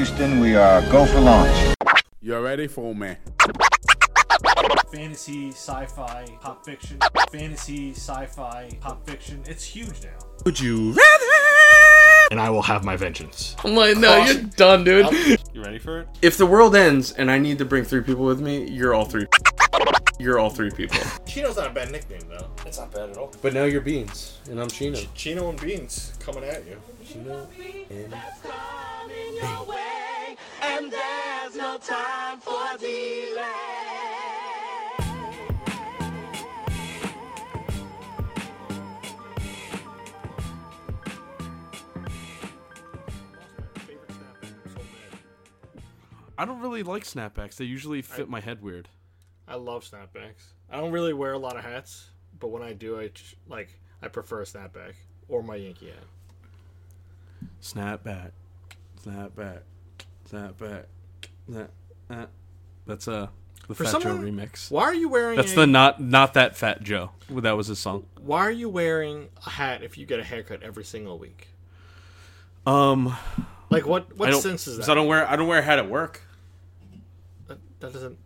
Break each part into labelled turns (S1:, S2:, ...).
S1: Houston, we are go for launch.
S2: You ready for me?
S3: fantasy, sci-fi, pop fiction. Fantasy, sci-fi, pop fiction. It's huge now.
S2: Would you rather?
S4: and I will have my vengeance.
S5: I'm like, no, you're done, dude.
S6: You ready for it?
S5: If the world ends and I need to bring three people with me, you're all three. You're all three people.
S6: Chino's not a bad nickname, though.
S4: That's not bad at all.
S5: But now you're Beans, and I'm Chino.
S6: Chino and Beans coming at you.
S4: I don't really like snapbacks. They usually fit my head weird.
S6: I love snapbacks. I don't really wear a lot of hats, but when I do, I ch- like I prefer a snapback or my Yankee hat.
S4: Snapback, snapback, snapback. Snap, uh, that's uh, the Fat
S6: someone-
S4: Joe remix.
S6: Why are you wearing?
S4: That's
S6: a,
S4: the not not that Fat Joe. That was his song.
S6: Why are you wearing a hat if you get a haircut every single week?
S4: Um,
S6: Like what?
S4: I
S6: What
S4: don't.
S6: sense is
S4: 'cause
S6: that?
S4: I don't wear I don't wear a hat at work.
S6: that? That doesn't.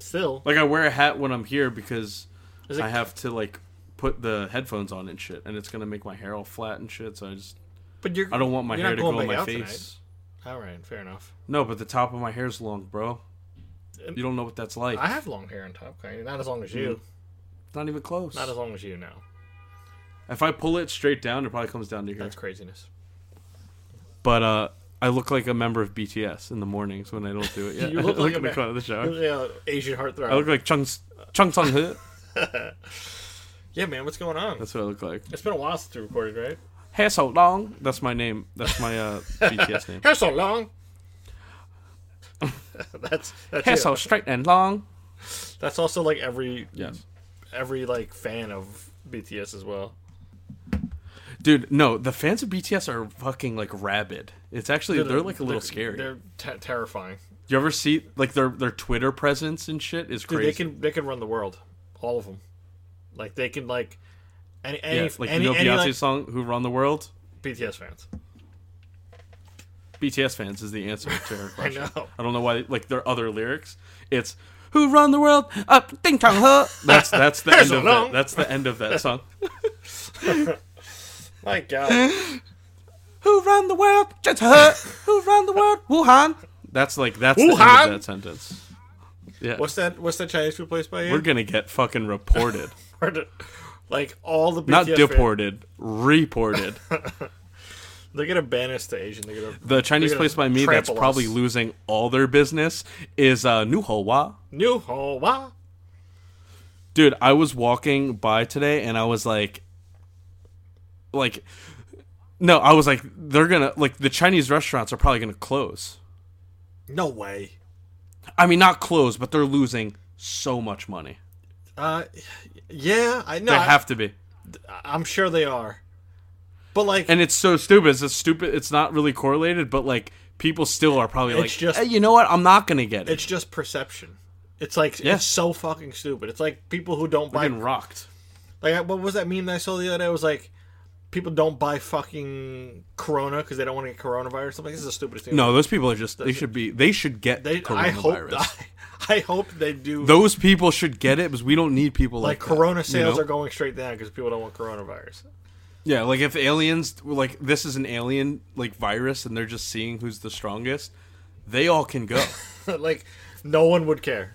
S6: Still,
S4: Like I wear a hat when I'm here because
S6: Is it-
S4: I have to like put the headphones on and shit, and it's gonna make my hair all flat and shit. So I just
S6: but you're.
S4: I don't want my
S6: you're
S4: hair to
S6: not
S4: go
S6: going
S4: on
S6: back
S4: my
S6: out
S4: face.
S6: tonight. All right, fair enough.
S4: No, but the top of my hair's long, bro. You don't know what that's like.
S6: Um, I have long hair on top, kind of. Not as long as you.
S4: Mm. Not even close.
S6: Not as long as you now.
S4: if I pull it straight down, it probably comes down to here.
S6: That's craziness.
S4: But uh, I look like a member of BTS in the mornings when I don't do it yet.
S6: You look
S4: I
S6: like a
S4: in the
S6: ma-
S4: corner of the shower.
S6: Yeah, Asian
S4: I look
S6: heartthrob.
S4: like Chung Chung Sung Hee.
S6: Yeah, man, what's going on?
S4: That's what I look like.
S6: It's been a while since we recorded, right?
S4: Hair so long. That's my name. That's my uh, BTS name.
S6: Hair so long. that's that's
S4: Hair
S6: it.
S4: so straight and long.
S6: that's also like every
S4: Yes.
S6: every like fan of BTS as well.
S4: Dude, no, the fans of BTS are fucking like rabid. It's actually they're, like a little scary.
S6: They're t- terrifying.
S4: you ever see like their their Twitter presence and shit is
S6: Dude,
S4: crazy.
S6: they can they can run the world, all of them. Like they can like any any
S4: yeah, like
S6: any,
S4: you know
S6: any,
S4: Beyonce's
S6: like,
S4: song "Who Run the World."
S6: BTS fans.
S4: BTS fans is the answer to her question.
S6: know.
S4: don't know why. Like their other lyrics, it's "Who run the world up, ding dong huh." That's that's the end
S6: so
S4: of
S6: long.
S4: that. That's the end of that song.
S6: My God,
S4: Who run the world? Just her. Who run the world? Wuhan. That's like that's the
S6: Wuhan?
S4: end of that sentence. Yeah,
S6: what's that? What's that Chinese food place by you?
S4: we're gonna get fucking reported,
S6: Or- like all the BTS
S4: not
S6: fans-
S4: deported, reported.
S6: They're gonna ban us to Asian. They're gonna
S4: The Chinese
S6: gonna
S4: place by me that's
S6: trample
S4: probably
S6: us.
S4: losing all their business is uh, New Hua.
S6: new Hoa.
S4: dude i was walking by today and i was like like no i was like they're gonna like the chinese restaurants are probably gonna close
S6: No way.
S4: i mean not close but they're losing so much money
S6: Uh, yeah, I know.
S4: they
S6: I-
S4: have to be
S6: I'm sure they are. But like,
S4: and it's so stupid it's a stupid it's not really correlated but like people still are probably
S6: It's
S4: like
S6: just-
S4: "Eh, you know what i'm not gonna get it
S6: it's just perception. It's like
S4: Yeah.
S6: it's so fucking stupid. It's like people who don't buy
S4: Fucking rocked
S6: like what was that meme that I saw the other day? It was like people don't buy fucking Corona because they don't want to get coronavirus. or Something. This is the stupidest thing.
S4: no those people are just they should be they should get
S6: they. I hope.
S4: coronavirus
S6: I, hope they do.
S4: those people should get it because we don't need people
S6: like
S4: like, that,
S6: Corona
S4: you
S6: sales
S4: know?
S6: are going straight down because people don't want coronavirus.
S4: Yeah, like if aliens like this is an alien like virus and they're just seeing who's the strongest, they all can go.
S6: like no one would care.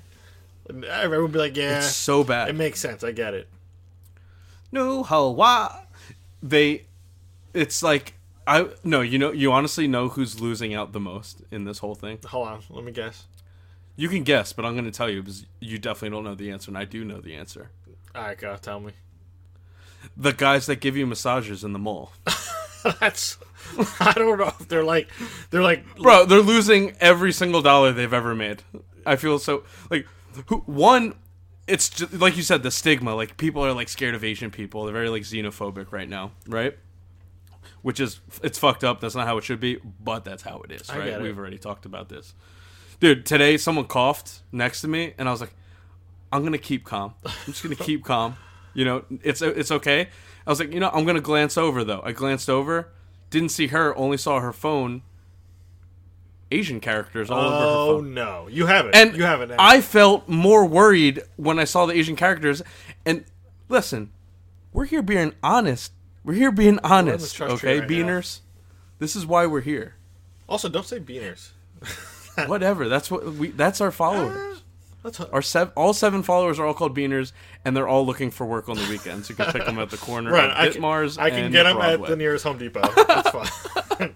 S6: Everyone would be like, yeah,
S4: It's so
S6: it
S4: bad.
S6: makes sense. I get it.
S4: No Hawa. They it's like I no, you know you honestly know who's losing out the most in this whole thing.
S6: Hold on, let me guess.
S4: You can guess, but I'm going to tell you because you definitely don't know the answer and I do know the answer.
S6: All right, God, tell me.
S4: The guys that give you massages in the mall.
S6: That's I don't know if they're like they're like
S4: Bro, they're losing every single dollar they've ever made. I feel so like who, one. It's just, like you said, the stigma. Like people are like scared of Asian people. They're very like xenophobic right now, right? Which is it's fucked up. That's not how it should be, but that's how it is,
S6: I
S4: right?
S6: get it.
S4: We've already talked about this, dude. Today, someone coughed next to me, and I was like, "I'm gonna keep calm. I'm just gonna keep calm. You know, it's it's okay." I was like, "You know, I'm gonna glance over though." I glanced over, didn't see her, only saw her phone Asian characters all over her
S6: Oh
S4: phone.
S6: no, you haven't.
S4: And
S6: you haven't.
S4: I felt more worried when I saw the Asian characters. And listen, we're here being honest. We're here being honest,
S6: trust tree
S4: okay,
S6: right now.
S4: beaners. This is why we're here.
S6: also, don't say beaners.
S4: Whatever. That's what we. That's our followers.
S6: That's
S4: Our sev- all seven followers are all called beaners, and they're all looking for work on the weekends. You can pick them at the corner
S6: Right, I
S4: of
S6: can,
S4: Ditmars.
S6: I can
S4: and
S6: get them at
S4: Broadway.
S6: the nearest Home Depot. That's fine.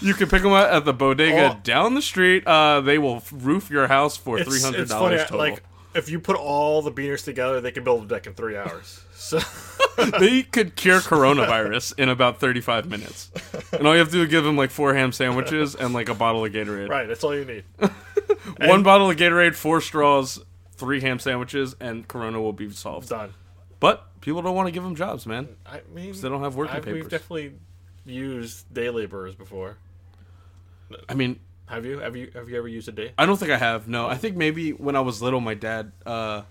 S4: You can pick them up at the bodega
S6: Oh.
S4: down the street. Uh, they will f- roof your house for three
S6: it's,
S4: hundred
S6: it's funny.
S4: dollars total.
S6: Like if you put all the beaners together, they can build a deck in three hours. So
S4: they could cure coronavirus in about thirty-five minutes, and all you have to do is give them like four ham sandwiches and like a bottle of Gatorade.
S6: right, that's all you need.
S4: One bottle of Gatorade, four straws, three ham sandwiches, and Corona will be solved.
S6: Done.
S4: But people don't want to give them jobs, man.
S6: I mean,
S4: They don't have working
S6: I,
S4: papers.
S6: we've definitely used day laborers before.
S4: I mean,
S6: Have you? Have you? Have you ever used a day?
S4: I don't think I have. No, I think maybe when I was little, my dad, uh,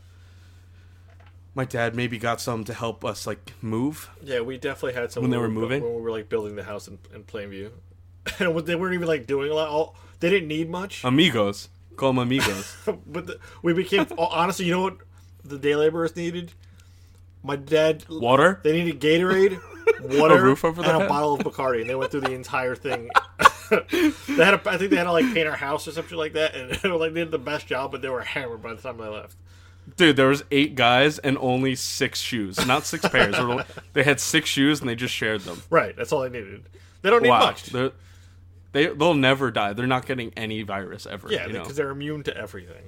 S4: my dad maybe got some to help us like move.
S6: Yeah, we definitely had some
S4: When they were
S6: bu-
S4: moving?
S6: When we were like building the house in, in Plainview, and it was- they weren't even like doing a lot. All, they didn't need much,
S4: Um, Amigos, call them amigos.
S6: but the, we became oh, honestly. You know what the day laborers needed? My dad.
S4: Water.
S6: They needed Gatorade, water,
S4: roof over their
S6: and a
S4: head.
S6: bottle of Bacardi, and they went through the entire thing. they had, a, I think they had to like paint our house or something like that, and they were like they did the best job, but they were hammered by the time they left.
S4: Dude, there was eight guys and only six shoes, not six pairs. There were- they had six shoes and they just shared them.
S6: Right, that's all they needed. They don't need
S4: Wow,
S6: much.
S4: They're- they they'll never die. They're not getting any virus ever.
S6: yeah,
S4: you know?
S6: because they're immune to everything.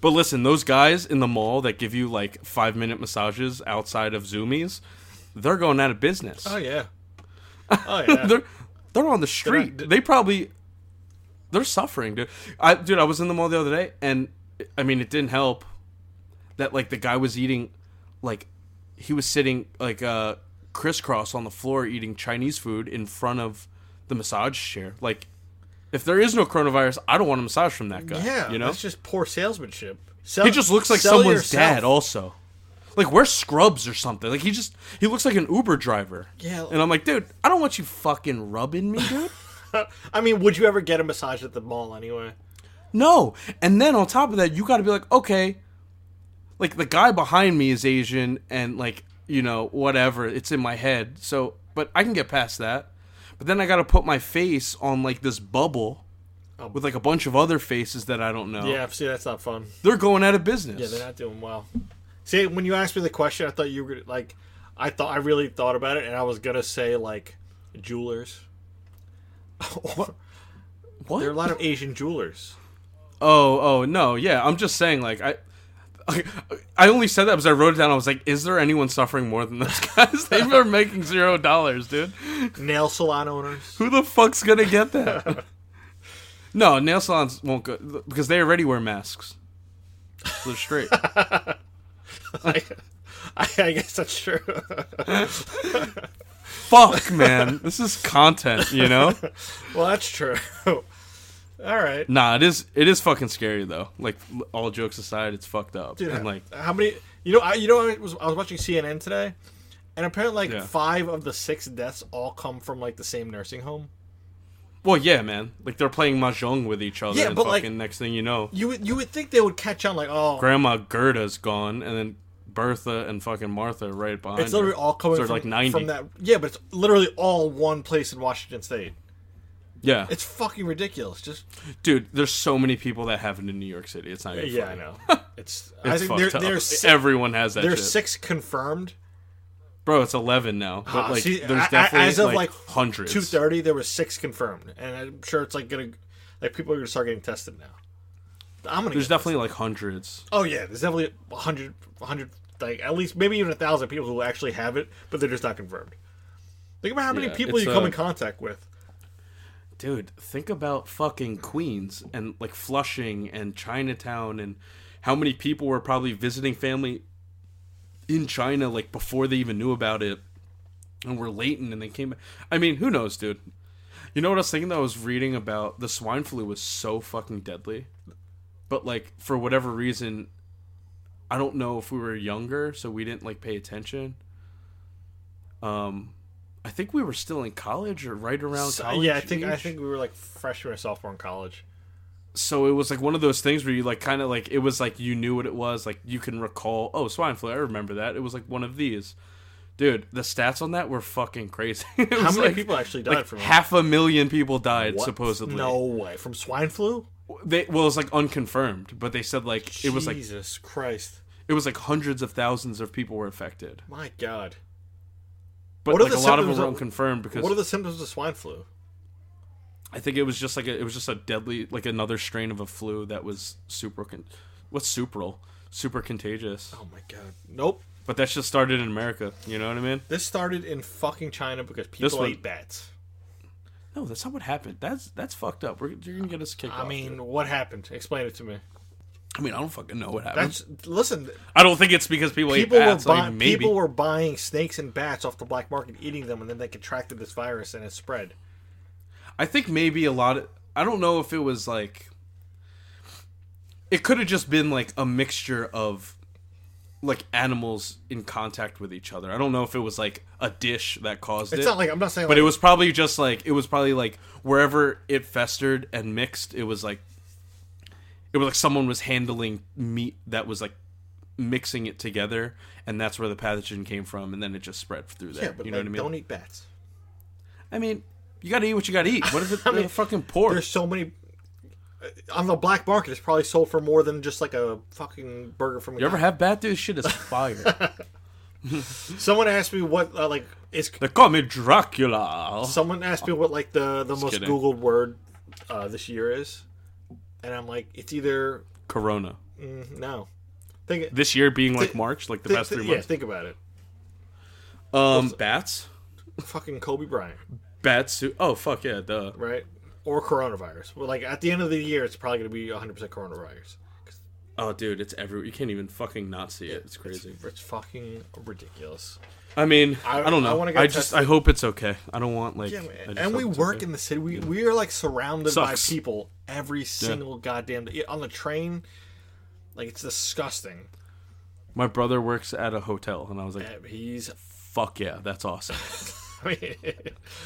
S4: But listen, those guys in the mall that give you like five minute massages outside of Zoomies, they're going out of business.
S6: Oh yeah. Oh yeah.
S4: they're they're on the street.
S6: They're not-
S4: they probably they're suffering, dude. I dude, I was in the mall the other day, and I mean, it didn't help that like the guy was eating like he was sitting like uh crisscross on the floor eating Chinese food in front of the massage chair. Like, if there is no coronavirus, I don't want a massage from that guy.
S6: Yeah,
S4: you know,
S6: that's just poor salesmanship. Sell,
S4: he just looks like
S6: sell
S4: someone's
S6: yourself.
S4: dad, also. Like wear scrubs or something. Like he just he looks like an Uber driver.
S6: Yeah.
S4: And I'm like, dude, I don't want you fucking rubbing me, dude.
S6: I mean, would you ever get a massage at the mall anyway?
S4: No. And then on top of that, you got to be like, okay, like the guy behind me is Asian and like, you know, whatever, it's in my head. So, but I can get past that. But then I got to put my face on like this bubble with like a bunch of other faces that I don't know.
S6: Oh. Yeah, see, that's not fun.
S4: They're going out of business.
S6: Yeah, they're not doing well. See, when you asked me the question, I thought you were gonna- like, I thought I really thought about it, and I was gonna say like, jewelers.
S4: what?
S6: There are a lot of Asian jewelers.
S4: Oh, oh no, yeah. I'm just saying, like I, I, I only said that because I wrote it down. I was like, is there anyone suffering more than those guys? they are making zero dollars, dude.
S6: Nail salon owners.
S4: Who the fuck's gonna get that? no, nail salons won't go because they already wear masks. So they're straight.
S6: I, I, I guess that's true.
S4: Fuck, man. This is content, you know.
S6: well, that's true. All right.
S4: Nah, it is. It is fucking scary though. Like l- all jokes aside, it's fucked up.
S6: Dude,
S4: and
S6: how-
S4: like,
S6: how many? You know, I you know, I was I was watching CNN today, and apparently, like
S4: Yeah.
S6: five of the six deaths all come from like the same nursing home.
S4: well, yeah, man. Like they're playing mahjong with each other.
S6: Yeah,
S4: and
S6: but, like-
S4: fucking next thing you know,
S6: You would you would think they would catch on, like, oh,
S4: Grandma Gerda's gone, and then Bertha and fucking Martha right behind.
S6: it's literally
S4: her.
S6: all coming
S4: So they're
S6: from,
S4: like ninety.
S6: from that. Yeah, but it's literally all one place in Washington State.
S4: yeah,
S6: It's fucking ridiculous. Just
S4: dude. There's so many people that have it in New York City. It's not. Even
S6: yeah, I
S4: funny.
S6: know. It's, I
S4: It's
S6: think
S4: fucked
S6: there,
S4: up.
S6: there's six,
S4: Everyone has that.
S6: there's
S4: shit.
S6: six confirmed.
S4: Bro, it's eleven now, but
S6: Ah,
S4: like
S6: see, I-
S4: there's
S6: I-
S4: definitely
S6: as of
S4: like,
S6: like
S4: hundreds.
S6: Two thirty, there was six confirmed, and I'm sure it's like gonna like people are gonna start getting tested now. I'm
S4: There's
S6: gonna. get tested.
S4: definitely like hundreds.
S6: Oh yeah, there's definitely a hundred, a hundred, like at least maybe even a thousand people who actually have it, but they're just not confirmed. Think about how many
S4: Yeah,
S6: people
S4: it's,
S6: you come
S4: uh,
S6: in contact with.
S4: Dude, think about fucking Queens and like Flushing and Chinatown and how many people were probably visiting family in China like before they even knew about it and were latent and they came back. I mean, who knows, dude? You know what I was thinking though? I was reading about the swine flu was so fucking deadly. But like for whatever reason, I don't know if we were younger, so we didn't like pay attention. Um I think we were still in college or right around
S6: So-
S4: Oh, college.
S6: yeah, I think I
S4: age.
S6: think we were like freshman or sophomore in college.
S4: so it was like one of those things where you like kind of like it was like you knew what it was like you can recall oh swine flu i remember that it was like one of these dude the stats on that were fucking crazy It
S6: How
S4: was,
S6: many
S4: like-
S6: people actually died
S4: like
S6: from it?
S4: half a million people died
S6: What?
S4: supposedly
S6: No way. From swine flu?
S4: they well it was like unconfirmed but they said like it was like
S6: Jesus Christ.
S4: it was like hundreds of thousands of people were affected
S6: My God.
S4: but
S6: What are
S4: like
S6: the
S4: a lot of them
S6: symptoms
S4: were
S6: of-
S4: unconfirmed because
S6: What are the symptoms of swine flu?
S4: i think it was just like a, it was just a deadly like another strain of a flu that was super con- what's supral super contagious
S6: Oh my God. Nope.
S4: but that just started in america you know what i mean
S6: This started in fucking China because
S4: This
S6: people
S4: one-
S6: ate bats.
S4: No, that's not what happened. That's that's fucked up. We're, you're gonna get us kicked.
S6: I
S4: off,
S6: mean,
S4: dude.
S6: what happened? Explain it to me.
S4: I mean, I don't fucking know what happened.
S6: That's listen.
S4: I don't think it's because people,
S6: People
S4: ate
S6: were,
S4: bats. I
S6: buy,
S4: mean, maybe.
S6: people were buying snakes and bats off the black market, eating them, and then they contracted this virus and it spread.
S4: I think maybe a lot. Of, I don't know if it was like. It could have just been like a mixture of, like animals in contact with each other. I don't know if it was like a dish that caused
S6: It's
S4: it.
S6: not like I'm not saying.
S4: but
S6: like,
S4: it was probably just like it was probably like wherever it festered and mixed it was like it was like someone was handling meat that was like mixing it together and that's where the pathogen came from and then it just spread through there
S6: yeah, but
S4: you know
S6: like,
S4: what i mean
S6: don't eat bats.
S4: i mean you gotta eat what you gotta eat what if it's
S6: mean,
S4: fucking pork
S6: There's so many. uh, On the black market, it's probably sold for more than just like a fucking burger from. a
S4: you ever
S6: guy.
S4: have bad dude shit is fire
S6: Someone asked me what uh, like is.
S4: they call me dracula
S6: Someone asked me what like the the most
S4: oh. kidding.
S6: googled word uh, this year is, and I'm like, it's either
S4: corona
S6: no. Think
S4: this year being like
S6: Th-
S4: march like the
S6: th-
S4: past
S6: th-
S4: three
S6: Yeah,
S4: months
S6: think about it.
S4: um bats
S6: Fucking Kobe Bryant,
S4: bats oh fuck yeah duh
S6: right? Or coronavirus. Well, like at the end of the year, it's probably going to be 100 percent coronavirus.
S4: Oh, dude, it's everywhere. You can't even fucking not see it. It's crazy.
S6: It's fucking ridiculous.
S4: I mean, I,
S6: I-
S4: don't
S6: I
S4: know. I,
S6: wanna get
S4: just,
S6: tested.
S4: I hope it's okay. I don't want like.
S6: Yeah, man.
S4: I just
S6: and
S4: hope
S6: we
S4: it's
S6: work
S4: okay.
S6: in the city. We we are like surrounded
S4: Sucks.
S6: by people every single goddamn day. on the train. Like it's disgusting.
S4: My brother works at a hotel, and I was like,
S6: And He's.
S4: "Fuck yeah, that's awesome."
S6: I mean,
S4: I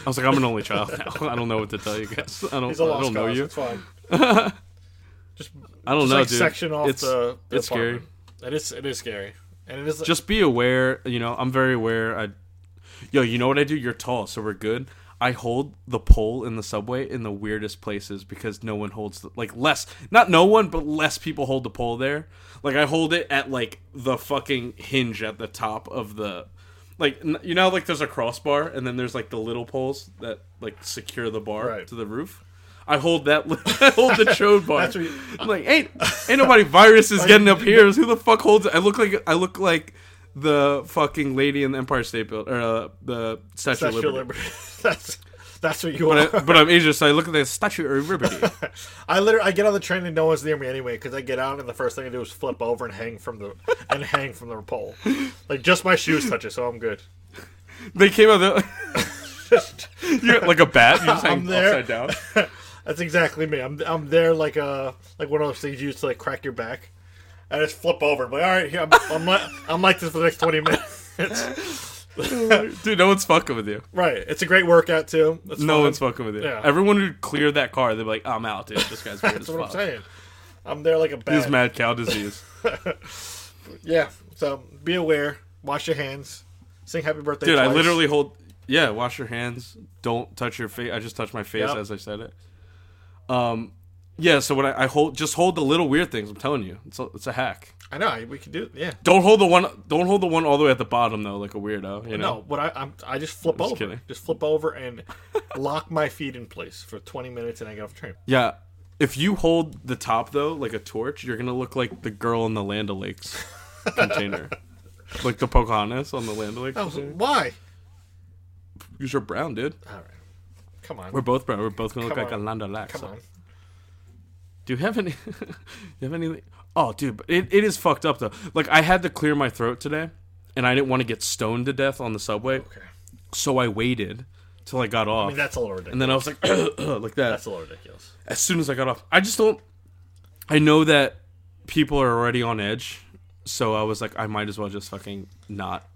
S4: was like, "I'm an only child now. I don't know what to tell you guys. I don't,
S6: he's a
S4: I
S6: lost
S4: don't know
S6: cause.
S4: you.
S6: It's fine.
S4: I don't
S6: Just
S4: know,
S6: like
S4: dude.
S6: section off
S4: it's
S6: the, the
S4: it's scary.
S6: apartment. It is. It is scary. And it is.
S4: Just be aware. You know, I'm very aware. I, yo, you know what I do? You're tall, so we're good. I hold the pole in the subway in the weirdest places because no one holds the, like less not no one but less people hold the pole there. Like I hold it at like the fucking hinge at the top of the like n- you know like there's a crossbar and then there's like the little poles that like secure the bar
S6: Right.
S4: to the roof. I hold that li- I hold the chode bar.
S6: That's what you-
S4: I'm like ain't ain't nobody virus is getting up here. Who the fuck holds it? I look like I look like the fucking lady in the Empire State Building or uh, the Statue,
S6: That's
S4: of Liberty.
S6: your liberty. that's that's what you
S4: But,
S6: are.
S4: I, but I'm Asian, so I look at the Statue of Liberty.
S6: I, literally I get on the train and no one's near me anyway because I get out and the first thing I do is flip over and hang from the and hang from the pole. Like just my shoes touch it, so I'm good.
S4: they came out the, you're like a bat. You just
S6: I'm
S4: hang
S6: there.
S4: upside down.
S6: That's exactly me. I'm I'm there like uh like one of those things you use to like crack your back. I just flip over. I'm like all right, here I'm I'm, li- I'm like this for the next twenty minutes.
S4: Dude, no one's fucking with you.
S6: right, it's a great workout too. It's
S4: No
S6: fun.
S4: one's fucking with you.
S6: Yeah.
S4: Everyone who cleared that car, they're like, I'm out, dude. This guy's weird as
S6: That's what I'm
S4: fuck.
S6: saying. I'm there like a
S4: He has
S6: bat.
S4: mad cow disease.
S6: Yeah. So be aware. Wash your hands. Sing happy birthday.
S4: Dude, I
S6: twice.
S4: literally hold. Yeah, wash your hands. Don't touch your face. I just touched my face
S6: Yep.
S4: as I said it. Um, yeah. So when I, I hold, just hold the little weird things. I'm telling you, it's a, it's a hack.
S6: I know I- we could do. Yeah.
S4: Don't hold the one. Don't hold the one all the way at the bottom though, like a weirdo. You know.
S6: No, what I I'm, I just flip
S4: just
S6: over,
S4: kidding.
S6: just flip over and lock my feet in place for 20 minutes, and I get off the train.
S4: Yeah. If you hold the top though, like a torch, you're gonna look like the girl in the Land O'Lakes container, like the Pocahontas on the Land O'Lakes.
S6: I was like,
S4: container.
S6: why?
S4: Because you're brown, dude.
S6: All right, come on,
S4: We're both brown. We're both gonna look
S6: Come
S4: like
S6: on.
S4: a Land O'Lakes.
S6: come on.
S4: Do you have any? do you have anything? Oh, dude, but it, it is fucked up though. Like I had to clear my throat today, and I didn't want to get stoned to death on the subway,
S6: Okay, I
S4: so I waited till I got off,
S6: mean that's a little ridiculous.
S4: and then I was like, like that.
S6: that's a little ridiculous.
S4: as soon as I got off, I just don't. I know that people are already on edge, so I was like, I might as well just fucking not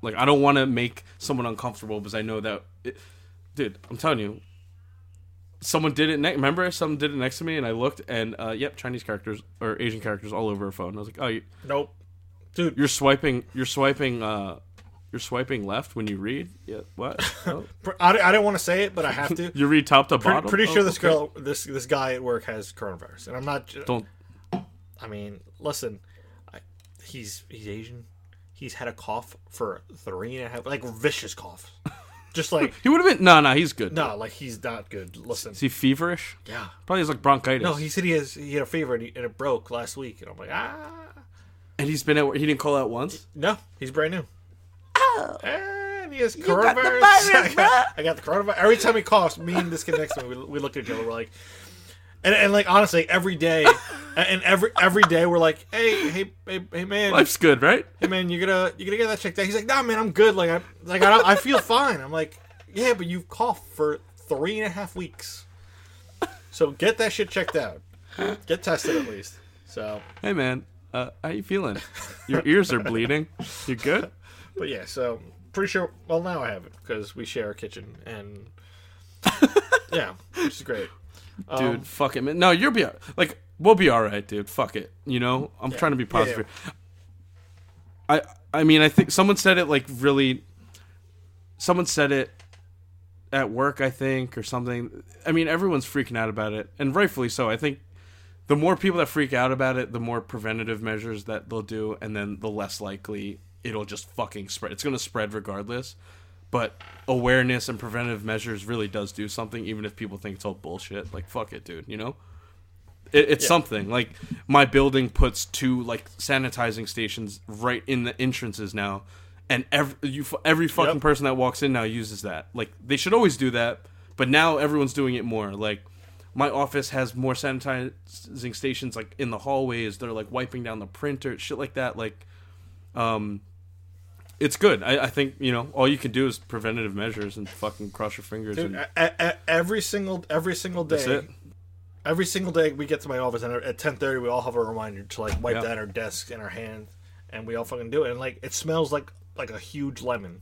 S4: Like I don't want to make someone uncomfortable because I know that, it, dude. I'm telling you, someone did it. Ne- remember, someone did it next to me, and I looked, and uh, yep, Chinese characters or Asian characters all over her phone. I was like, oh, you,
S6: Nope. Dude,
S4: you're swiping, you're swiping, uh, you're swiping left when you read. Yeah, what? Oh.
S6: pr- I, I didn't want to say it, but I have to.
S4: you read top to
S6: Pre-
S4: bottom.
S6: pretty
S4: Oh,
S6: sure this
S4: okay.
S6: girl, this this guy at work has coronavirus, and I'm not. j-
S4: don't.
S6: I mean, listen, I, he's he's Asian. He's had a cough for three and a half, like vicious cough. Just like
S4: He would have been no, no. He's good.
S6: no, like he's not good. Listen,
S4: Is he feverish?
S6: yeah,
S4: Probably has like bronchitis.
S6: no, he said he has he had a fever and, he, and it broke last week, and I'm like ah,
S4: and he's been at work- he didn't call out once.
S6: no, he's brand new. And he has coronavirus. I, got, I got the coronavirus. Every time he coughs, me and this kid next to me, we, we looked at each other. We're like, and, and like honestly, every day, and- and every every day, we're like, hey, hey, hey, hey man,
S4: Life's good, right?
S6: hey man, you're gonna you're gonna get that checked out. He's like, nah, man, I'm good. Like, I like I, don't- I feel fine. I'm like, yeah, but you've coughed for three and a half weeks, so get that shit checked out. Get tested at least. So,
S4: Hey man, uh, how you feeling? Your ears are bleeding. You good?
S6: but yeah, so pretty sure. Well, now I have it because we share a kitchen, and yeah, which is great.
S4: dude. fuck it, man. No, you'll be all- like we'll be all right, dude. Fuck it. You know, I'm trying to be positive. I I mean, I think someone said it like really. Someone said it at work, I think, or something. I mean, everyone's freaking out about it, and rightfully so. I think the more people that freak out about it, the more preventative measures that they'll do, and then the less likely it'll just fucking spread. It's gonna spread regardless. But awareness and preventive measures really does do something, even if people think it's all bullshit. Like fuck it, dude. You know, it, it's something. Like my building puts two like sanitizing stations right in the entrances now, and every you fu- every fucking
S6: Yep.
S4: person that walks in now uses that. Like they should always do that, but now everyone's doing it more. Like my office has more sanitizing stations like in the hallways. They're like wiping down the printer, shit like that. Like um, it's good. I, I think you know all you can do is preventative measures and fucking cross your fingers.
S6: Dude,
S4: and
S6: e- e- e- every single every single day.
S4: that's it.
S6: every single day we get to my office and at 10.30 we all have a reminder to like wipe
S4: Yeah.
S6: down our desks and our hands and we all fucking do it and like it smells like like a huge lemon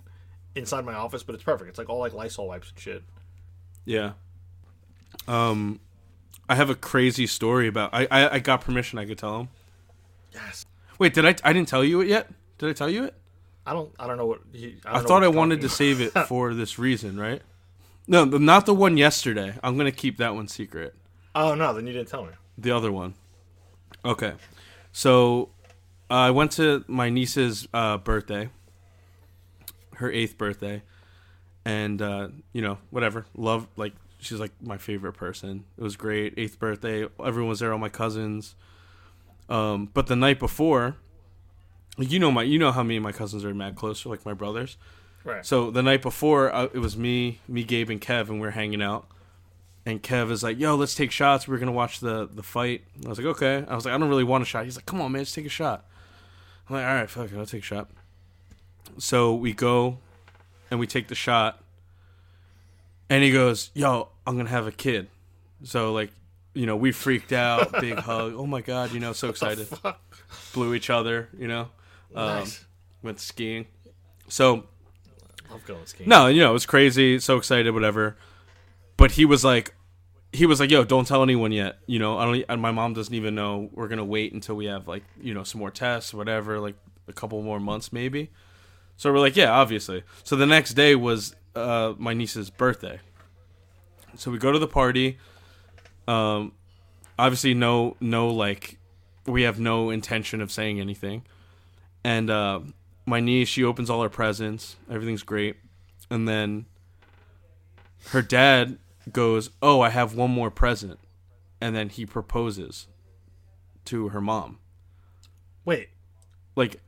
S6: inside my office but it's perfect it's like all like lysol wipes and shit
S4: Yeah. Um, I have a crazy story about. I I, I got permission. I could tell him.
S6: yes
S4: Wait, did I? I didn't tell you it yet. Did I tell you it?
S6: i don't i don't know what he,
S4: I,
S6: don't know
S4: thought
S6: what
S4: I
S6: you're
S4: wanted
S6: talking
S4: to save it for this reason, right? No, the- not the one yesterday. I'm gonna keep that one secret.
S6: about. oh no then you didn't tell me
S4: The other one. Okay. So uh, I went to my niece's uh, birthday, her eighth birthday, and uh, you know whatever. Love like she's like my favorite person. It was great. Eighth birthday, everyone was there. All my cousins. Um, but the night before, you know my you know how me and my cousins are mad close. We're like my brothers.
S6: right so
S4: So the night before, uh, it was me, me, Gabe, and Kev, and we are hanging out. And Kev is like, "Yo, let's take shots. We're gonna watch the the fight." I was like, "Okay." I was like, "I don't really want a shot." He's like, "Come on, man, let's take a shot." I'm like, "All right, fuck it, I'll take a shot." So we go, and we take the shot. And he goes, "Yo, I'm gonna have a kid." So like, you know, we freaked out, big hug. Oh my god, you know, so excited. Blew each other, you know. Um,
S6: Nice.
S4: Went skiing. So
S6: love going skiing
S4: no, you know, it was crazy, so excited, whatever. But he was like, he was like, "Yo, don't tell anyone yet." You know, I don't. e, And my mom doesn't even know. We're gonna wait until we have like, you know, some more tests, whatever, like a couple more months maybe. So we're like, yeah, obviously. So the next day was uh, my niece's birthday. So we go to the party. Um, obviously, no, no, like we have no intention of saying anything. And uh, my niece, she opens all her presents. Everything's great and then her dad goes, "Oh, I have one more present," and then he proposes to her mom.
S6: wait
S4: Like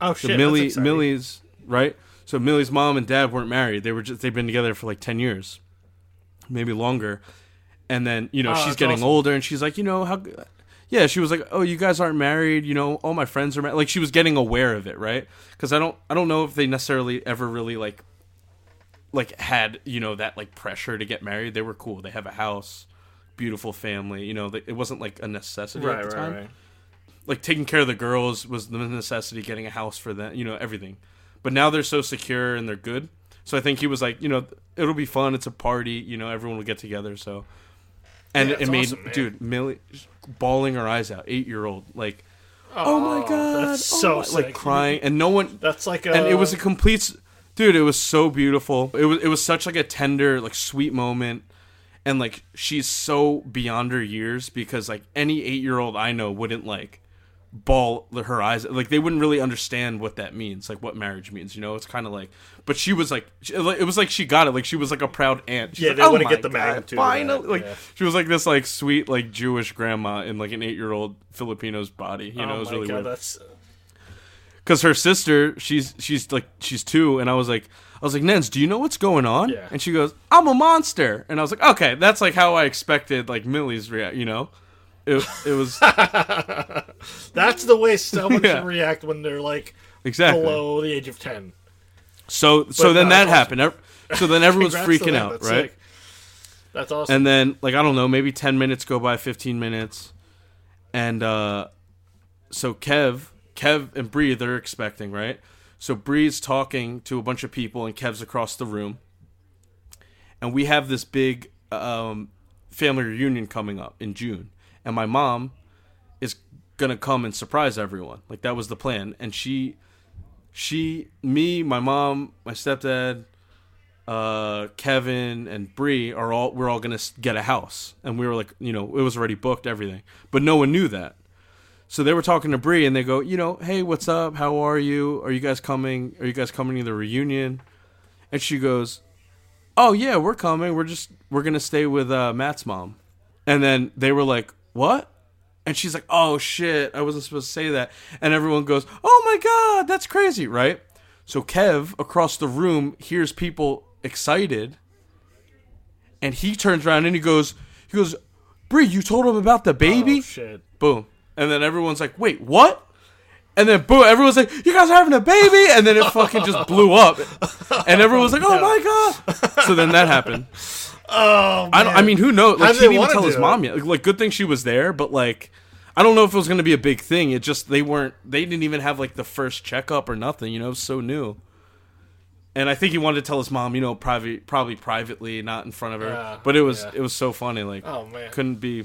S6: oh
S4: the
S6: shit
S4: Millie,
S6: that's exciting.
S4: Millie's right. So Millie's mom and dad weren't married. They were just they've been together for like ten years, maybe longer. And then you know
S6: Oh,
S4: she's
S6: that's
S4: getting
S6: awesome.
S4: older, and she's like, you know how. g- Yeah, she was like, "Oh, you guys aren't married, you know. All my friends are married." Like she was getting aware of it, right? Because I don't, I don't know if they necessarily ever really like like had you know that like pressure to get married. They were cool. They have a house, beautiful family. You know, they, it wasn't like a necessity
S6: right
S4: at the
S6: right
S4: time.
S6: right
S4: Like taking care of the girls was the necessity. Getting a house for them, you know, everything. But now they're so secure and they're good. So I think he was like, you know, it'll be fun. It's a party. You know, everyone will get together. So, and
S6: Yeah,
S4: it
S6: that's
S4: made
S6: awesome, man.
S4: dude Millie bawling her eyes out, eight year old, like, oh, my god,
S6: that's
S4: oh
S6: so
S4: my-" like
S6: sick.
S4: crying, and no one.
S6: That's like a.
S4: and it was a complete, s- dude. It was so beautiful. It was it was such like a tender, like sweet moment, and like she's so beyond her years because like any eight year old I know wouldn't like ball her eyes like they wouldn't really understand what that means like what marriage means you know it's kind of like but she was like she- it was like she got it like she was like a proud aunt She's
S6: Yeah,
S4: like,
S6: they
S4: "Oh my
S6: wouldn't get the
S4: God,
S6: magnitude of that,"
S4: finally like
S6: yeah.
S4: she was like this like sweet like jewish grandma in like an eight-year-old filipino's body you
S6: Oh
S4: know it was
S6: my
S4: really
S6: god,
S4: weird
S6: that's
S4: because her sister, she's she's like she's two, and I was like, I was like, Nens, do you know what's going on?
S6: Yeah.
S4: And she goes, I'm a monster, and I was like, okay, that's like how I expected like Millie's react, you know. It, it was
S6: that's the way someone
S4: Yeah.
S6: should react when they're like
S4: exactly
S6: below the age of ten.
S4: so so
S6: But
S4: then
S6: no,
S4: that
S6: that's
S4: happened Ev- so then everyone's
S6: Congrats to
S4: freaking
S6: them,
S4: out
S6: that's
S4: right
S6: sick. That's awesome.
S4: and then like i don't know maybe 10 minutes go by 15 minutes and uh so kev kev and bree they're expecting right so bree's talking to a bunch of people and kev's across the room and we have this big um family reunion coming up in june and my mom is gonna come and surprise everyone like that was the plan and she she me my mom my stepdad uh, Kevin and Bree are all we're all gonna s- get a house, and we were like, you know, it was already booked, everything, but no one knew that. So they were talking to Bree, and they go, you know, hey, what's up? How are you? Are you guys coming? Are you guys coming to the reunion? And she goes, oh yeah, we're coming. We're just we're gonna stay with uh, Matt's mom. And then they were like, what? And she's like, oh shit, I wasn't supposed to say that. And everyone goes, oh my god, that's crazy, right? So Kev across the room hears people excited, and he turns around and he goes, he goes, Bree, you told him about the baby?
S6: oh, shit.
S4: boom. And then everyone's like, wait, what? And then boom, everyone's like, you guys are having a baby? And then it fucking just blew up. And everyone's like, oh my God. So then that happened.
S6: Oh,
S4: I, don't, I mean, who knows?
S6: How
S4: Like, he
S6: do they
S4: didn't even
S6: wanna
S4: tell his
S6: do
S4: mom yet. Like, like, good thing she was there, but like, I don't know if it was going to be a big thing. It just, they weren't, they didn't even have like the first checkup or nothing, you know, it was so new. And I think he wanted to tell his mom, you know, private, probably privately, not in front of her.
S6: Yeah,
S4: but it was,
S6: yeah.
S4: it was so funny. Like,
S6: Oh, man.
S4: couldn't be.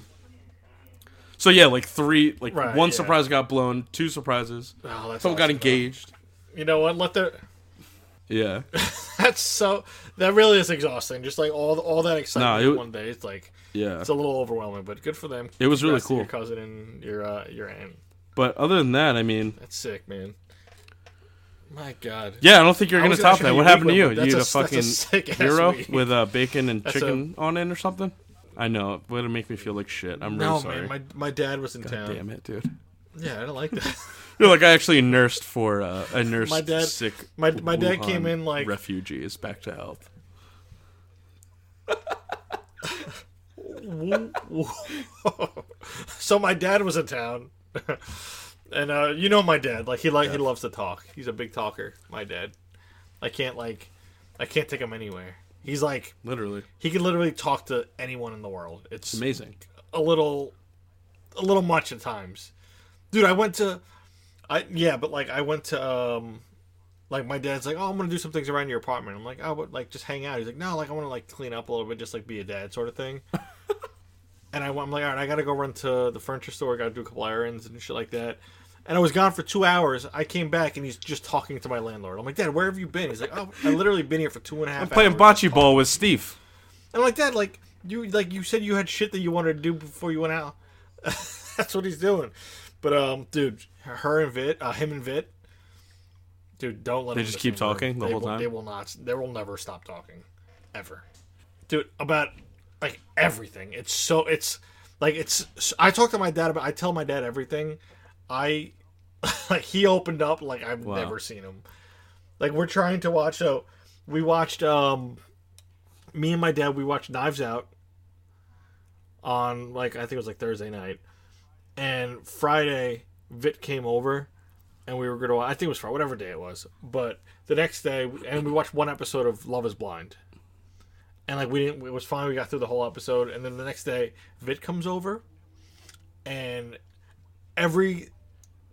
S4: So yeah, like three, like
S6: Right,
S4: one
S6: yeah.
S4: surprise got blown, two surprises.
S6: Oh, that's
S4: Someone
S6: awesome.
S4: got engaged.
S6: You know what? Let the
S4: Yeah,
S6: that's so that really is exhausting. Just like all all that excitement
S4: it-
S6: one day, it's like
S4: yeah.
S6: it's a little overwhelming. But good for them.
S4: It was really
S6: Congrats to
S4: cool.
S6: Your cousin and your uh, your aunt.
S4: But other than that, I mean,
S6: That's sick, man. My God.
S4: yeah, I don't think you're
S6: I
S4: gonna
S6: was gonna
S4: top
S6: show
S4: that.
S6: you
S4: What
S6: a
S4: happened to
S6: weak
S4: you?
S6: one, but
S4: You
S6: that's
S4: had
S6: a-
S4: a
S6: that's a
S4: fucking
S6: sick-ass
S4: gyro
S6: week.
S4: with uh, bacon and
S6: That's
S4: chicken on it or something? I know it would make me feel like shit. I'm really
S6: No,
S4: sorry.
S6: man. My my dad was in town.
S4: Damn it, dude.
S6: Yeah, I don't like that.
S4: You're like I actually nursed for uh, I nursed
S6: My dad-
S4: sick.
S6: my- my dad came
S4: Wuhan
S6: in, like-
S4: refugees back to health.
S6: so my dad was in town, and uh, you know my dad. Like he like he loves to talk. He's a big talker. My dad. I can't like, I can't take him anywhere. He's like
S4: Literally,
S6: he can literally talk to anyone in the world. It's
S4: it's amazing.
S6: a little a little much at times. Dude, I went to I yeah, but like I went to um like my dad's like, "Oh, I'm going to do some things around your apartment." I'm like, "I would like just hang out." He's like, "No, like I want to like clean up a little bit, just like be a dad sort of thing." and I, went- I'm like, "All right, I got to go run to the furniture store, got to do a couple errands and shit like that." And I was gone for 2 hours. I came back and he's just talking to my landlord. I'm like, "Dad, where have you been?" He's like, "Oh, I literally been here for two and a half hours."
S4: Playing bocce ball with Steve.
S6: And I'm like, Dad, like you like you said you had shit that you wanted to do before you went out. That's what he's doing. But um, dude, her and Vit, uh, him and Vit, dude, don't let
S4: They
S6: them
S4: just
S6: in
S4: keep
S6: same room.
S4: talking the
S6: They
S4: whole
S6: will-
S4: time?
S6: They will not. They will never stop talking, ever. Dude, about like everything. It's so it's like it's. I talk to my dad about. I tell my dad everything. I like he opened up like I've never seen him. Like we're trying to watch. So we watched. um Me and my dad we watched Knives Out. On like I think it was like Thursday night, and Friday Vit came over, and we were gonna. I think it was Friday, whatever day it was. But the next day, and we watched one episode of Love Is Blind. And like we didn't, it was fine. We got through the whole episode, and then the next day, Vit comes over, and every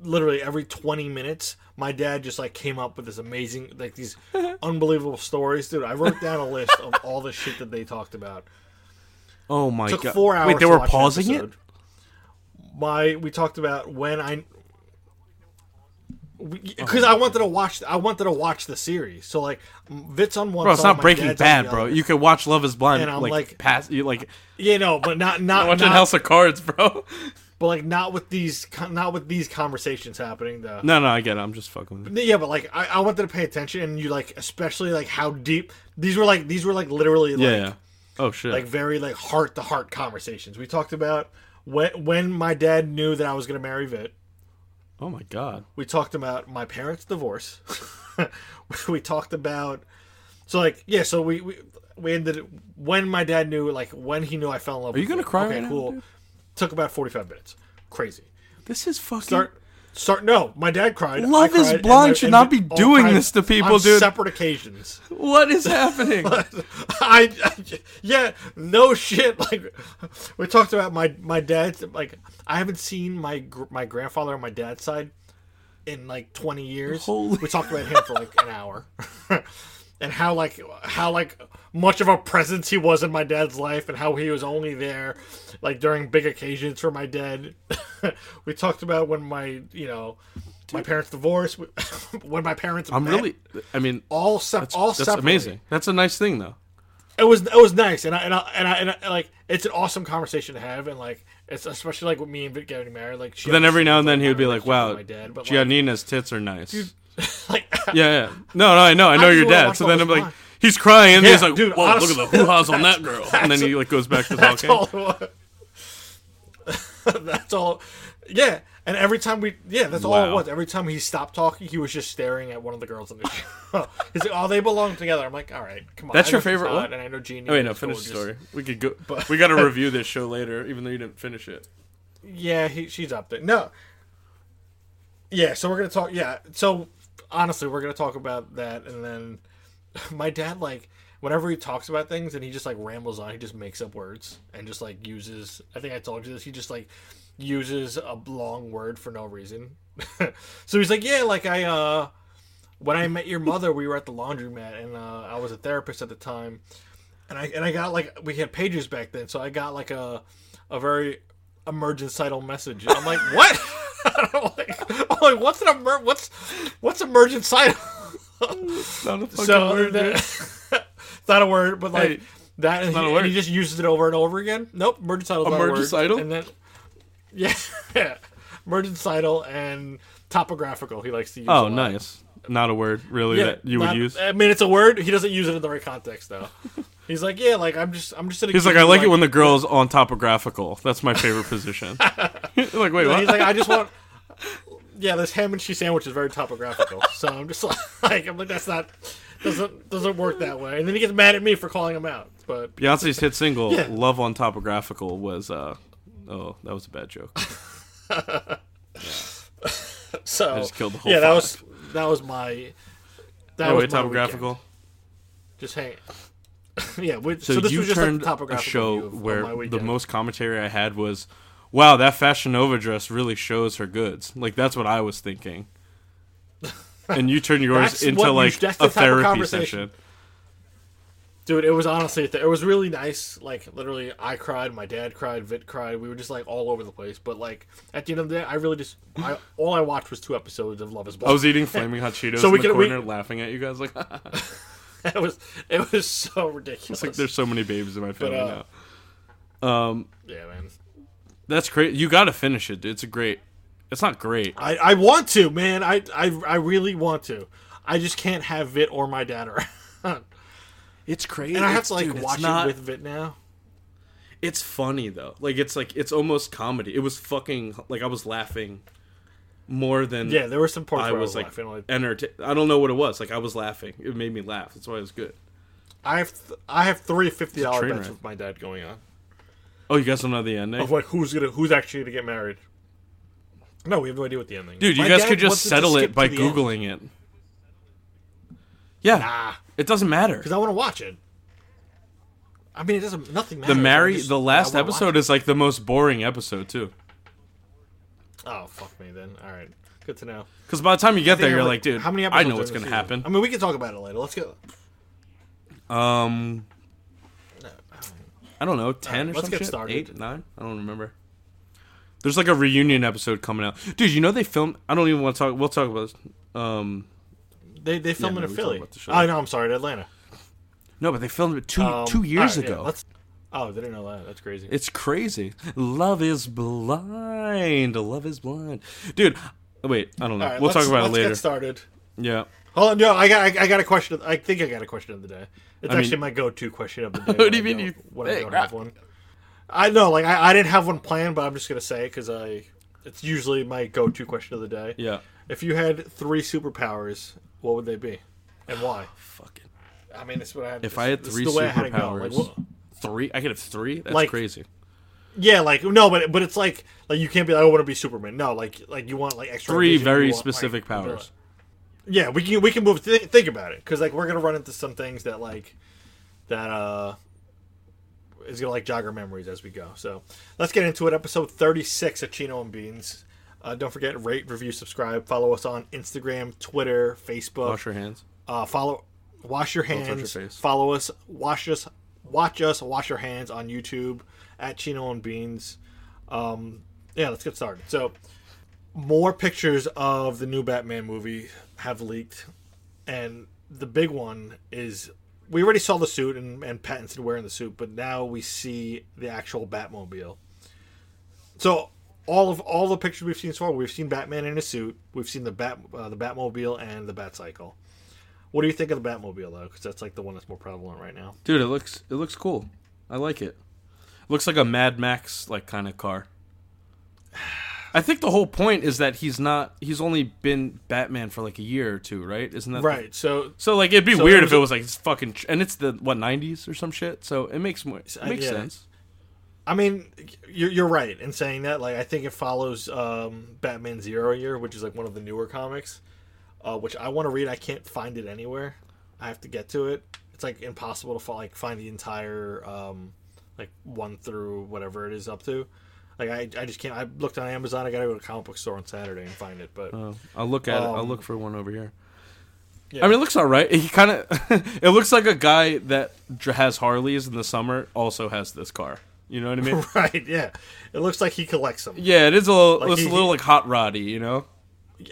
S6: literally every 20 minutes my dad just like came up with this amazing like these unbelievable stories dude i wrote down a list of all the shit that they talked about
S4: Oh my
S6: took
S4: god!
S6: four hours
S4: Wait, they
S6: to
S4: were
S6: watch an
S4: pausing it.
S6: episode. my we talked about when i
S4: Oh,
S6: because I wanted to watch, I wanted to watch the series. So like, Vit's on one.
S4: Bro, it's
S6: side,
S4: not
S6: my
S4: Breaking
S6: dad's on the
S4: Bad, bro.
S6: other.
S4: You could watch Love Is Blind,
S6: And I'm
S4: like,
S6: like-
S4: pass, you like
S6: yeah, no, but not not
S4: watching
S6: not-
S4: House of Cards, bro.
S6: but like not with these, con- not with these conversations happening though.
S4: No, no, I get it. I'm just fucking. With you.
S6: Yeah, but like I, I wanted to pay attention, and you like especially like how deep these were like these were like literally like
S4: Yeah, yeah. Oh shit.
S6: like very like heart to heart conversations. We talked about when when my dad knew that I was gonna marry Vit.
S4: oh my god.
S6: We talked about my parents' divorce. we talked about so like yeah, so we we, we ended it- when my dad knew like when he knew I fell in love.
S4: Are you
S6: with
S4: gonna
S6: Vit.
S4: cry
S6: Okay,
S4: right now,
S6: cool.
S4: dude?
S6: Took about forty five minutes. Crazy.
S4: This is fucking.
S6: Start. Start. No, my dad cried. I
S4: Love is
S6: cried, and
S4: Blind
S6: my-
S4: should
S6: and
S4: not
S6: we
S4: be
S6: all
S4: doing
S6: cried
S4: this to people,
S6: on
S4: dude.
S6: Separate occasions.
S4: What is happening?
S6: I, I- yeah, no shit. Like we talked about my my dad's like I haven't seen my gr- my grandfather on my dad's side in like 20 years.
S4: Holy-
S6: We talked about him for like an hour. and how like how like much of a presence he was in my dad's life and how he was only there like during big occasions for my dad. we talked about when my, you know, my parents divorced, when my parents
S4: I'm
S6: met,
S4: really. I mean,
S6: all sep- all
S4: that's
S6: separately
S4: amazing. That's a nice thing, though.
S6: it was it was nice, and I and I, and I and I like it's an awesome conversation to have, and like it's especially like with me and Vic getting married. Like she
S4: But then every now and then he would be
S6: my
S4: like, "Wow,
S6: dad, but, like-
S4: Giannina's tits are nice."
S6: like
S4: Yeah, yeah. No, no, I know, I know
S6: just
S4: your
S6: wanna
S4: dad.
S6: watch
S4: So then I'm
S6: Love Is
S4: like,
S6: Blind.
S4: he's crying, and
S6: Yeah,
S4: he's like,
S6: dude,
S4: "Whoa,
S6: honestly-
S4: look at the hoo ha's on that girl," and then he like goes back to
S6: that's
S4: talking.
S6: all it was. that's all. Yeah, and every time we yeah, that's all it
S4: Wow.
S6: was. Every time he stopped talking, he was just staring at one of the girls in the show. He's like, "Oh, they belong together." I'm like, "All right, come on."
S4: That's
S6: I
S4: your
S6: know she's
S4: favorite
S6: hot,
S4: one?
S6: And I know Jeannie.
S4: Oh, wait,
S6: is
S4: no, finish the
S6: gorgeous.
S4: story. We could go. we got to review this show later, even though you didn't finish it.
S6: Yeah, he, she's up there. No. Yeah, so we're gonna talk. Yeah, so honestly, we're gonna talk about that, and then my dad like whenever he talks about things and he just like rambles on, he just makes up words and just like uses. I think I told you this. He just like uses a long word for no reason. so he's like, yeah, like I uh when I met your mother, we were at the laundromat, and uh, I was a therapist at the time, and I and I got like we had pages back then, so I got like a a very emergencidal message. And I'm like, what? I'm, like, I'm like, what's an emer- what's what's emergencidal?
S4: Not a fucking
S6: so
S4: word,
S6: that-
S4: dude.
S6: it's not a word, but like
S4: Hey,
S6: that, and he,
S4: not a
S6: and
S4: word.
S6: he just uses it over and over again. Nope, emergencidal.
S4: Emergencidal?
S6: and then yeah, yeah, emergencidal and topographical. He likes to use. a
S4: Oh,
S6: lot.
S4: nice. Not a word really that you
S6: not-
S4: would use.
S6: I mean, it's a word. He doesn't use it in the right context, though. He's like, yeah, like I'm just, I'm just. gonna
S4: He's
S6: give
S4: like, I
S6: you,
S4: like it when the girl's on topographical. That's my favorite position. like, wait,
S6: And
S4: what?
S6: He's like, I just want. Yeah, this ham and cheese sandwich is very topographical, so I'm just like, like, I'm like, that's not doesn't doesn't work that way. And then he gets mad at me for calling him out, but
S4: Beyonce's hit single
S6: Yeah.
S4: "Love on Topographical" was. uh Oh, that was a bad joke.
S6: so
S4: just killed the whole
S6: Yeah, that
S4: vibe.
S6: was that was my. That
S4: Oh,
S6: was
S4: wait,
S6: my
S4: topographical.
S6: weekend. Just hang. yeah, we, so,
S4: So,
S6: this
S4: you
S6: was just like,
S4: turned
S6: the
S4: a
S6: topographical view
S4: show
S6: of- of
S4: where
S6: my
S4: the
S6: weekend.
S4: most commentary I had was, "Wow, that Fashion Nova dress really shows her goods." Like that's what I was thinking. And you turned yours
S6: That's what
S4: into
S6: you-
S4: like
S6: that's the
S4: a
S6: type of
S4: therapy
S6: conversation.
S4: session.
S6: Dude, it was honestly, it was really nice. Like, literally, I cried, my dad cried, Vit cried. We were just like all over the place. But like at the end of the day, I really just, I all I watched was two episodes of Love Is Blind.
S4: I was eating flaming hot Cheetos
S6: So
S4: in
S6: we
S4: the
S6: can- we-
S4: corner, laughing at you guys. Like, it's
S6: it was, it was so ridiculous.
S4: like there's so many babies in my family
S6: uh,
S4: now.
S6: yeah, man.
S4: That's great. You got to finish it. dude. It's a great. It's not great.
S6: I, I want to, man. I, I, I really want to. I just can't have Vit or my dad around.
S4: It's crazy.
S6: And I have to like watch it with Vit now.
S4: It's funny though. Like it's like it's almost comedy. It was fucking like I was laughing more than
S6: Yeah, there were some parts
S4: I
S6: where
S4: was
S6: I
S4: like
S6: was laughing. Like,
S4: entertain. I don't know what it was. Like I was laughing. It made me laugh. That's why it was good.
S6: I have, th- I have three fifty dollar
S4: train
S6: bets
S4: wreck.
S6: with my dad going on.
S4: Oh, you guys don't know the ending,
S6: of like who's gonna who's actually gonna get married. No, we have no idea what the ending. is.
S4: dude. You
S6: My
S4: guys
S6: dad
S4: could just
S6: wants
S4: settle
S6: to
S4: it
S6: skip
S4: by
S6: to the end.
S4: googling it. Yeah,
S6: Ah,
S4: it doesn't matter.
S6: because I want to watch it. I mean, it doesn't. Nothing matters.
S4: The
S6: I
S4: marry
S6: just-
S4: the last
S6: I wanna watch
S4: episode is like the most boring episode too.
S6: it. Oh fuck me then. All right, Good to know.
S4: Because by the time you get there,
S6: Think
S4: you're
S6: of,
S4: like, dude,
S6: how many
S4: I
S6: episodes
S4: know
S6: are
S4: what's
S6: in
S4: gonna
S6: the season?
S4: happen.
S6: I mean, we can talk about it later. Let's go.
S4: Um, I don't know, ten or
S6: Let's
S4: some
S6: get
S4: shit?
S6: started.
S4: Eight, nine? I don't remember. There's like a reunion episode coming out, dude. You know they film. I don't even want to talk. We'll talk about. This. Um,
S6: They they film
S4: no,
S6: it in
S4: we talked
S6: Philly.
S4: about the show.
S6: Oh no, I'm sorry, Atlanta.
S4: no, but they filmed it two
S6: Um,
S4: two years
S6: all right, yeah,
S4: ago.
S6: let's- oh, they didn't know that. That's crazy.
S4: It's crazy. Love is blind. Love is blind, dude. Wait, I don't know.
S6: All right,
S4: we'll talk
S6: let's-
S4: about it
S6: Let's
S4: later.
S6: get started.
S4: Yeah.
S6: Hold on, no, I got I, I got a question. I think I got a question of the day. It's
S4: I mean-
S6: actually my go-to question of the day.
S4: What
S6: when
S4: do
S6: I
S4: you mean
S6: don't-
S4: you
S6: when I
S4: think?
S6: don't have one? I know, like I, I didn't have one planned, but I'm just gonna say because I it's usually my go-to question of the day.
S4: Yeah.
S6: If you had three superpowers, what would they be, and why?
S4: Fucking
S6: I mean, it's what I had.
S4: If I had
S6: this is
S4: three
S6: the way I had to go. Like,
S4: superpowers.
S6: what-
S4: three. I could have three. That's
S6: Like-
S4: crazy.
S6: yeah, like no, but but it's like like you can't be like I want to be Superman. No, like like you want like extra
S4: Three
S6: vision, you
S4: very
S6: want, like,
S4: specific powers.
S6: yeah we can we can move th- think about it because like we're gonna run into some things that like that uh is gonna like jog our memories as we go so let's get into it episode 36 of chino and beans uh, don't forget rate review subscribe follow us on instagram twitter facebook
S4: Wash your hands.
S6: uh, follow wash your
S4: touch your
S6: hands
S4: face.
S6: follow us wash us watch us wash your hands on youtube at chino and beans um, yeah let's get started so more pictures of the new batman movie have leaked and the big one is we already saw the suit and, and pattinson wearing the suit but now we see the actual batmobile so all of all the pictures we've seen so far we've seen batman in a suit we've seen the bat uh, the batmobile and the batcycle what do you think of the Batmobile though? Because that's like the one that's more prevalent right now.
S4: Dude, it looks it looks cool. I like it. Looks like a Mad Max like kind of car. I think the whole point is that he's not he's only been Batman for like a year or two, right? Isn't that the-
S6: Right. So
S4: so like it'd be
S6: So
S4: weird if
S6: it was
S4: it
S6: a-
S4: was like it's fucking tr- and it's the what 90s or some shit. So it makes more it
S6: I-
S4: makes
S6: uh, yeah.
S4: sense.
S6: I mean, you're, you're right in saying that. Like, I think it follows um, Batman Zero Year, which is like one of the newer comics, uh, which I want to read. I can't find it anywhere. I have to get to it. It's like impossible to fi- like find the entire um, like one through whatever it is up to. Like, I, I just can't. I looked on Amazon. I gotta go to a comic book store on Saturday and find it. But
S4: Oh, I'll look at it. I'll
S6: Um,
S4: look for one over here.
S6: Yeah.
S4: I mean, it looks all right. He kind of it looks like a guy that dr- has Harleys in the summer also has this car. You know what I mean?
S6: right, yeah, it looks like he collects them.
S4: Yeah, it is a little
S6: Like,
S4: it's
S6: he-
S4: a little like hot roddy, you know.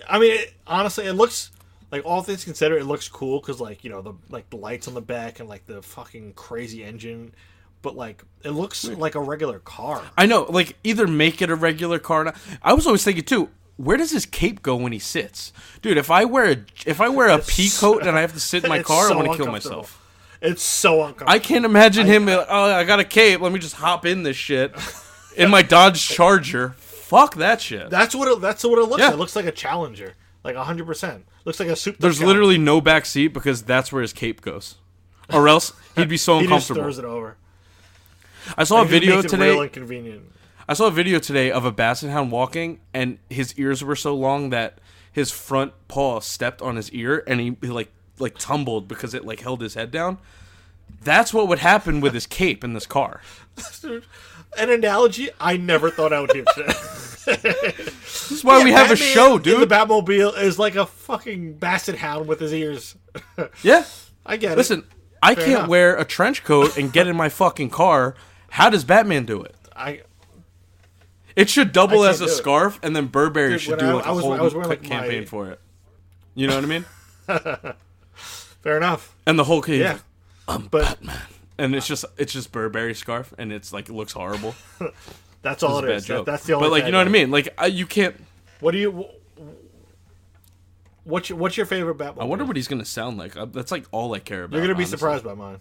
S6: I mean, it, honestly, it looks like all things considered, it looks cool because like you know the like the lights on the back and like the fucking crazy engine, but like it looks like a regular car.
S4: Hmm. I know, like either make it a regular car. or not. I was always thinking too. Where does his cape go when he sits, dude? If I wear a if I wear a pea coat and I have to sit in my
S6: It's
S4: car,
S6: so
S4: I'm gonna kill
S6: uncomfortable.
S4: myself.
S6: It's so uncomfortable.
S4: I can't imagine him. be like, oh, I got a cape. Let me just hop in this shit in my Dodge Charger. Fuck that shit.
S6: that's what it, that's what it looks.
S4: Yeah.
S6: like. It looks like a Challenger, like hundred percent. Looks like a super.
S4: There's literally no back seat because that's where his cape goes, or else he'd be so
S6: he just
S4: uncomfortable.
S6: throws it over.
S4: I saw a video
S6: makes it
S4: today.
S6: real inconvenient.
S4: I saw a video today of a basset hound walking, and his ears were so long that his front paw stepped on his ear, and he, he like like tumbled because it like held his head down. That's what would happen with his cape in this car.
S6: An analogy I never thought I would hear today.
S4: This is why we have a
S6: Batman
S4: show,
S6: in The
S4: dude.
S6: Batmobile is like a fucking basset hound with his ears.
S4: yeah.
S6: I get it.
S4: Listen, I
S6: Fair
S4: can't
S6: enough.
S4: wear a trench coat and get in my fucking car. How does Batman do it?
S6: I
S4: It should double
S6: I
S4: as
S6: can't
S4: a
S6: do it.
S4: scarf, and then Burberry
S6: Dude,
S4: should
S6: when
S4: do
S6: I-
S4: like
S6: I was-
S4: a whole
S6: I was wearing,
S4: quick
S6: like, my-
S4: campaign for it. You know what I mean?
S6: fair enough.
S4: And the whole cape.
S6: Yeah. but
S4: and it's just it's just Burberry scarf, and it's like it looks horrible.
S6: that's all
S4: It's a
S6: it
S4: bad
S6: is. That-
S4: joke.
S6: that's the only.
S4: But like, you know what I
S6: tagline.
S4: mean? Like, I, you can't.
S6: What do you? What's your, what's your favorite Batman?
S4: I wonder what he's gonna sound like. Uh, That's like all I care about.
S6: You're gonna be
S4: honestly.
S6: surprised by mine.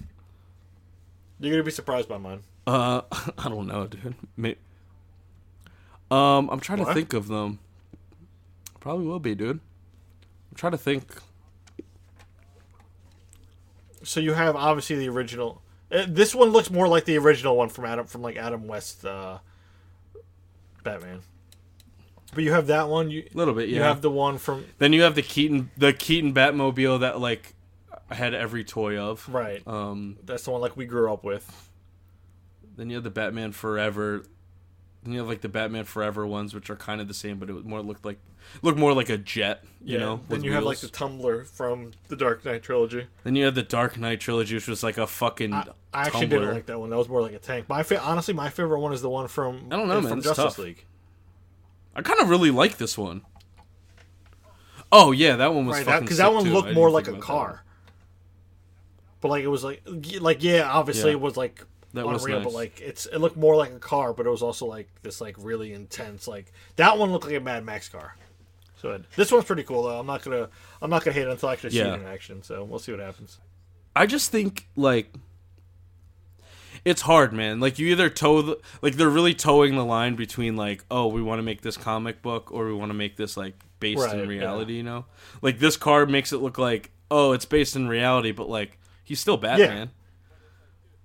S6: You're gonna be surprised by mine.
S4: Uh, I don't know, dude. May- Um, I'm trying to
S6: What?
S4: think of them. Probably will be, dude. I'm trying to think.
S6: So you have obviously the original. Uh, this one looks more like the original one from Adam from like Adam West uh, Batman. But you have that one. You
S4: A little bit, yeah.
S6: You have the one from
S4: then you have the Keaton, the Keaton Batmobile that like I had every toy of.
S6: right.
S4: Um,
S6: that's the one like we grew up with.
S4: then you have the Batman Forever Then you have like the Batman Forever ones, which are kind of the same, but it more looked like look more like a jet, you know.
S6: Then
S4: with
S6: you have like the
S4: wheels.
S6: Tumblr from the Dark Knight trilogy.
S4: then you have the Dark Knight trilogy, which was like a fucking.
S6: I, I actually didn't
S4: tumbler.
S6: like that one. That was more like a tank. My fa- honestly, my favorite one is the one from uh,
S4: I don't know,
S6: from
S4: man. It's
S6: Justice
S4: tough.
S6: League.
S4: I kind of really like this one. Oh yeah, that one was
S6: Right,
S4: fucking
S6: because that,
S4: sick,
S6: one
S4: too. I
S6: looked
S4: didn't
S6: more
S4: think
S6: like a
S4: about that
S6: car. But like it was like, y- like yeah, obviously
S4: Yeah.
S6: it was like
S4: That
S6: unreal,
S4: was
S6: but
S4: nice.
S6: like it's it looked more like a car, but it was also like this like really intense like that one looked like a Mad Max car. So it- this one's pretty cool though. I'm not gonna I'm not gonna hate it until I actually
S4: Yeah.
S6: see it in action. So we'll see what happens.
S4: I just think like it's hard, man. Like you either toe the, like they're really towing the line between like, oh, we want to make this comic book or we want to make this like based
S6: Right, yeah.
S4: in reality, you know? Like this card makes it look like, oh, it's based in reality, but like he's still Batman.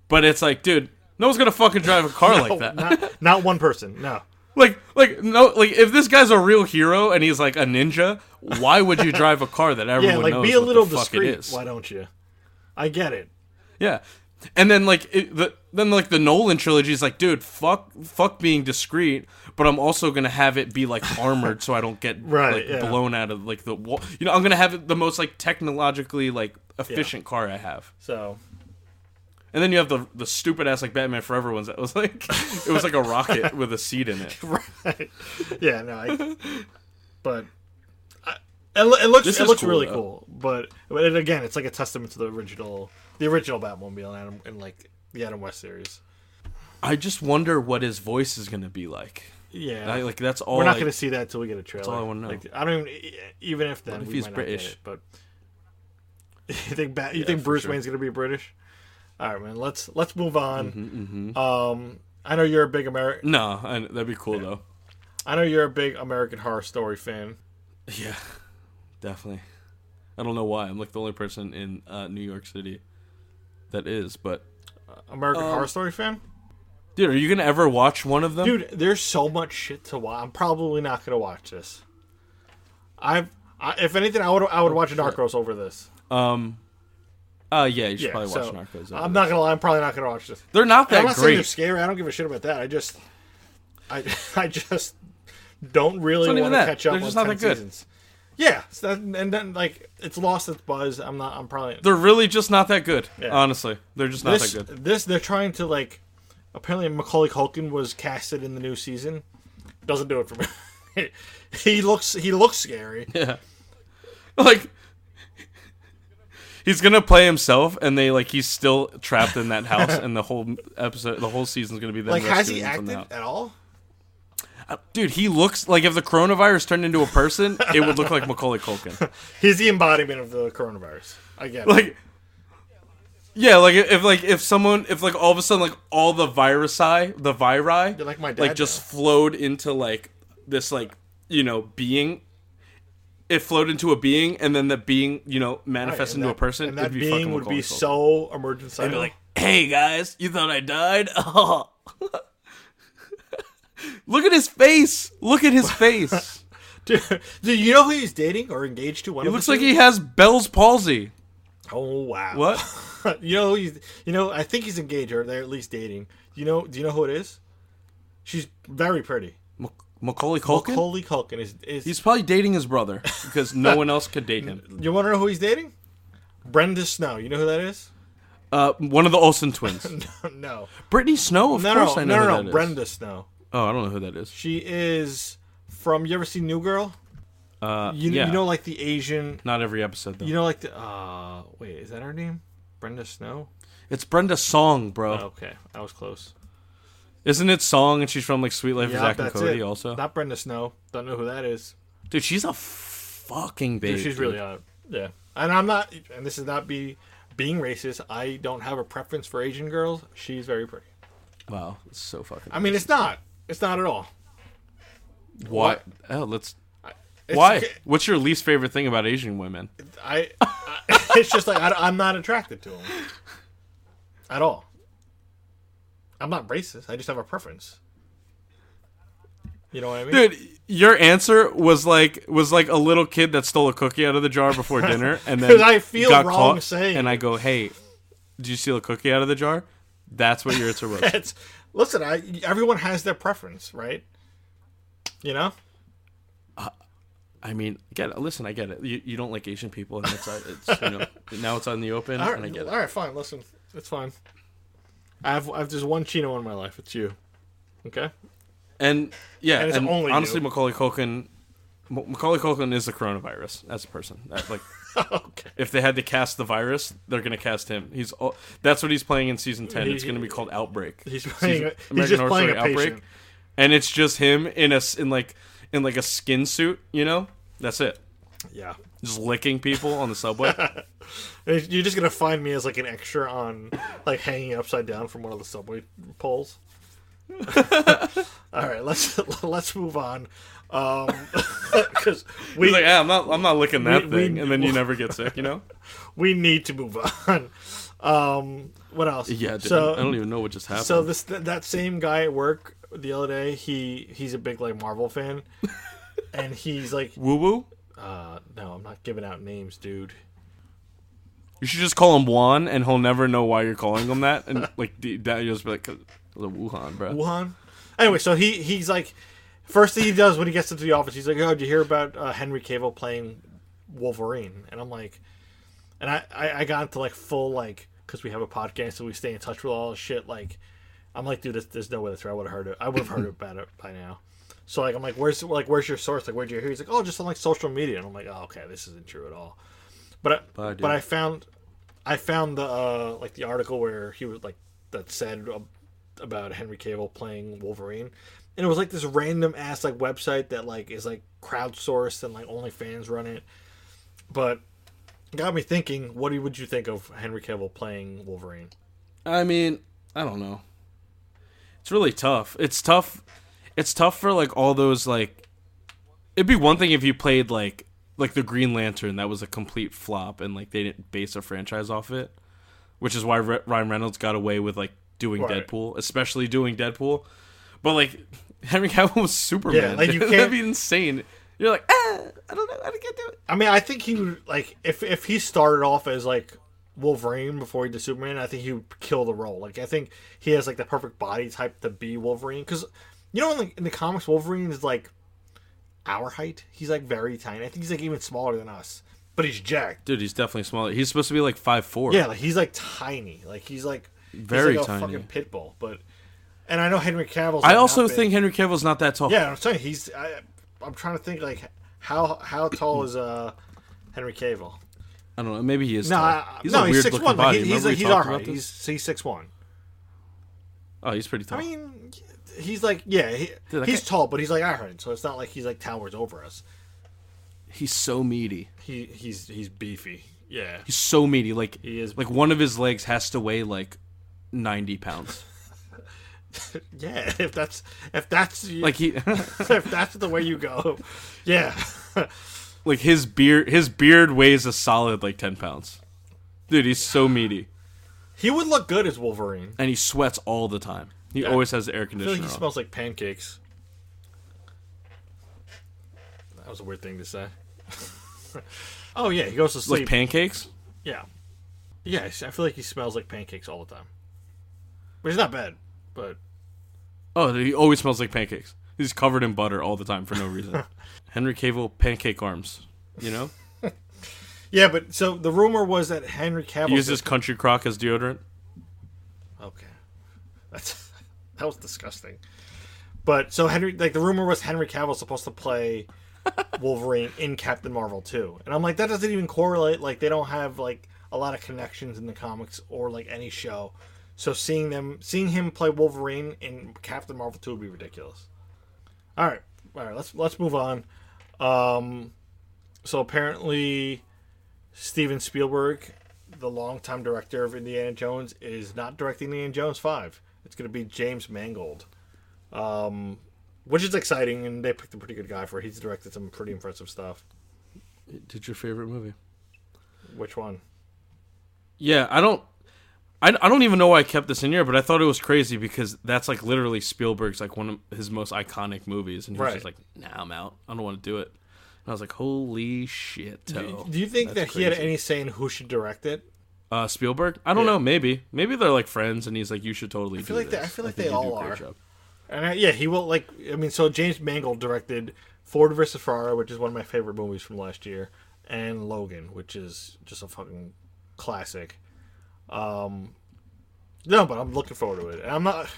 S4: But it's like, dude, no one's gonna fucking drive a car like that.
S6: Oh, Not, not one person. No.
S4: like, like no, like if this guy's a real hero and he's like a ninja, why would you drive a car that everyone
S6: Yeah, like
S4: knows
S6: be a
S4: what
S6: little
S4: the fuck it
S6: discreet.
S4: is?
S6: Why don't you? I get it.
S4: Yeah. And then like it, the then like the Nolan trilogy is like, dude, fuck fuck being discreet, but I'm also gonna have it be like armored so I don't get
S6: Right,
S4: like
S6: yeah.
S4: blown out of like the wall. You know, I'm gonna have it the most like technologically like efficient car I have.
S6: So
S4: And then you have the the stupid ass like Batman Forever ones that was like it was like a rocket with a seat in it.
S6: right. yeah, no, I, but I, it, lo- it looks
S4: This
S6: it
S4: is
S6: looks
S4: cool,
S6: really
S4: though.
S6: cool. But but it, again, it's like a testament to the original the original Batmobile and, Adam, and like the Adam West series.
S4: I just wonder what his voice is gonna be like.
S6: Yeah,
S4: I, like that's all
S6: we're not
S4: I-
S6: going to see that until we get a trailer.
S4: all I wanna know.
S6: Like, I don't even even if then
S4: if
S6: we
S4: he's
S6: might
S4: British?
S6: Not get it, but you think Bat, you think
S4: for
S6: Bruce
S4: sure.
S6: Wayne's going to be British? All right, man. Let's let's move on.
S4: Mm-hmm,
S6: Um, I know you're a big American.
S4: No, I, that'd be cool though.
S6: I know you're a big American Horror Story fan.
S4: Yeah, definitely. I don't know why. I'm like the only person in uh, New York City that is. But
S6: American
S4: Um,
S6: Horror Story fan.
S4: dude, are you gonna ever watch one of them?
S6: dude there's so much shit to watch i'm probably not gonna watch this i've I, if anything i would i
S4: Oh,
S6: would watch narcos over this
S4: Um. Uh, yeah, you should
S6: yeah
S4: probably
S6: so
S4: watch Narcos.
S6: i'm not gonna lie i'm probably not gonna watch this
S4: They're not
S6: i'm
S4: that
S6: not saying they're
S4: great.
S6: scary i don't give a shit about that i just i i just don't really
S4: It's not even
S6: want to
S4: that.
S6: catch up
S4: They're
S6: on
S4: just not
S6: 10
S4: that good.
S6: seasons yeah so that, and then like it's lost its buzz i'm not i'm probably
S4: They're really just not that good.
S6: Yeah.
S4: Honestly, they're just not
S6: this,
S4: that good.
S6: This they're trying to like. Apparently, Macaulay Culkin was casted in the new season. Doesn't do it for me. he looks he looks scary.
S4: Like. He's gonna play himself, and they like he's still trapped in that house, and the whole episode, the whole season's gonna be them
S6: like, has
S4: rescuing
S6: he
S4: him from the
S6: acted
S4: house.
S6: at all?
S4: Dude, he looks like if the coronavirus turned into a person, it would look like Macaulay Culkin.
S6: He's the embodiment of the coronavirus. I get it.
S4: like yeah like if like if someone if like all of a sudden like all the virusi the viri
S6: They're like my dad
S4: like just flowed into like this like you know being it flowed into a being and then the being you know
S6: Right,
S4: manifests
S6: and
S4: into a
S6: that-
S4: person
S6: and
S4: it'd
S6: that
S4: be
S6: being
S4: fucking
S6: would be
S4: Macaulay Culkin.
S6: so emergency.
S4: They'd be like hey guys you thought i died look at his face look at his face
S6: dude, do you know who he's dating or engaged to? One
S4: it
S6: of the
S4: looks like
S6: two?
S4: he has bell's palsy
S6: Oh wow!
S4: what
S6: you know? who He's, you know? I think he's engaged or they're at least dating. You know? Do you know who it is? She's very pretty.
S4: Mac- macaulay culkin
S6: Macaulay Culkin is, is
S4: He's probably dating his brother because no one else could date him.
S6: You want to know who he's dating? Brenda Snow. You know who that is?
S4: Uh, one of the Olsen twins,
S6: no, no,
S4: Brittany Snow. Of
S6: no,
S4: course,
S6: no,
S4: I know
S6: no,
S4: who
S6: no,
S4: that is.
S6: Brenda Snow.
S4: Oh, I don't know who that is.
S6: She is from. You ever seen New Girl?
S4: Uh,
S6: You,
S4: yeah.
S6: you know, like the Asian.
S4: not every episode though.
S6: You know, like the. Uh, wait, is that her name? Brenda Snow.
S4: it's Brenda Song, bro.
S6: Okay, I was close.
S4: Isn't it Song? And she's from like Sweet Life of
S6: Yeah,
S4: Zack and
S6: that's
S4: Cody,
S6: it.
S4: also.
S6: Not Brenda Snow. Don't know who that is.
S4: Dude, she's a fucking baby.
S6: Dude, she's really hot. Yeah, and I'm not. And this is not be being racist. I don't have a preference for Asian girls. She's very pretty.
S4: Wow, it's so fucking.
S6: I mean, it's not. It's not at all.
S4: Why? Oh, let's.
S6: It's-
S4: Why? What's your least favorite thing about Asian women?
S6: I, I it's just like I, am not attracted to him at all. I'm not racist. I just have a preference. You know what I mean?
S4: Dude, your answer was like was like a little kid that stole a cookie out of the jar before dinner, and then
S6: 'Cause I feel
S4: got
S6: wrong
S4: caught,
S6: saying
S4: And I
S6: it.
S4: go, "Hey, did you steal a cookie out of the jar?" That's what your answer was.
S6: It's listen, I everyone has their preference, right? You know,
S4: I mean, get it. listen, I get it. You, you don't like Asian people, and that's uh, it's you know now it's out in the open,
S6: all
S4: and I
S6: right,
S4: get it.
S6: all right, fine. Listen, it's fine. I have I've just one Chino in my life. It's you. Okay.
S4: And yeah,
S6: And
S4: and,
S6: it's only
S4: honestly,
S6: you.
S4: Macaulay Culkin, Ma- Macaulay Culkin is the coronavirus as a person. That, like,
S6: okay.
S4: if they had to cast the virus, they're gonna cast him. He's all, that's what he's playing in season ten. It's gonna be called Outbreak.
S6: He's
S4: Season-
S6: playing a- he's
S4: American
S6: just
S4: Horror
S6: playing
S4: Story
S6: a patient.
S4: and it's just him in a s- in like in like a skin suit. You know, that's it.
S6: Yeah.
S4: Just licking people on the subway.
S6: You're just gonna find me as like an extra on like hanging upside down from one of the subway poles. All right, let's let's move on, because we
S4: He's like, yeah, I'm not, I'm not licking that
S6: We- we-
S4: thing, and then you never get sick. You know.
S6: we need to move on. Um, what else?
S4: Yeah, dude,
S6: so
S4: I don't even know what just happened.
S6: so this th- that same guy at work the other day he he's a big like Marvel fan, and he's like,
S4: woo woo.
S6: uh, no, I'm not giving out names, dude.
S4: You should just call him Juan, and he'll never know why you're calling him that. And like, d- that you'll just be like, "'Cause of the Wuhan, bro.
S6: Wuhan. Anyway, so he he's like, first thing he does when he gets into the office, he's like, "Oh, did you hear about uh, Henry Cavill playing Wolverine?" And I'm like, and I I, I got into like full like because we have a podcast, so we stay in touch with all this shit. Like, I'm like, dude, this, there's no way that's right. I would have heard it. I would have heard about it by now. So like, I'm like, where's like where's your source? Like, where'd you hear? He's like, oh, just on like social media. And I'm like, oh, okay, this isn't true at all. But I,
S4: Bye, dude.
S6: but I found I found the uh, like the article where he was like that said uh, about Henry Cavill playing Wolverine, and it was like this random ass like website that like is like crowdsourced and like only fans run it, but it got me thinking. What do- would you think of Henry Cavill playing Wolverine?
S4: I mean, I don't know. It's really tough. It's tough. It's tough for like all those like. It'd be one thing if you played like like the Green Lantern that was a complete flop and like they didn't base a franchise off it, which is why Re- Ryan Reynolds got away with like doing
S6: Right.
S4: Deadpool, especially doing Deadpool. But like Henry Cavill was Superman.
S6: Yeah, like, you
S4: dude.
S6: can't-
S4: That'd be insane. You're like, ah, I don't know, I can't do it.
S6: I mean, I think he would like if if he started off as like Wolverine before he did Superman. I think he would kill the role. Like I think he has like the perfect body type to be Wolverine because you know in the, in the comics Wolverine is like our height. He's like very tiny. I think he's like even smaller than us, but he's jacked.
S4: Dude, he's definitely smaller. He's supposed to be like five four.
S6: Yeah, like he's like tiny. Like he's like he's,
S4: Very
S6: like, a
S4: tiny.
S6: fucking pit bull. But and I know Henry Cavill's. like,
S4: I
S6: not
S4: also
S6: big.
S4: think Henry Cavill's not that tall.
S6: Yeah, I'm saying he's. I, I'm trying to think like how how tall is uh Henry Cavill.
S4: I don't know. Maybe he is.
S6: No,
S4: tall.
S6: I,
S4: he's
S6: no,
S4: a
S6: he's
S4: weird
S6: six
S4: looking
S6: one.
S4: body.
S6: He, he's
S4: Remember we
S6: like, he's
S4: talked
S6: all
S4: about
S6: right.
S4: this?
S6: He's he's six one.
S4: oh, he's pretty tall.
S6: I mean, he's like yeah, he,
S4: Dude, that
S6: he's
S4: guy-
S6: tall, but he's like all right. So it's not like he's like towers over us.
S4: he's so meaty.
S6: He he's he's beefy. Yeah,
S4: He's so meaty. Like
S6: He is-
S4: Like one of his legs has to weigh like ninety pounds.
S6: yeah. If that's if that's
S4: like he,
S6: if that's the way you go, yeah.
S4: like his beard, his beard weighs a solid like ten pounds. Dude, he's so meaty,
S6: he would look good as Wolverine.
S4: and he sweats all the time. He
S6: Yeah.
S4: always has the air
S6: I feel
S4: conditioner
S6: like he
S4: on.
S6: smells like pancakes. That was a weird thing to say. oh yeah, he goes to
S4: like
S6: sleep.
S4: pancakes.
S6: Yeah. Yeah, I feel like he smells like pancakes all the time. Which is not bad, but
S4: Oh, he always smells like pancakes. He's covered in butter all the time for no reason. Henry Cavill pancake arms. You know,
S6: yeah, but so the rumor was that Henry Cavill
S4: he uses country crock as deodorant.
S6: Okay. That's that was disgusting. But so Henry like the rumor was Henry Cavill's supposed to play Wolverine in Captain Marvel 2. And I'm like that doesn't even correlate like they don't have like a lot of connections in the comics or like any show. So seeing them seeing him play Wolverine in Captain Marvel 2 would be ridiculous. All right. All right, let's let's move on. Um so apparently Steven Spielberg, the longtime director of Indiana Jones, is not directing Indiana Jones 5. It's going to be James Mangold, um, which is exciting, and they picked a pretty good guy for it. He's directed some pretty impressive stuff.
S4: Did your favorite movie?
S6: Which one?
S4: Yeah, I don't. I, I don't even know why I kept this in here, but I thought it was crazy because that's like literally Spielberg's like one of his most iconic movies, and he was just
S6: Right.
S4: like, "Nah, I'm out. I don't want to do it." And I was like, "Holy shit!"
S6: Do you think that
S4: that's
S6: he had
S4: crazy.
S6: any say in who should direct it?
S4: Uh, Spielberg? I don't know. Maybe. Maybe they're like friends, and he's like, "You should totally."
S6: feel
S4: do
S6: like they- I
S4: this.
S6: feel like
S4: think
S6: they
S4: you'd do
S6: all
S4: a great
S6: are.
S4: job."
S6: And I, yeah, he will like. I mean, so James Mangold directed Ford vs Ferrari, which is one of my favorite movies from last year, and Logan, which is just a fucking classic. Um, no, but I'm looking forward to it. And I'm not.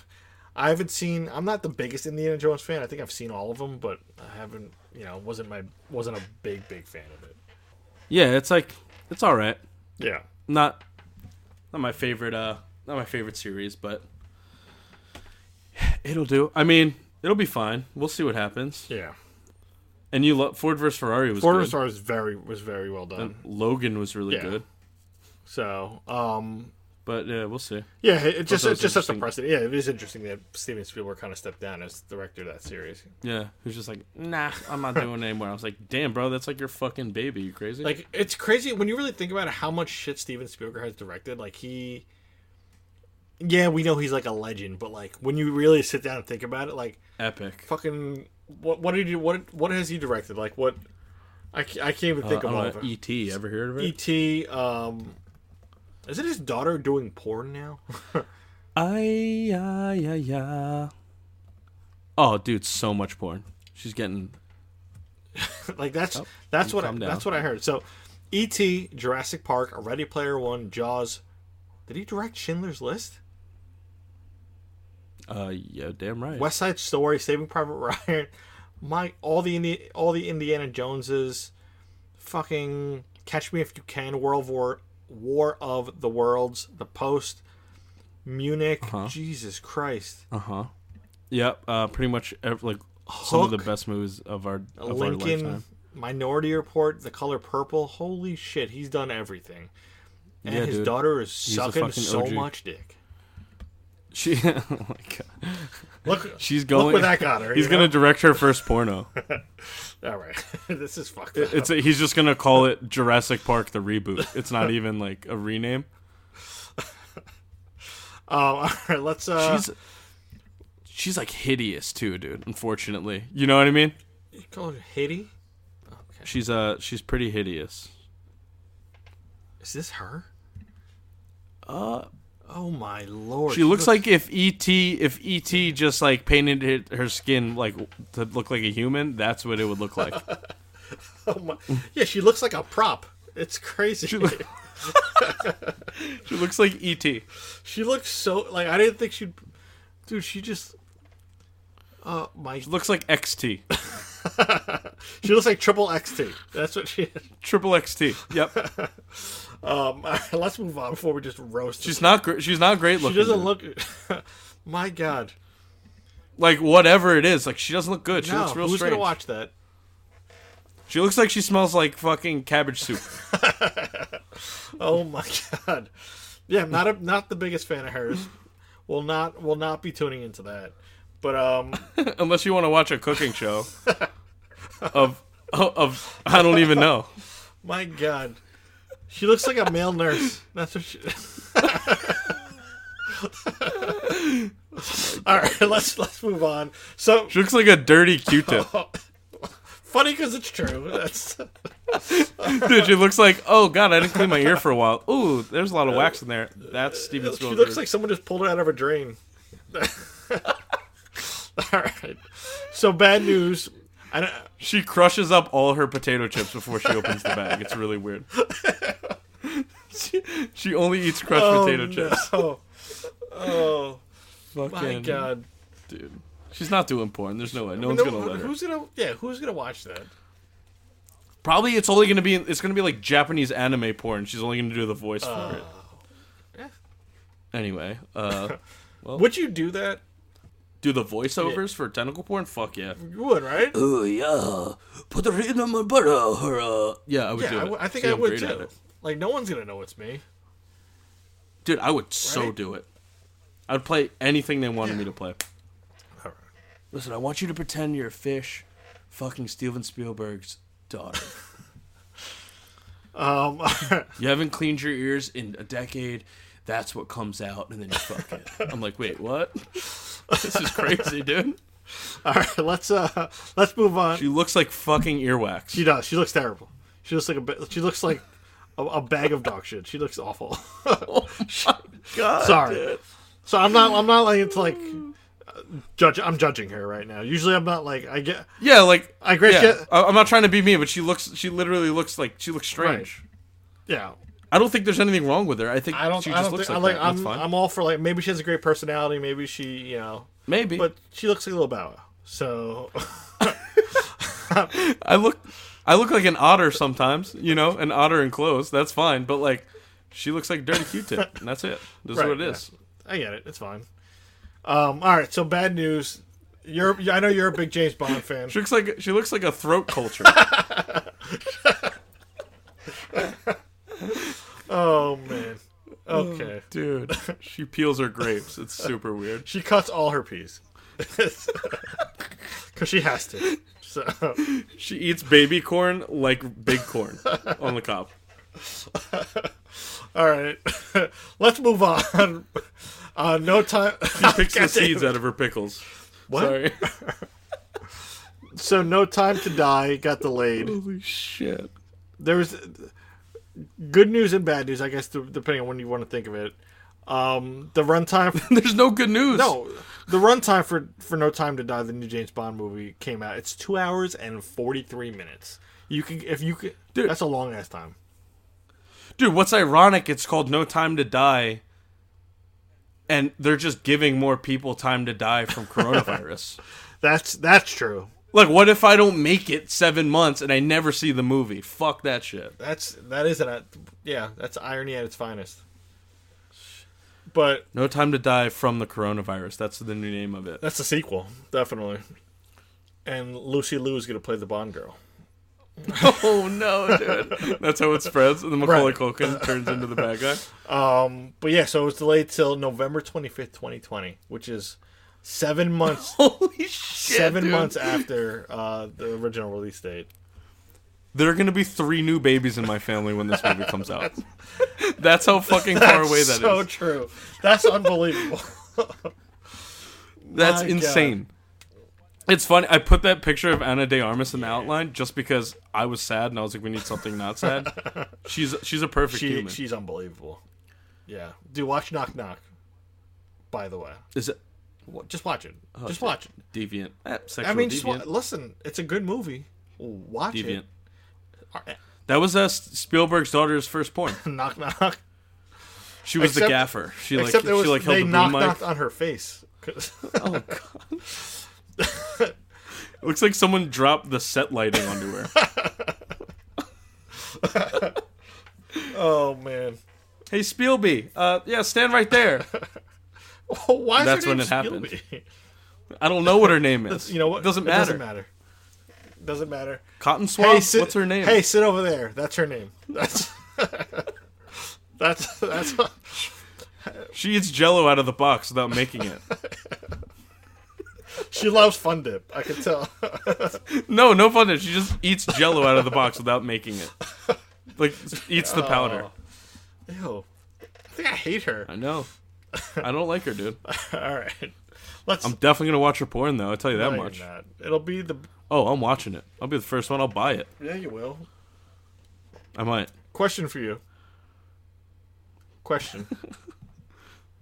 S6: I haven't seen. I'm not the biggest Indiana Jones fan. I think I've seen all of them, but I haven't. You know, wasn't my wasn't a big big fan of it.
S4: Yeah, it's like it's all right.
S6: Yeah.
S4: Not not my favorite. Uh, not my favorite series, but it'll do. I mean, it'll be fine. We'll see what happens.
S6: Yeah.
S4: And you love Ford versus Ferrari was
S6: Ford
S4: good.
S6: vs Ferrari was very was very well done.
S4: Logan was really
S6: Yeah.
S4: good,
S6: So, um,
S4: but yeah, we'll see.
S6: Yeah, it- it just
S4: that
S6: it
S4: was
S6: just sets the
S4: interesting.
S6: precedent. Yeah, it is interesting that Steven Spielberg kind of stepped down as director of that series.
S4: Yeah, who's just like, nah, I'm not doing it anymore. I was like, damn, bro, that's like your fucking baby. You crazy?
S6: Like it's crazy when you really think about it, how much shit Steven Spielberg has directed. Like he, yeah, we know he's like a legend, but like when you really sit down and think about it, like
S4: epic.
S6: fucking what what did you what what has he directed? Like what I, ca- I can't even think
S4: Uh,
S6: of
S4: I
S6: all
S4: don't
S6: of
S4: know,
S6: it. E
S4: E.T. Ever heard of it?
S6: E.T. Um, is it his daughter doing porn now?
S4: Ay, ay, ay, ay. Oh, dude, so much porn. She's getting.
S6: like that's that's what I,
S4: Oh, calm down.
S6: that's what I heard. So, E.T., Jurassic Park, Ready Player One, Jaws. Did he direct Schindler's List?
S4: Uh, yeah, damn right.
S6: West Side Story, Saving Private Ryan, my all the Indi- all the Indiana Joneses, fucking Catch Me If You Can, World War War of the Worlds, The Post, Munich.
S4: Uh-huh.
S6: Jesus Christ,
S4: Uh huh. Yep. Uh, pretty much ev- like some of the
S6: Hook.
S4: best movies of our of our
S6: Lincoln,
S4: lifetime.
S6: Minority Report, The Color Purple. Holy shit, he's done everything. And
S4: Yeah,
S6: his
S4: dude.
S6: daughter is
S4: a
S6: sucking
S4: fucking
S6: so
S4: OG.
S6: much dick.
S4: She, oh my god,
S6: Look,
S4: she's going.
S6: Look where that got her.
S4: He's
S6: you
S4: gonna
S6: know?
S4: direct her first porno.
S6: All right, this is fucked. up.
S4: It's he's just gonna call it Jurassic Park the reboot. It's not even like a rename.
S6: Um, all right, let's. Uh,
S4: She's she's like hideous too, dude. Unfortunately, you know what I mean.
S6: you call her Haiti.
S4: She's uh she's pretty hideous.
S6: Is this her? Uh. Oh my lord.
S4: She looks like if ET if ET just like painted it- her skin like to look like a human, that's what it would look like.
S6: Oh my, yeah, she looks like a prop. It's crazy. She,
S4: look- she looks like E ET.
S6: looks so like I didn't think she'd. Dude, she just. Uh, my.
S4: Looks like XT.
S6: She looks like triple XT. That's what she is.
S4: Triple XT. Yep.
S6: Um, all right, let's move on before we just roast.
S4: She's not gr- she's not great
S6: She
S4: looking.
S6: doesn't
S4: dude.
S6: look. my God.
S4: like whatever it is. Like she doesn't look good. She
S6: no,
S4: looks real
S6: who's
S4: strange.
S6: gonna watch that?
S4: She looks like she smells like fucking cabbage soup.
S6: Oh my god. Yeah, not a, not the biggest fan of hers. Will not will not be tuning into that. But um
S4: Unless you want to watch a cooking show of of I don't even know.
S6: my god. She looks like a male nurse. That's what she All right, let's let's move on. So
S4: She looks like a dirty Q-tip.
S6: Oh. funny cuz it's true. That's
S4: Dude, she looks like, oh god, I didn't clean my ear for a while. Ooh, there's a lot of wax in there. That's Steven
S6: she
S4: Spielberg.
S6: looks like someone just pulled her out of a drain. All right. So bad news. I don't
S4: she crushes up all her potato chips before she opens the bag. It's really weird. she, she only eats crushed potato chips.
S6: Oh.
S4: Fucking,
S6: My god.
S4: dude. She's not doing porn. There's no way. No one's
S6: No,
S4: gonna let her.
S6: who's gonna yeah, who's gonna watch that?
S4: Probably it's only gonna be it's gonna be like Japanese anime porn. She's only gonna do the voice for it. Anyway, uh,
S6: Would you do that?
S4: do the voiceovers for tentacle porn? Fuck yeah.
S6: You would, right?
S4: Oh yeah, put her in my uh, butter. Yeah, I would
S6: yeah,
S4: do
S6: I
S4: it.
S6: would- I think
S4: See,
S6: I
S4: I'm
S6: would
S4: great at
S6: too.
S4: it.
S6: Like no one's gonna know it's me.
S4: Dude, I would so
S6: Right?
S4: do it. I'd play anything they wanted me to play.
S6: Alright.
S4: Listen, I want you to pretend you're a fish, fucking Steven Spielberg's daughter.
S6: Um,
S4: you haven't cleaned your ears in a decade. That's what comes out, and then you fuck it. I'm like, wait, what? This is crazy, dude.
S6: all right, let's uh, let's move on.
S4: She looks like fucking earwax.
S6: She does. She looks terrible. She looks like a. bit- She looks like a, a bag of dog shit. She looks awful. God. Sorry. So I'm not. I'm not like it's like uh, judge. I'm judging her right now. Usually I'm not like I get.
S4: Yeah, like
S6: I agree,
S4: yeah.
S6: she-
S4: I- I'm not trying to be mean, but she looks. She literally looks like she looks strange.
S6: Yeah.
S4: I don't think there's anything wrong with her. I think
S6: I don't.
S4: she
S6: I
S4: just
S6: don't
S4: looks
S6: think,
S4: like,
S6: I
S4: that.
S6: like.
S4: That's
S6: I'm.
S4: fine.
S6: I'm all for like. Maybe she has a great personality. Maybe she. You know.
S4: Maybe,
S6: But she looks like a little bow. So
S4: I look. I look like an otter sometimes. You know, an otter in clothes. That's fine. But like, she looks like dirty Q-tip, and that's it. That's
S6: Right,
S4: what it
S6: yeah.
S4: is.
S6: I get it. It's fine. Um. All right. So bad news. You're. I know you're a big James Bond fan.
S4: She looks like she looks like a throat culture.
S6: Oh man. Okay.
S4: Dude, she peels her grapes. It's super weird.
S6: She cuts all her peas. Because she has to. So,
S4: She eats baby corn like big corn on the cob.
S6: all right. Let's move on. Uh, no time.
S4: She picks the seeds out of her pickles.
S6: What?
S4: Sorry.
S6: So, No Time to Die got delayed.
S4: Holy shit.
S6: There was good news and bad news, I guess, de- depending on when you want to think of it. Um, the runtime.
S4: There's no good news.
S6: No, the runtime for for No Time to Die, the new James Bond movie, came out. It's two hours and forty three minutes. You can if you could.
S4: Dude.
S6: That's a long ass time.
S4: Dude, what's ironic, it's called No Time to Die, and they're just giving more people time to die from coronavirus.
S6: That's that's true.
S4: like, what if I don't make it seven months and I never see the movie? Fuck that shit.
S6: That's that is an yeah. That's irony at its finest. But
S4: No Time to Die from the coronavirus. That's the new name of it.
S6: that's the sequel, definitely. And Lucy Liu is gonna play the Bond girl.
S4: oh, no, dude. That's how it spreads, and then Macaulay
S6: Right.
S4: Culkin turns into the bad guy.
S6: But yeah, so it was delayed till November twenty fifth, twenty twenty, which is seven months
S4: Holy shit.
S6: seven
S4: dude.
S6: months after uh, the original release date.
S4: There are going to be three new babies in my family when this movie comes out. That's how fucking far away that is.
S6: so true. That's unbelievable.
S4: That's
S6: My God.
S4: insane. It's funny. I put that picture of Anna De Armas in the outline just because I was sad and I was like, we need something not sad. she's she's a perfect
S6: she
S4: human.
S6: she's unbelievable. Yeah. Do watch Knock Knock. By the way,
S4: Is it
S6: Wa- just watch it. just watch it.
S4: deviant? Eh, sexual
S6: I mean, just wa-
S4: Oh, deviant.
S6: listen, it's a good movie. Watch
S4: deviant.
S6: it.
S4: That was uh, Spielberg's daughter's first porn.
S6: Knock knock.
S4: She was the
S6: Except-
S4: gaffer. She like
S6: Except it was
S4: she like held
S6: they
S4: the boom
S6: knock
S4: mic.
S6: knocked on her face. 'Cause-
S4: It looks like someone dropped the set lighting onto her.
S6: oh man,
S4: hey Spielby, uh, yeah, stand right there.
S6: why is
S4: That's
S6: her name
S4: when it happened.
S6: Spielberg?
S4: I don't know what her name is.
S6: you know what?
S4: It doesn't
S6: It
S4: matter.
S6: Doesn't matter. Doesn't matter.
S4: Cotton Swamp.
S6: sit-
S4: What's her name?
S6: Hey, sit over there. That's her name. That's that's that's.
S4: She eats Jello out of the box without making it.
S6: She loves Fun Dip. I can tell.
S4: No, no fun. She just eats Jello out of the box without making it. Like eats the powder.
S6: Ew. I think I hate her.
S4: Oh. I know. I don't like her, dude.
S6: All right, let's.
S4: I'm definitely gonna watch her porn though. I tell you that
S6: No, you're
S4: much.
S6: not. It'll be the.
S4: Oh, I'm watching it. I'll be the first one. I'll buy it.
S6: Yeah, you will.
S4: I might.
S6: Question for you. Question.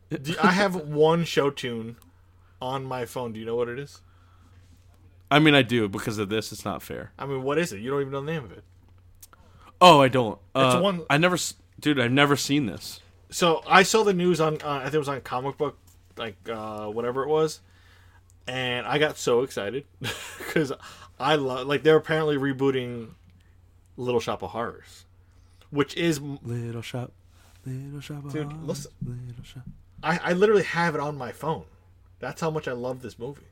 S6: Do, I have one show tune on my phone. Do you know what it is?
S4: I mean, I do because of this. It's not fair.
S6: I mean, what is it? You don't even know the name of it.
S4: Oh, I don't. Uh,
S6: It's one-
S4: I never, s- dude. I've never seen this.
S6: So I saw the news on. Uh, I think it was on comic book, like uh, whatever it was, and I got so excited because I love. Like they're apparently rebooting Little Shop of Horrors, which is
S4: Little shop, little shop, of
S6: Dude,
S4: Horrors,
S6: listen.
S4: little shop.
S6: I, I literally have it on my phone. That's how much I love this movie.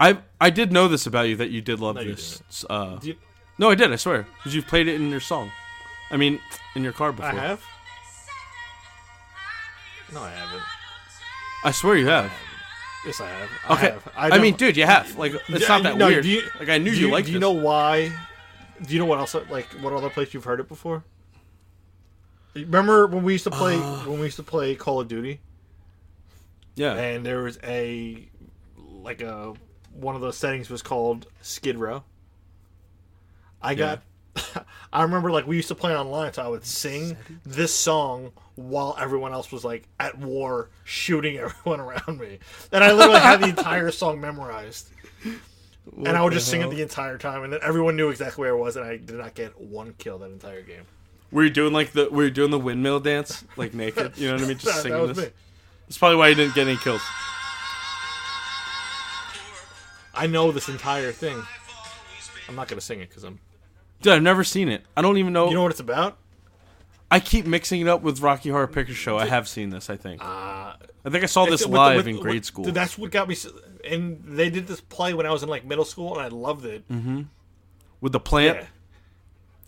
S4: I I did know this about you that you did love
S6: No, you
S4: this. uh,
S6: Do you,
S4: no, I did. I swear, because you've played it in your song. I mean, in your car before.
S6: I have. No, I haven't.
S4: I swear you have.
S6: Yes, I have. I
S4: Okay.
S6: have.
S4: I,
S6: never-
S4: mean, dude, you have. Like, it's
S6: Yeah,
S4: not that
S6: no,
S4: weird.
S6: do you-
S4: like, I knew
S6: do
S4: you, liked
S6: Do you
S4: this.
S6: know why? Do you know what else? Like, what other place you've heard it before? Remember when we used to play
S4: Uh.
S6: when we used to play Call of Duty,
S4: yeah.
S6: and there was a like a one of those settings was called Skid Row. I got, I remember like we used to play online, so I would sing this song while everyone else was like at war shooting everyone around me, and I literally had the entire song memorized. and I would just sing it the entire time, and then everyone knew exactly where it was, and I did not get one kill that entire game.
S4: Were you doing like the were you doing the windmill dance like naked? You know what I mean? Just
S6: That- that
S4: singing
S6: was
S4: this.
S6: me.
S4: That's probably why you didn't get any kills.
S6: I know this entire thing. I'm not gonna sing it because I'm.
S4: Dude, I've never seen it. I don't even know.
S6: You know what it's about?
S4: I keep mixing it up with Rocky Horror Picture Show. I have seen this. I think. I think I saw this
S6: Uh, With the-
S4: live
S6: with-
S4: in
S6: with-
S4: grade school.
S6: Dude, that's what got me. s- And they did this play when I was in like middle school, and I loved it.
S4: Mm-hmm. with the plant.
S6: Yeah.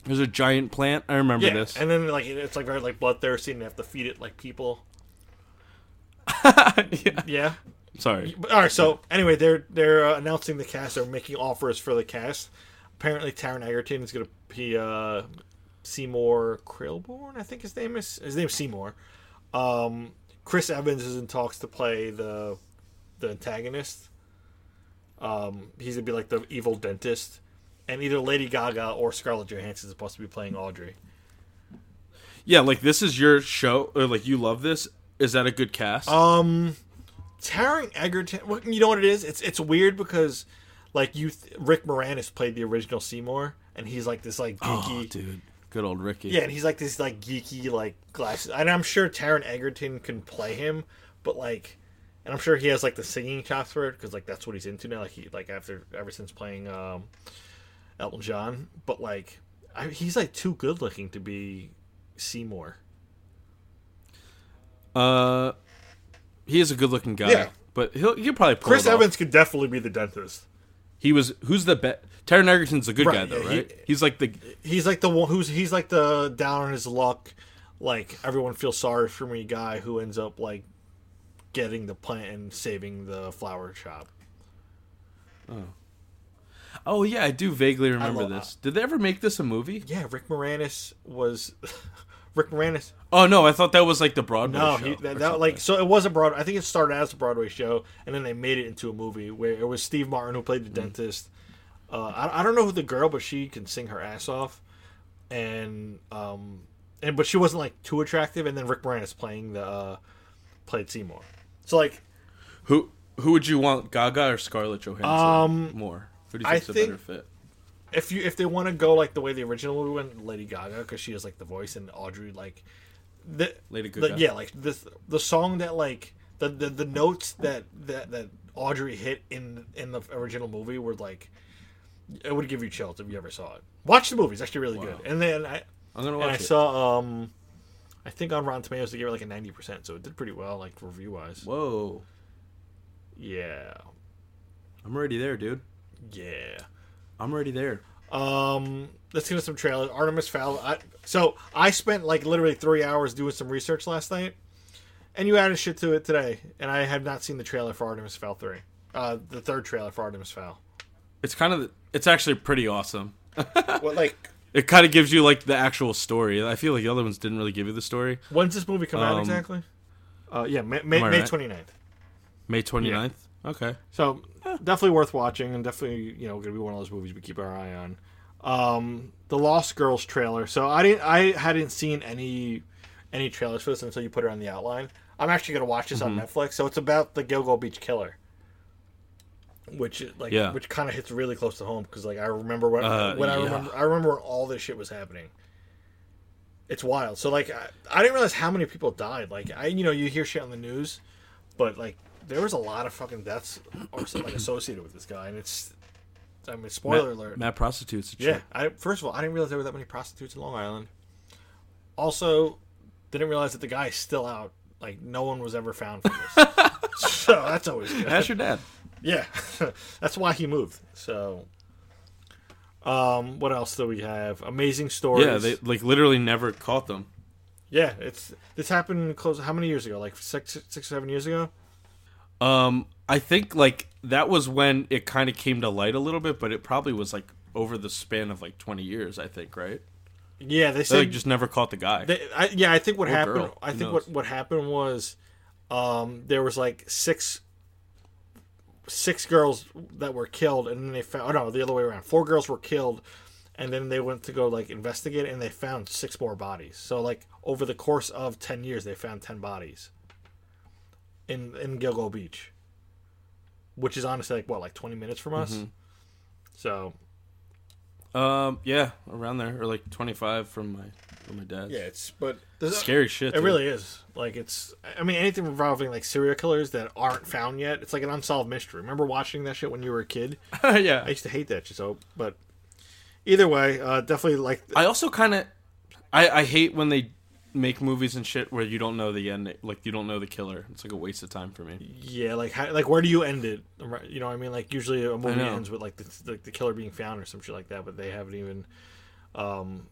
S4: There's a giant plant. I remember
S6: Yeah,
S4: this.
S6: and then like it- it's like very like bloodthirsty, and they have to feed it like people.
S4: yeah.
S6: Yeah.
S4: Sorry.
S6: But, all right. So anyway, they're they're uh, announcing the cast. They're making offers for the cast. Apparently, Taron Egerton is going to be uh, Seymour Krillborn. I think his name is his name's Seymour. Um, Chris Evans is in talks to play the the antagonist. Um, he's going to be like the evil dentist, and either Lady Gaga or Scarlett Johansson is supposed to be playing Audrey.
S4: Yeah, like this is your show. Or like you love this. Is that a good cast?
S6: Um, Taron Egerton. Well, you know what it is? It's it's weird because like you, th- Rick Moranis played the original Seymour, and he's like this like
S4: oh,
S6: geeky.
S4: dude, good old Ricky.
S6: yeah, and he's like this like geeky like glasses, and I'm sure Taron Egerton can play him, but like, and I'm sure he has like the singing chops for it because like that's what he's into now. Like he like after ever since playing um, Elton John, but like I, he's like too good looking to be Seymour.
S4: Uh, he is a good-looking guy.
S6: Yeah.
S4: But he'll he'll probably pull
S6: Chris
S4: it off.
S6: Evans could definitely be the dentist.
S4: He was who's the bet? Taron Egerton's the good
S6: Right,
S4: guy though,
S6: yeah, he-
S4: right? he's like the
S6: he's like the one who's he's like the down on his luck, like everyone feels sorry for me guy who ends up like getting the plant and saving the flower shop.
S4: Oh yeah, I do vaguely remember
S6: love-
S4: this. Did they ever make this a movie?
S6: Yeah, Rick Moranis was Rick Moranis.
S4: Oh no, I thought that was like the Broadway
S6: No,
S4: show.
S6: he,
S4: or
S6: that, that
S4: something.
S6: like so it was a broad. I think it started as a Broadway show, and then they made it into a movie where it was Steve Martin who played the
S4: Mm-hmm.
S6: dentist. Uh, I, I don't know who the girl, but she can sing her ass off, and um, and but she wasn't like too attractive. And then Rick Moranis playing the uh, played Seymour. So like
S4: who who would you want, Gaga or Scarlett Johansson?
S6: Um,
S4: more. Who do you
S6: I
S4: think's a better
S6: think-
S4: fit?
S6: if you if they want to go like the way the original movie went, Lady Gaga because she has like the voice and Audrey like the
S4: Lady
S6: the-
S4: Gaga.
S6: yeah, like this the song that like the, the the notes that that that Audrey hit in in the original movie were like it would give you chills if you ever saw it. Watch the movie; it's actually really good. And then I
S4: I'm gonna
S6: and
S4: watch
S6: I
S4: it.
S6: saw um I think on Rotten Tomatoes they gave it like a ninety percent, so it did pretty well like review wise.
S4: Whoa,
S6: Yeah,
S4: I'm already there, dude.
S6: yeah.
S4: I'm already there.
S6: Um, let's get into some trailers. Artemis Fowl. I, so I spent like literally three hours doing some research last night, and you added shit to it today, and I have not seen the trailer for Artemis Fowl three, uh, the third trailer for Artemis Fowl.
S4: It's kind of it's actually pretty awesome.
S6: What like?
S4: It kind of gives you like the actual story. I feel like the other ones didn't really give you the story.
S6: When's this movie come out
S4: Um,
S6: exactly? Uh, yeah, May, May,
S4: am I
S6: May
S4: right?
S6: 29th.
S4: May 29th? Okay.
S6: So definitely worth watching, and definitely you know going to be one of those movies we keep our eye on. Um, the Lost Girls trailer. So I didn't, I hadn't seen any any trailers for this until you put it on the outline. I'm actually going to watch this
S4: Mm-hmm.
S6: on Netflix. So it's about the Gilgo Beach Killer, which like
S4: Yeah.
S6: which kind of hits really close to home because like I remember when,
S4: Uh,
S6: when I
S4: yeah.
S6: remember I remember when all this shit was happening. It's wild. So like I, I didn't realize how many people died. Like I you know you hear shit on the news, but like there was a lot of fucking deaths or something like associated with this guy, and it's I mean spoiler alert.
S4: Matt prostitutes. and
S6: yeah,
S4: shit.
S6: I first of all I didn't realize there were that many prostitutes in Long Island. Also, didn't realize that the guy is still out. Like no one was ever found for this. so that's always good.
S4: That's your dad.
S6: Yeah, that's why he moved. So, um, what else do we have? Amazing stories.
S4: Yeah, they like literally never caught them.
S6: yeah. It's this happened close. How many years ago? Like six, six, seven years ago.
S4: Um, I think like that was when it kind of came to light a little bit, but it probably was like over the span of like twenty years. I think, right?
S6: Yeah, they
S4: They
S6: said
S4: like just never caught the guy.
S6: They, I, yeah, I think what
S4: Or
S6: happened.
S4: girl,
S6: I
S4: who
S6: think
S4: knows?
S6: what what happened was, um, there was like six, six girls that were killed, and then they found. Oh no, the other way around. Four girls were killed, and then they went to go like investigate, and they found six more bodies. So like over the course of ten years, they found ten bodies in in Gilgo Beach, which is honestly like what like twenty minutes from
S4: Mm-hmm.
S6: us. So
S4: Um, yeah, around there, or like 25 from my from my dad.
S6: yeah, it's but
S4: scary shit.
S6: It
S4: dude.
S6: really is. Like it's. I mean, anything involving like serial killers that aren't found yet, it's like an unsolved mystery. Remember watching that shit when you were a kid? I
S4: yeah.
S6: used to hate that shit. So, but either way, uh, definitely like.
S4: I also kind of, I I hate when they make movies and shit where you don't know the end, like you don't know the killer. It's like a waste of time for me.
S6: Yeah, like how, like where do you end it? Right, You know, what I mean, like usually a movie
S4: know.
S6: ends with like the, like the killer being found or some shit like that, but they haven't even, um,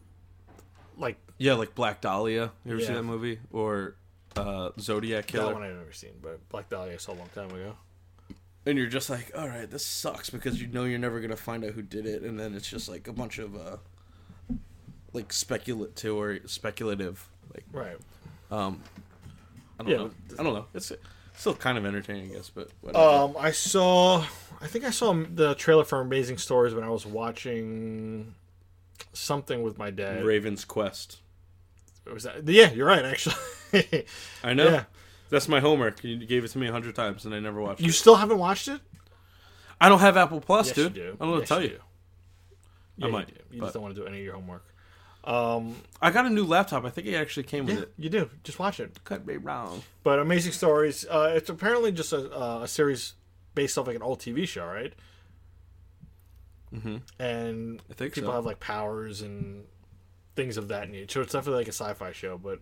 S6: like
S4: Yeah, like Black Dahlia. You ever see
S6: Yeah.
S4: that movie or uh Zodiac
S6: that
S4: killer?
S6: one I've never seen, but Black Dahlia so a long time ago.
S4: and you're just like, all right, this sucks because you know you're never gonna find out who did it, and then it's just like a bunch of uh, like speculative or speculative, like
S6: Right.
S4: I don't
S6: Yeah,
S4: know, I don't know. It's still kind of entertaining, I guess, but whatever.
S6: Um, I saw, I think I saw the trailer for Amazing Stories when I was watching something with my dad.
S4: Raven's Quest.
S6: Was that? Yeah, you're right. Actually,
S4: I know.
S6: Yeah.
S4: That's my homework. You gave it to me a hundred times, and I never watched
S6: you
S4: it.
S6: still haven't watched it,
S4: I don't have Apple Plus,
S6: Yes, you
S4: dude.
S6: do.
S4: I'm gonna
S6: Yes,
S4: tell
S6: you
S4: you. I
S6: do. Yeah,
S4: might.
S6: You, do. you
S4: but
S6: just don't want to do any of your homework.
S4: I got a new laptop. I think it actually came
S6: Yeah,
S4: with it.
S6: you do. Just watch it.
S4: Could be wrong.
S6: But Amazing Stories, uh, it's apparently just a, uh, a series based off like an old TV show, right? Mm-hmm. And
S4: I think
S6: people
S4: so.
S6: have like powers and things of that nature. So it's definitely like a sci-fi show, but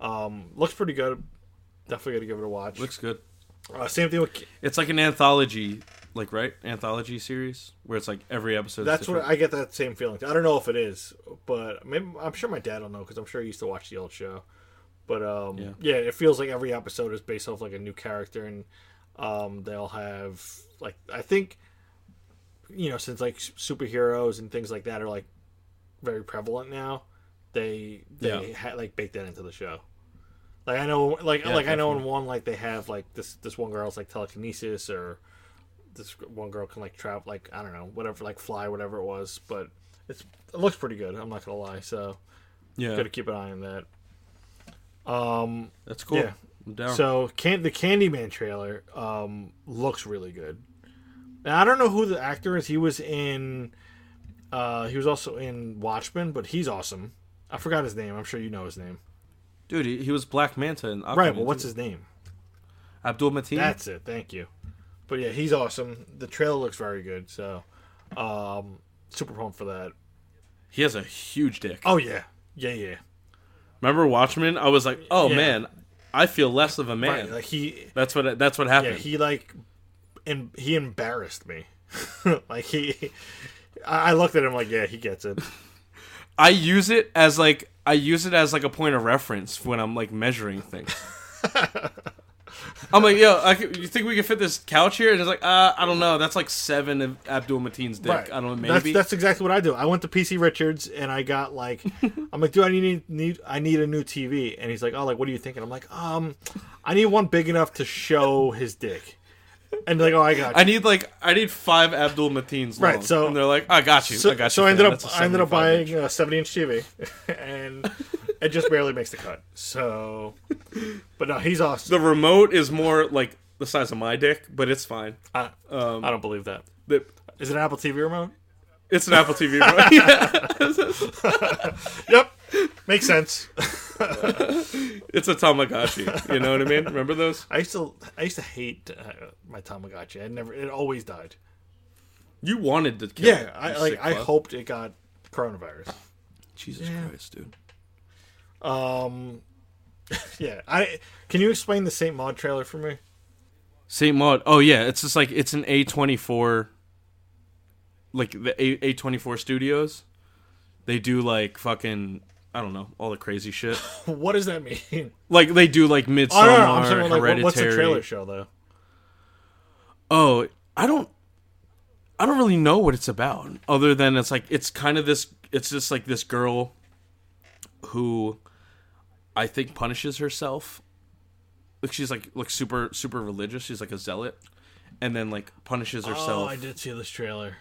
S6: um, looks pretty good. Definitely got to give it a watch.
S4: Looks good.
S6: uh, same thing with
S4: It's like an anthology, like right anthology series where it's like every episode.
S6: that's what I get that same feeling. I don't know if it is, but maybe I'm sure my dad will know because I'm sure he used to watch the old show. But um, yeah.
S4: Yeah.
S6: it feels like every episode is based off like a new character, and um, they'll have like I think, you know, since like s- superheroes and things like that are like very prevalent now, they they
S4: Yeah.
S6: ha- like bake that into the show. Like I know, like
S4: Yeah,
S6: like I know in one like they have like this this one girl's like telekinesis or this one girl can like travel like I don't know whatever like fly whatever it was, but it's it looks pretty good. I'm not gonna lie, so
S4: yeah,
S6: gotta keep an eye on that.
S4: that's cool.
S6: yeah.
S4: I'm down.
S6: So can the Candyman trailer um, looks really good. Now I don't know who the actor is. He was in uh, he was also in Watchmen, but he's awesome. I forgot his name. I'm sure you know his name.
S4: dude, he, he was Black Manta in Aquaman.
S6: Right, but what's
S4: too.
S6: his name?
S4: Abdul Mateen?
S6: That's it. Thank you. But yeah, he's awesome. The trailer looks very good, so um, super pumped for that.
S4: He has a huge dick.
S6: Oh yeah, yeah, yeah.
S4: Remember Watchmen? I was like, oh
S6: Yeah.
S4: man, I feel less of a man.
S6: Right, like he,
S4: that's what that's what
S6: yeah,
S4: happened.
S6: he like, and he embarrassed me. like he, I I looked at him like, yeah, he gets it.
S4: I use it as like I use it as like a point of reference when I'm like measuring things. I'm like, yo, I could- you think we can fit this couch here? And it's like, uh, I don't know. That's like seven of Abdul Mateen's dick. I don't know. Maybe.
S6: That's, that's exactly what I do. I went to PC Richards and I got like, I'm like, dude, I need need I need a new TV, and he's like, oh, like what are you thinking? I'm like, um, I need one big enough to show his dick, and they're like, oh, I got you.
S4: I need like I need five Abdul Mateens.
S6: Right,
S4: long.
S6: so-
S4: and they're like, I got you.
S6: So,
S4: I got you.
S6: so I
S4: fam.
S6: ended up
S4: That's a
S6: I ended up
S4: 75
S6: buying
S4: inch.
S6: a 70 inch TV, and it just barely makes the cut. So, but no, he's awesome.
S4: The remote is more like the size of my dick, but it's fine.
S6: I,
S4: Um,
S6: I don't believe that.
S4: The-
S6: Is it an Apple TV remote?
S4: It's an Apple TV remote. Yeah.
S6: Yep, makes sense.
S4: It's a Tamagotchi. You know what I mean? Remember those?
S6: I used to I used to hate uh, my Tamagotchi. I never it always died.
S4: You wanted to kill.
S6: Yeah,
S4: it,
S6: I
S4: you
S6: like
S4: sick
S6: I
S4: fuck.
S6: hoped it got coronavirus.
S4: Jesus Christ, dude.
S6: Um, Yeah, I can you explain the Saint Maud trailer for me?
S4: Saint Maud. Oh yeah, it's just like it's an A twenty four. Like the A twenty four studios, they do like fucking I don't know all the crazy shit.
S6: What does that mean?
S4: like they do like Midsummer,
S6: I don't know. I'm saying, like, what-
S4: Hereditary.
S6: what's the trailer show though?
S4: Oh, I don't. I don't really know what it's about, other than it's like it's kind of this. It's just like this girl, who, I think punishes herself. Like she's like like super super religious. She's like a zealot, and then like punishes herself.
S6: Oh, I did see this trailer.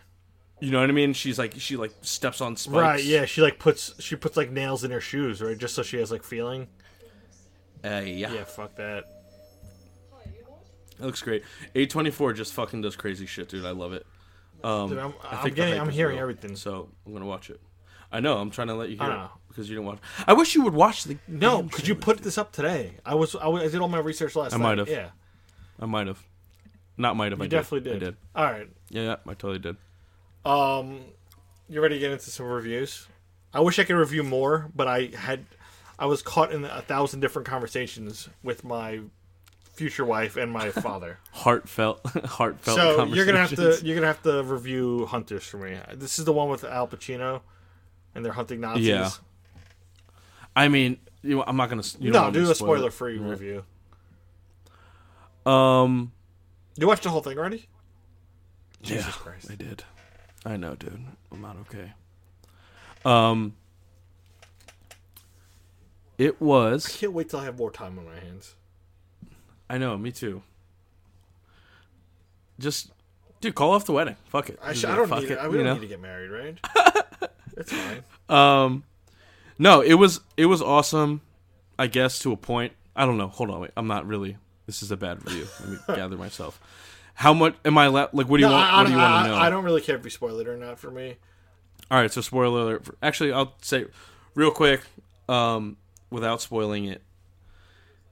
S4: You know what I mean? She's like she like steps on spikes.
S6: Right, yeah, she like puts she puts like nails in her shoes, right, just so she has like feeling.
S4: Uh, yeah.
S6: Yeah, fuck that.
S4: It looks great. A twenty four just fucking does crazy shit, dude. I love it. Um,
S6: Dude, I'm,
S4: I
S6: I'm
S4: think the
S6: getting,
S4: hype
S6: I'm
S4: is
S6: hearing
S4: real,
S6: everything.
S4: So I'm gonna watch it. I know. I'm trying to let you hear
S6: Ah.
S4: it because you didn't watch. I wish you would watch the.
S6: No,
S4: damn
S6: could
S4: thing
S6: you
S4: with
S6: put
S4: me.
S6: this up today? I was I, was- I did all my research last
S4: I
S6: night.
S4: might have.
S6: Yeah,
S4: I might have. Not might have.
S6: you
S4: I
S6: definitely did.
S4: I did.
S6: All right.
S4: Yeah, yeah, I totally did.
S6: Um, you ready to get into some reviews? I wish I could review more, but I had I was caught in a thousand different conversations with my future wife and my father.
S4: Heartfelt, heartfelt.
S6: so you're gonna have to
S4: conversations.
S6: you're gonna have to review Hunters for me. This is the one with Al Pacino, and they're hunting Nazis.
S4: Yeah. I mean, you know, I'm not gonna. You
S6: no,
S4: don't want me
S6: do
S4: to
S6: a
S4: spoil
S6: spoiler
S4: it.
S6: free review.
S4: Um.
S6: You watched the whole thing already?
S4: yeah,
S6: Christ.
S4: I did. I know, dude. I'm not okay. Um. It was.
S6: Can't wait till I have more time on my hands.
S4: I know. Me too. Just, dude, call off the wedding. Fuck it.
S6: I,
S4: Just
S6: sh- I
S4: like,
S6: don't
S4: fuck
S6: need.
S4: it,
S6: I we
S4: you know?
S6: don't need to get married, right? It's fine.
S4: Um, no, it was it was awesome, I guess to a point. I don't know. Hold on, wait. I'm not really. This is a bad review. Let me gather myself. How much am I la- like? What do you
S6: No,
S4: want?
S6: I,
S4: what
S6: I-
S4: do you want
S6: I-
S4: to know?
S6: I don't really care if you spoil it or not for me.
S4: All right, so spoiler alert. for- Actually, I'll say real quick, um, without spoiling it.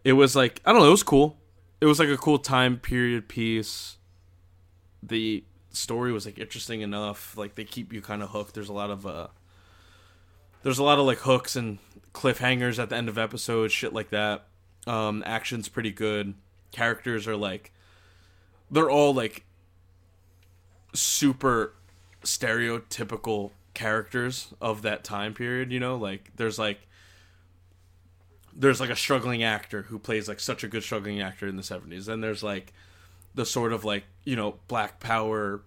S4: It was like I don't know. It was cool. It was like a cool time period piece. The story was like interesting enough. Like they keep you kind of hooked. There's a lot of uh, there's a lot of like hooks and cliffhangers at the end of episodes, shit like that. Um, action's pretty good. Characters are like they're all like super stereotypical characters of that time period you know like there's like there's like a struggling actor who plays like such a good struggling actor in the 70s and there's like the sort of like you know black power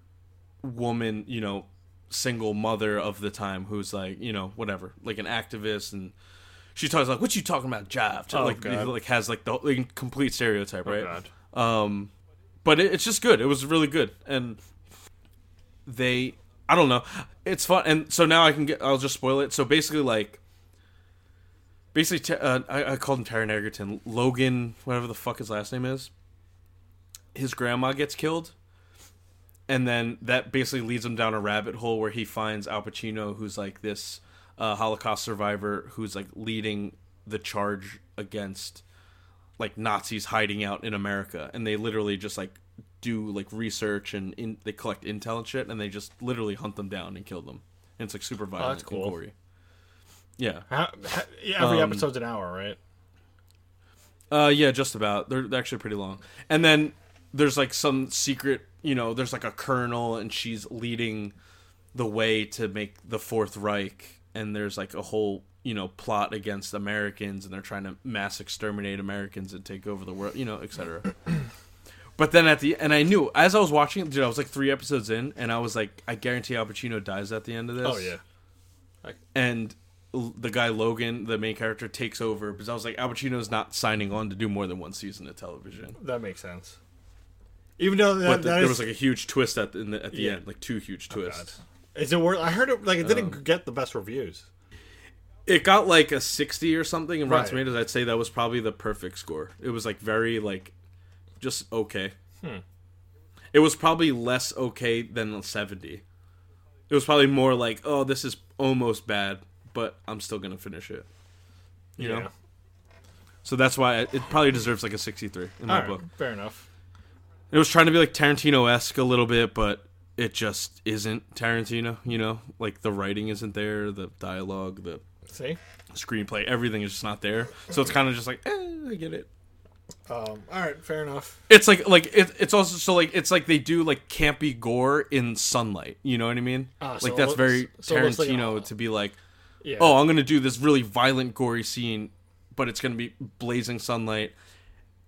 S4: woman you know single mother of the time who's like you know whatever like an activist and she talks like what you talking about jive to like
S6: Oh, God. Oh,
S4: like has like the like, complete stereotype right
S6: God.
S4: um, but it, it's just good. It was really good, and they, I don't know, it's fun. And so now I can get, I'll just spoil it. So basically, like, basically, Ta- uh, I, I called him Taron Egerton, Logan, whatever the fuck his last name is. His grandma gets killed, and then that basically leads him down a rabbit hole where he finds Al Pacino, who's like this uh, Holocaust survivor who's like leading the charge against like Nazis hiding out in America, and they literally just like do like research and in, they collect intel and shit, and they just literally hunt them down and kill them. And it's like super violent
S6: Oh, that's cool.
S4: and gory. Yeah,
S6: How, how, yeah,
S4: Um,
S6: every episode's an hour, right?
S4: uh, yeah, just about. They're, they're actually pretty long. And then there's like some secret, you know, there's like a colonel, and she's leading the way to make the Fourth Reich, and there's like a whole you know plot against Americans, and they're trying to mass exterminate Americans and take over the world, you know, etc. But then at the and I knew as I was watching, it, dude, I was like three episodes in, and I was like, I guarantee Al Pacino dies at the end of this
S6: Oh yeah.
S4: and l- the guy Logan, the main character, takes over because I was like, Al Pacino's not signing on to do more than one season of television.
S6: That makes sense. Even though that,
S4: But th-
S6: that
S4: there
S6: is,
S4: was like a huge twist at the, in the, at the
S6: Yeah. Oh,
S4: end, like two huge twists.
S6: is it worth? I heard it like it
S4: Um,
S6: didn't get the best reviews.
S4: it got like a sixty or something in Rotten
S6: Right.
S4: Tomatoes. I'd say that was probably the perfect score. It was like very like just okay.
S6: Hmm.
S4: It was probably less okay than a seventy. It was probably more like, oh, this is almost bad, but I'm still gonna finish it. You know.
S6: Yeah.
S4: So that's why it it probably deserves like a 63 in my
S6: All right,
S4: book.
S6: fair enough.
S4: It was trying to be like Tarantino esque a little bit, but it just isn't Tarantino. You know, like the writing isn't there, the dialogue, the
S6: See,
S4: screenplay, everything is just not there. So it's kind of just like, eh, I get it.
S6: um, all right, fair enough.
S4: It's like like it, it's also so like it's like they do like campy gore in sunlight. You know what I mean?
S6: Ah,
S4: like
S6: so it
S4: that's
S6: looks-
S4: very
S6: so it looks like an-
S4: Tarantino to be like,
S6: Yeah.
S4: oh, I'm gonna do this really violent, gory scene, but it's gonna be blazing sunlight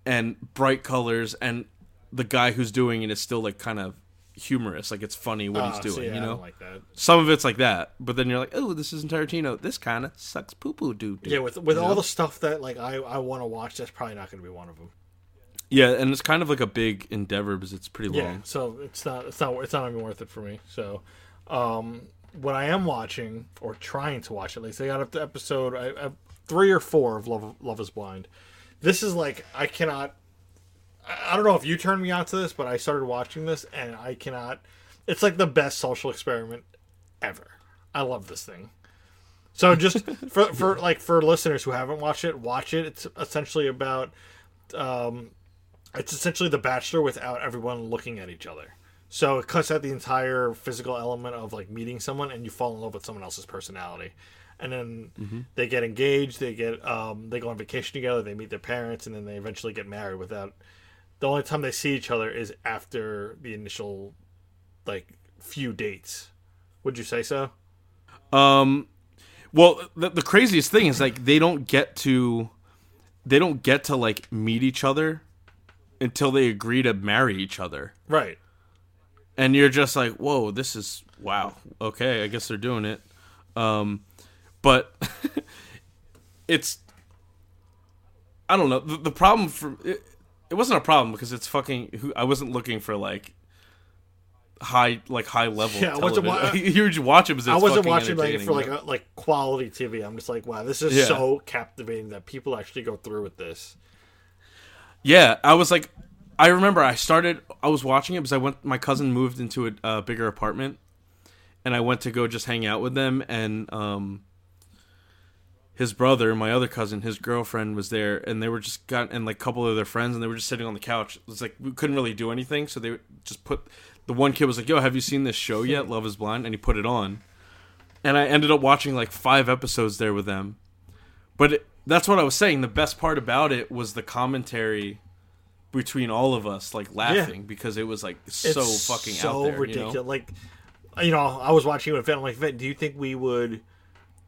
S4: and bright colors, and the guy who's doing it is still like kind of humorous, like it's funny what he's
S6: Ah, so
S4: doing,
S6: yeah,
S4: you
S6: I
S4: know.
S6: don't like that.
S4: Some of it's like that, but then you're like, oh, this isn't Tarantino. This kind of sucks poo poo doo doo.
S6: Yeah, with with all the stuff that like I I want to watch, that's probably not going to be one of them.
S4: Yeah, and it's kind of like a big endeavor because it's pretty
S6: Yeah,
S4: long.
S6: so it's not it's not it's not even worth it for me. So, Um, what I am watching, or trying to watch at least, I got up to episode I, I, three or four of Love, Love is Blind. This is like, I cannot. I, I don't know if you turned me on to this, but I started watching this and I cannot. It's like the best social experiment ever. I love this thing. So just for, for like for listeners who haven't watched it, watch it. It's essentially about um, it's essentially the bachelor without everyone looking at each other so it cuts out the entire physical element of like meeting someone and you fall in love with someone else's personality and then
S4: Mm-hmm.
S6: they get engaged they get um, they go on vacation together they meet their parents and then they eventually get married without the only time they see each other is after the initial like few dates would you say so
S4: Um, well, the, the craziest thing is like they don't get to, they don't get to like meet each other until they agree to marry each other,
S6: right
S4: and you're just like, whoa, this is wow. Okay, I guess they're doing it. Um, but it's, I don't know. The, the problem for it, it wasn't a problem because it's fucking. who- I wasn't looking for like high like high level.
S6: Yeah, I wasn't wa-
S4: television. you were just watching because it's
S6: i wasn't
S4: fucking
S6: watching like
S4: entertaining,
S6: for like
S4: but-
S6: a, like quality tv i'm just like wow this is
S4: Yeah.
S6: so captivating that people actually go through with this
S4: Yeah, I was like, I remember I started. I was watching it because I went. My cousin moved into a uh, bigger apartment, and I went to go just hang out with them. And um, his brother, my other cousin, his girlfriend was there, and they were just got and like a couple of their friends, and they were just sitting on the couch. It was like we couldn't really do anything, so they just put. The one kid was like, "Yo, have you seen this show yet? Love Is Blind," and he put it on, and I ended up watching like five episodes there with them. But it, that's what I was saying. The best part about it was the commentary between all of us, like laughing because it was like so fucking out there.
S6: ridiculous.
S4: You know?
S6: Like, you know, I was watching it with Fenton. I'm Like, Fenton, do you think we would?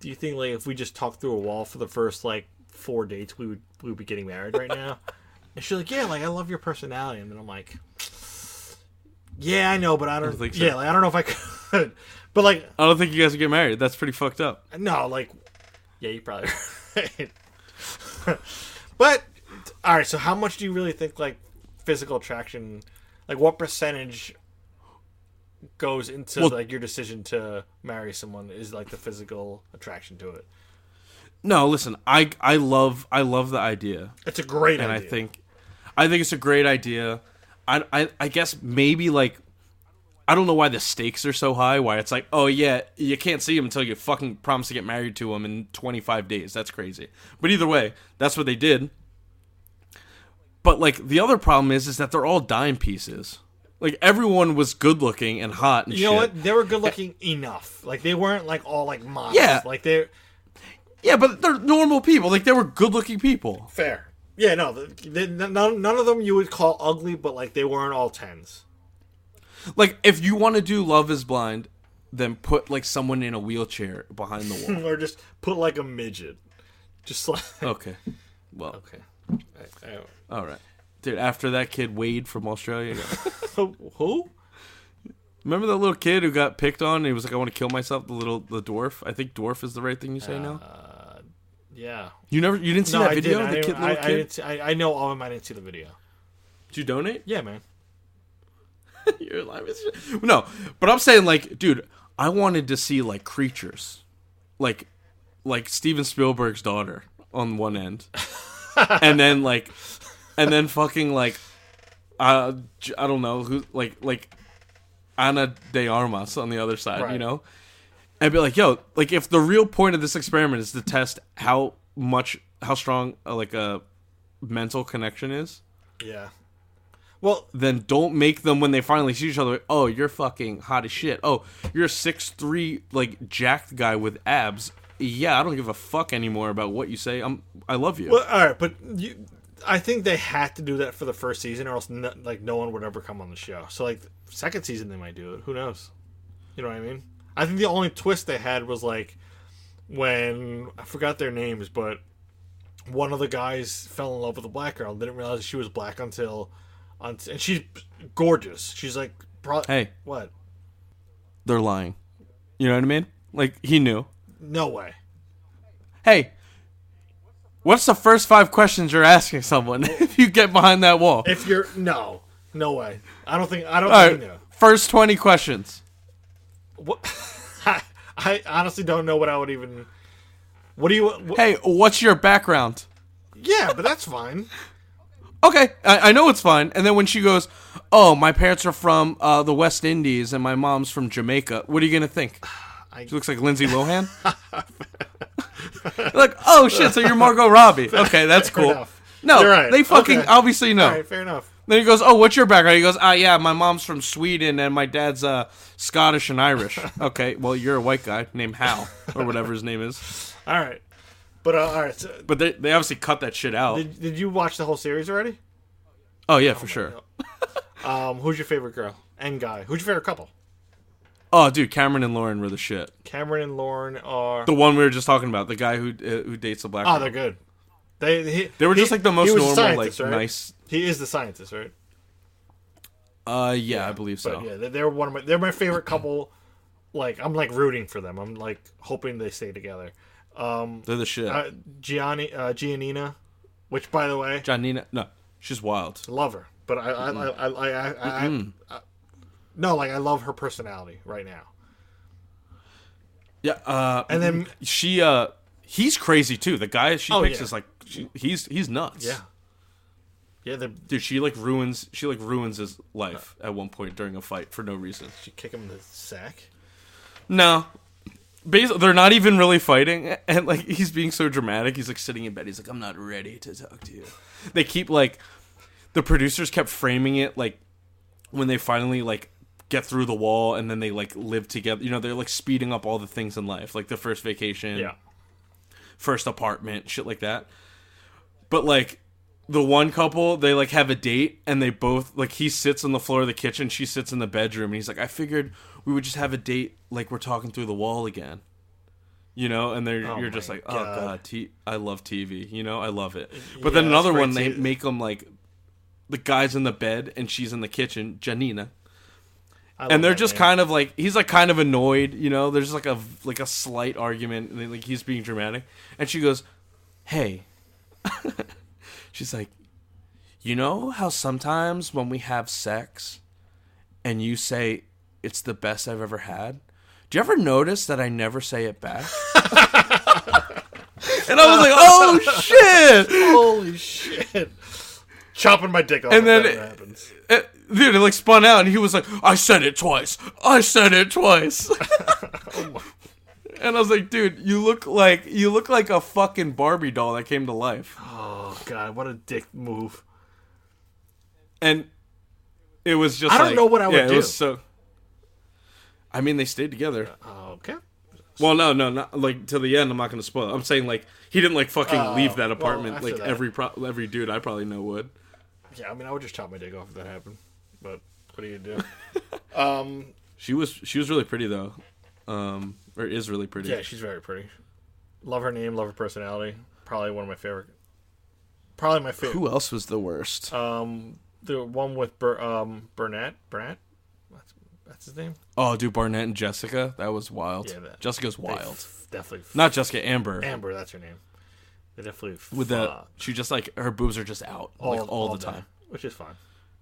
S6: Do you think like if we just talked through a wall for the first like four dates, we would we would be getting married right now? and she's like, yeah, like I love your personality. And then I'm like, yeah, I know, but I don't.
S4: think so.
S6: Yeah, like I don't know if I could. but like,
S4: I don't think you guys would get married. That's pretty fucked up.
S6: no, like, yeah, you probably. Right. but all right, so how much do you really think like physical attraction, like what percentage goes into
S4: Well-
S6: like your decision to marry someone is like the physical attraction to it?
S4: No, listen, I I love I love the idea,
S6: It's a great
S4: and
S6: idea.
S4: I think I think it's a great idea. I, I I guess maybe like I don't know why the stakes are so high. Why it's like, oh yeah, you can't see him until you fucking promise to get married to him in 25 days. That's crazy. But either way, that's what they did. But like the other problem is, is that they're all dime pieces. Like everyone was good looking and hot and
S6: you know
S4: shit.
S6: what? They were good looking enough. Like they weren't like all like models.
S4: Yeah.
S6: Like they're
S4: Yeah, but they're normal people. Like they were good looking people.
S6: fair. Yeah, no, the- they, none, none of them you would call ugly, but like they weren't all tens.
S4: Like if you want to do Love Is Blind, then put like someone in a wheelchair behind the wall.
S6: or just put like a midget, just like
S4: Okay. Well,
S6: okay.
S4: all right, dude. After that kid Wade from Australia,
S6: Who? who?
S4: remember that little kid who got picked on? and He was like, "I want to kill myself." The little the dwarf. I think dwarf is the right thing you say now.
S6: Yeah.
S4: You never you didn't see
S6: Uh, No,
S4: that
S6: I
S4: video.
S6: did. I,
S4: the
S6: didn't-
S4: kid, little
S6: I, I,
S4: kid.
S6: didn't see- I, I know all of them. I didn't see the video.
S4: Did you donate?
S6: Yeah, man.
S4: You're alive as shit. No, but I'm saying like, dude, I wanted to see like creatures, like, like Steven Spielberg's daughter on one end, and then like, and then fucking like, uh, J- I don't know who like like Ana de Armas on the other side, you
S6: Right.
S4: know, and be like, yo, like if the real point of this experiment is to test how much how strong uh, like a mental connection is
S6: Yeah. Well,
S4: then don't make them when they finally see each other. like, oh, you're fucking hot as shit. Oh, you're a six three like jacked guy with abs. Yeah, I don't give a fuck anymore about what you say. I'm I love you.
S6: well, all right, but you, I think they had to do that for the first season, or else no, like no one would ever come on the show. So like second season, they might do it. Who knows? You know what I mean? I think the only twist they had was like when I forgot their names, but one of the guys fell in love with a black girl. Didn't realize she was black until, until and she's gorgeous. She's like, pro-
S4: Hey.
S6: what?
S4: They're lying. You know what I mean? Like he knew.
S6: No way.
S4: Hey, what's the first five questions you're asking someone if you get behind that wall?
S6: If you're no, no way. I don't think I don't
S4: All
S6: think
S4: right,
S6: no.
S4: first twenty questions.
S6: What? I, I honestly don't know what I would even. What do you? What,
S4: Hey, what's your background?
S6: yeah, but that's fine.
S4: Okay, I, I know it's fine. And then when she goes, "Oh, my parents are from uh, the West Indies and my mom's from Jamaica," what are you gonna think? She looks like Lindsay Lohan. You're like, oh shit! So you're Margot Robbie? Okay, that's cool.
S6: enough.
S4: No,
S6: You're right.
S4: they fucking
S6: Okay.
S4: obviously know.
S6: All right, fair enough.
S4: Then he goes, "Oh, what's your background?" He goes, "Ah, yeah, my mom's from Sweden and my dad's uh, Scottish and Irish." okay, well, you're a white guy named Hal or whatever his name is.
S6: All right, but uh, all right. So,
S4: But they they obviously cut that shit out.
S6: did, did you watch the whole series already?
S4: oh yeah, for sure.
S6: Um, who's your favorite girl and guy? Who's your favorite couple?
S4: Oh, dude, Cameron and Lauren were the shit.
S6: Cameron and Lauren are.
S4: The one we were just talking about, the guy who uh, who dates the black.
S6: Oh,
S4: girl.
S6: they're good. They he,
S4: They were
S6: he-
S4: just like the
S6: he
S4: most
S6: was a
S4: normal, like
S6: scientist, right?
S4: nice.
S6: He is the scientist, right?
S4: Uh, yeah, I believe so.
S6: But yeah, they- they're one of my they're my favorite couple. Like I'm like rooting for them. I'm like hoping they stay together. Um,
S4: They're the shit.
S6: uh, Gianni uh, Giannina, which by the way,
S4: Janina, no, she's wild.
S6: love her, but I I I, I, I, I, I, I no like I love her personality right now.
S4: Yeah, uh,
S6: And then
S4: she, uh, he's crazy too. The guy she
S6: Oh,
S4: picks
S6: yeah.
S4: is like, she, he's he's nuts.
S6: yeah, yeah, they
S4: dude, she like ruins she like ruins his life at one point during a fight for no reason.
S6: she kick him in the sack.
S4: No. Basically, they're not even really fighting, and like he's being so dramatic. He's like sitting in bed. He's like, "I'm not ready to talk to you." They keep like, the producers kept framing it like, when they finally like get through the wall, and then they like live together. You know, they're like speeding up all the things in life, like the first vacation,
S6: Yeah,
S4: first apartment, shit like that. But like the one couple, they like have a date and they both like he sits on the floor of the kitchen, she sits in the bedroom, and he's like, I figured we would just have a date like we're talking through the wall again. You know, and they're you're just
S6: my
S4: like,
S6: God.
S4: oh god, t- I love TV. You know, I love it. But then
S6: Yeah,
S4: another
S6: it's great
S4: one, they
S6: too.
S4: make them like the guy's in the bed and she's in the kitchen, Janina,
S6: I love
S4: and they're
S6: that
S4: just
S6: name.
S4: kind of like he's like kind of annoyed, you know. There's like a like a slight argument, and then, like he's being dramatic, and she goes, "Hey," she's like, "You know how sometimes when we have sex, and you say it's the best I've ever had, do you ever notice that I never say it back?" and I was like, "Oh shit!"
S6: holy shit, chopping my dick off.
S4: And then-
S6: if that happens.
S4: Uh, Dude, it like spun out, and he was like, "I said it twice. I said it twice."
S6: Oh
S4: and I was like, "Dude, you look like you look like a fucking Barbie doll that came to life."
S6: Oh god, what a dick move.
S4: And it was just
S6: I don't
S4: like-
S6: know what I would
S4: yeah, it
S6: do.
S4: was so. I mean, they stayed together.
S6: Okay.
S4: Well, no, no, not like till the end. I'm not gonna spoil. It. I'm saying like he didn't like fucking leave that apartment.
S6: Oh, after
S4: like
S6: that.
S4: every pro- every dude I probably know would.
S6: Yeah, I mean, I would just chop my dick off if that happened. But what do you do? Um,
S4: She was she was really pretty though, um, or is really pretty.
S6: yeah, she's very pretty. Love her name, love her personality. Probably one of my favorite. Probably my favorite.
S4: Who else was the worst?
S6: Um, The one with Bur- um, Burnett. Burnett? That's, that's his name?
S4: Oh, dude, Barnett and Jessica. That was wild.
S6: Yeah, that-
S4: Jessica's
S6: They
S4: wild.
S6: f- definitely. f-
S4: Not Jessica, Amber.
S6: Amber, that's her name. They definitely. F- uh,
S4: With the she just like her boobs are just out like all, the time.
S6: Which is fine.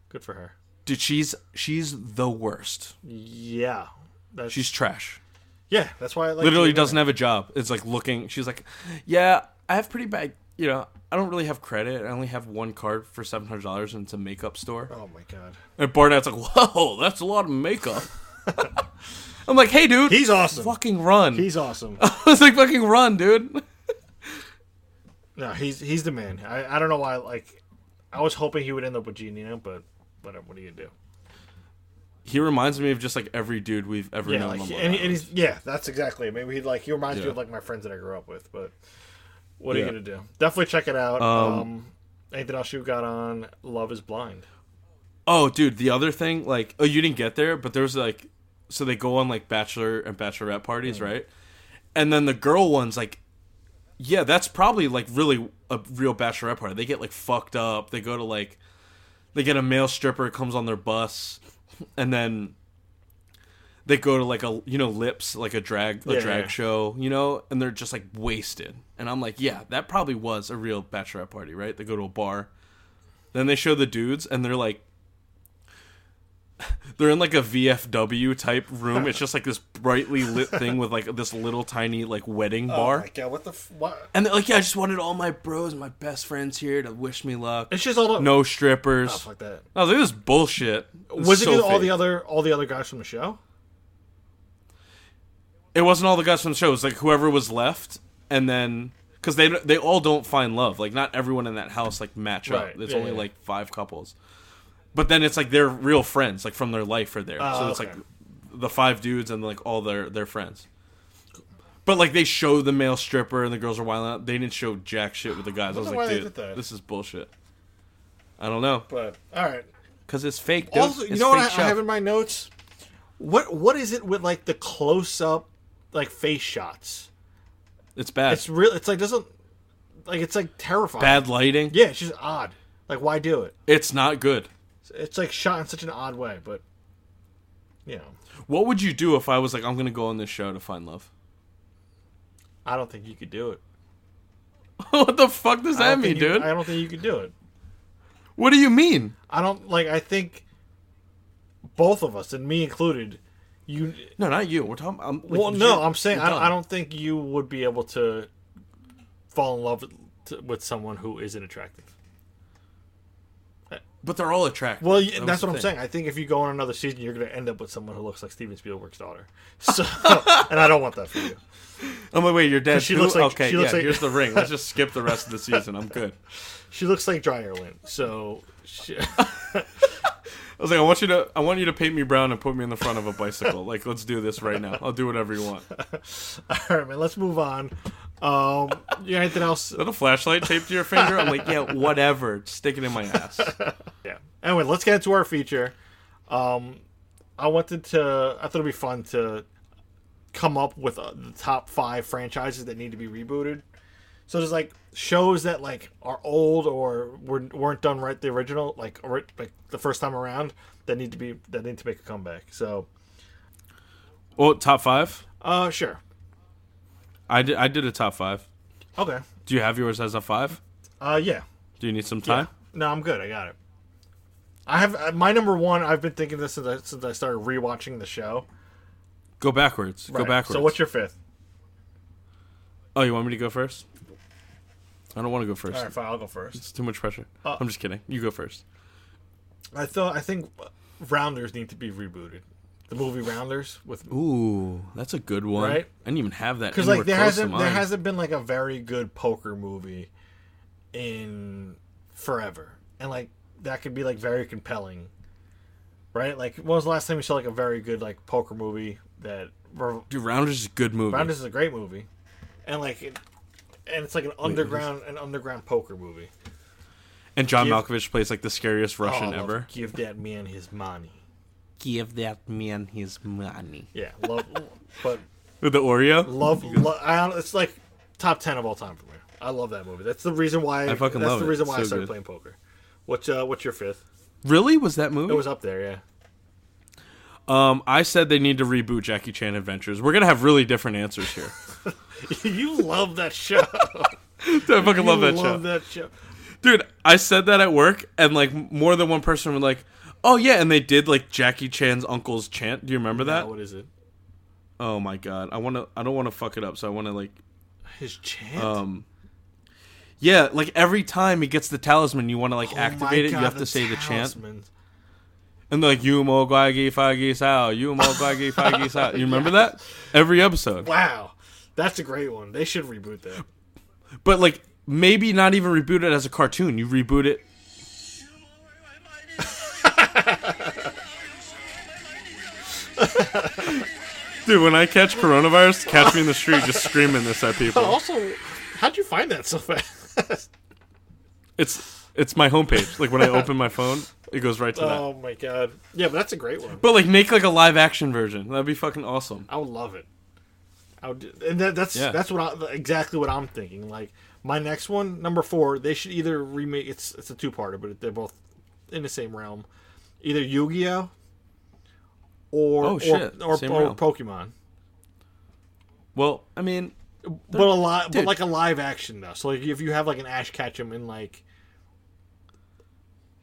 S6: Good for her.
S4: Dude, she's she's the worst.
S6: Yeah. That's,
S4: She's trash.
S6: yeah, that's why I like
S4: Literally
S6: Jamie
S4: doesn't have a job. It's like looking. She's like, yeah, I have pretty bad. You know, I don't really have credit. I only have one card for seven hundred dollars, and it's a makeup store.
S6: Renner. Oh my god.
S4: And Barnett's like, whoa, that's a lot of makeup. I'm like, hey, dude,
S6: He's awesome.
S4: Fucking run.
S6: He's awesome.
S4: I was like, fucking run, dude.
S6: No, he's he's the man. I, I don't know why. Like, I was hoping he would end up with Giannino, but whatever. What do you do?
S4: He reminds me of just like every dude we've ever
S6: Yeah,
S4: known.
S6: like,
S4: on
S6: and,
S4: Long
S6: he- and
S4: Island.
S6: he's yeah, that's exactly. it. Maybe he like he reminds me
S4: Yeah.
S6: of like my friends that I grew up with. But what are
S4: Yeah.
S6: you gonna do? Definitely check it out. Um, anything else you got on Love Is Blind?
S4: Oh, dude, the other thing, like, oh, you didn't get there, but there was like, so they go on like bachelor and bachelorette parties, right? And then the girl ones, like, yeah, that's probably like really a real bachelorette party. They get like fucked up. They go to like, they get a male stripper comes on their bus, and then they go to like a you know lips like a drag a
S6: Yeah,
S4: drag
S6: yeah.
S4: show, you know, and they're just like wasted. And I'm like, yeah, that probably was a real bachelorette party, right? They go to a bar. Then they show the dudes and they're like they're in like a VFW type room. It's just like this brightly lit thing with like this little tiny like wedding
S6: Oh
S4: bar.
S6: my god, what the f- what?
S4: and they're like, yeah, I just wanted all my bros, my best friends here to wish me luck.
S6: It's just all the
S4: No strippers.
S6: Oh, fuck that.
S4: I was like, this is bullshit. This is
S6: Was it
S4: so
S6: with all the
S4: fake.
S6: other all the other guys from the show?
S4: It wasn't all the guys from the show. It was like whoever was left, and then because they they all don't find love. Like not everyone in that house like match
S6: Right.
S4: up. It's
S6: Yeah,
S4: only
S6: yeah.
S4: like five couples. But then it's like their real friends, like from their life, are there.
S6: Oh,
S4: so it's
S6: okay.
S4: like the five dudes and like all their their friends. But like they show the male stripper and the girls are wilding out. They didn't show jack shit with the guys. I was
S6: wonder
S4: like,
S6: why they
S4: dude,
S6: did that.
S4: this is bullshit. I don't know,
S6: But all right.
S4: cause it's fake. Dude.
S6: Also, you
S4: It's
S6: know what I,
S4: fake show.
S6: I have in my notes? What what is it with like the close up like face shots?
S4: It's bad.
S6: It's real. It's like doesn't like it's like terrifying.
S4: bad lighting.
S6: Yeah, it's just odd. Like why do it?
S4: It's not good.
S6: It's like shot in such an odd way, but you know,
S4: What would you do if I was like, I'm gonna go on this show to find love?
S6: I don't think you could do it.
S4: what the fuck does
S6: I
S4: that
S6: don't
S4: mean,
S6: think you-
S4: dude?
S6: I don't think you could do it.
S4: What do you mean?
S6: I don't like. I think both of us, and me included, you.
S4: No, not you. We're talking. I'm, like,
S6: well,
S4: legit-
S6: no, I'm saying
S4: we're done.
S6: I, I don't think you would be able to fall in love with, to, with someone who isn't attractive.
S4: But they're all attractive.
S6: Well,
S4: That
S6: yeah,
S4: was
S6: that's
S4: the
S6: what I'm
S4: thing.
S6: saying. I think if you go on another season, you're going to end up with someone who looks like Steven Spielberg's daughter. So, and I don't want that for you.
S4: Oh my wait, you're dead.
S6: She
S4: too?
S6: looks like-
S4: okay,
S6: she looks
S4: yeah.
S6: like-
S4: Here's the ring. Let's just skip the rest of the season. I'm good.
S6: She looks like Dryer Lint. So, she,
S4: I was like, I want you to, I want you to paint me brown and put me in the front of a bicycle. Like, let's do this right now. I'll do whatever you want. Is
S6: all right, man. Let's move on. Um, you got anything else?
S4: that a flashlight taped to your finger? I'm like, yeah, whatever. Stick it in my ass.
S6: Yeah. Anyway, let's get into our feature. Um, I wanted to. I thought it'd be fun to come up with uh, the top five franchises that need to be rebooted. So there's like shows that like are old or were, weren't done right the original like or, like the first time around that need to be that need to make a comeback. So
S4: Well, top five.
S6: uh sure
S4: I did, I did a top five.
S6: okay
S4: Do you have yours as a five?
S6: uh yeah
S4: Do you need some time?
S6: no I'm good I got it. I have uh, my number one. I've been thinking this since I, since I started rewatching the show.
S4: Go backwards. Go
S6: Right.
S4: backwards.
S6: So what's your fifth?
S4: Oh, you want me to go first? I don't want to go first.
S6: All right, fine. I'll go first.
S4: It's too much pressure.
S6: Uh,
S4: I'm just kidding. You go first.
S6: I thought I think Rounders need to be rebooted. The movie Rounders with
S4: Ooh, that's a good one.
S6: Right?
S4: I didn't even have that.
S6: because like there hasn't there hasn't been like a very good poker movie in forever, and like that could be like very compelling, right? Like when was the last time we saw like a very good like poker movie that rev-
S4: Dude, Rounders is a good movie.
S6: Rounders is a great movie, and like it, and it's like an underground an underground poker movie.
S4: and John
S6: Give-
S4: Malkovich plays like the scariest
S6: Oh, I
S4: Russian
S6: love
S4: ever.
S6: Give that man his money.
S7: give that man his money.
S6: Yeah, love, but
S4: With the Oreo.
S6: love, lo- I, don't- it's like top 10 of all time for me i love that movie that's the reason why
S4: I fucking
S6: that's
S4: love
S6: the
S4: it.
S6: reason
S4: It's
S6: why i
S4: so
S6: started
S4: good.
S6: playing poker what's uh what's your fifth
S4: Really? Was that movie?
S6: it was up there yeah
S4: um, I said they need to reboot Jackie Chan Adventures. We're gonna have really different answers here.
S6: you love that show
S4: Dude, I fucking love that show.
S6: love that show
S4: Dude, I said that at work, and like more than one person was like, "Oh yeah," and they did like Jackie Chan's uncle's chant. Do you remember
S6: Uh,
S4: that?
S6: what is it
S4: Oh my god, I want to. I don't want to fuck it up, so I want to like
S6: his chant
S4: Um, yeah, like every time he gets the talisman, you want to like
S6: Oh my
S4: activate it.
S6: God,
S4: you have to say the chant,
S6: talismans.
S4: and they're like you mo guagi fagi sao, you mo guagi fagi sao. You remember that every episode,
S6: wow that's a great one they should reboot that
S4: but like maybe not even reboot it as a cartoon. You reboot it. Dude, when I catch coronavirus, catch me in the street just screaming this at people.
S6: also how'd you find that so fast
S4: It's it's my homepage. Like when I open my phone, it goes right to that.
S6: oh my god yeah but that's a great one
S4: But like make like a live action version. That'd be fucking awesome.
S6: I would love it. I would, and that, that's
S4: Yeah.
S6: that's what I, exactly what I'm thinking. Like my next one, number four, they should either remake. It's it's a two parter, but they're both in the same realm. Either Yu-Gi-Oh. Or
S4: Oh,
S6: or-
S4: shit.
S6: or,
S4: Same
S6: or
S4: realm.
S6: Pokemon,
S4: Well, I mean,
S6: but a lot, but
S4: Dude.
S6: like a live action though. So like if you have like an Ash Ketchum in like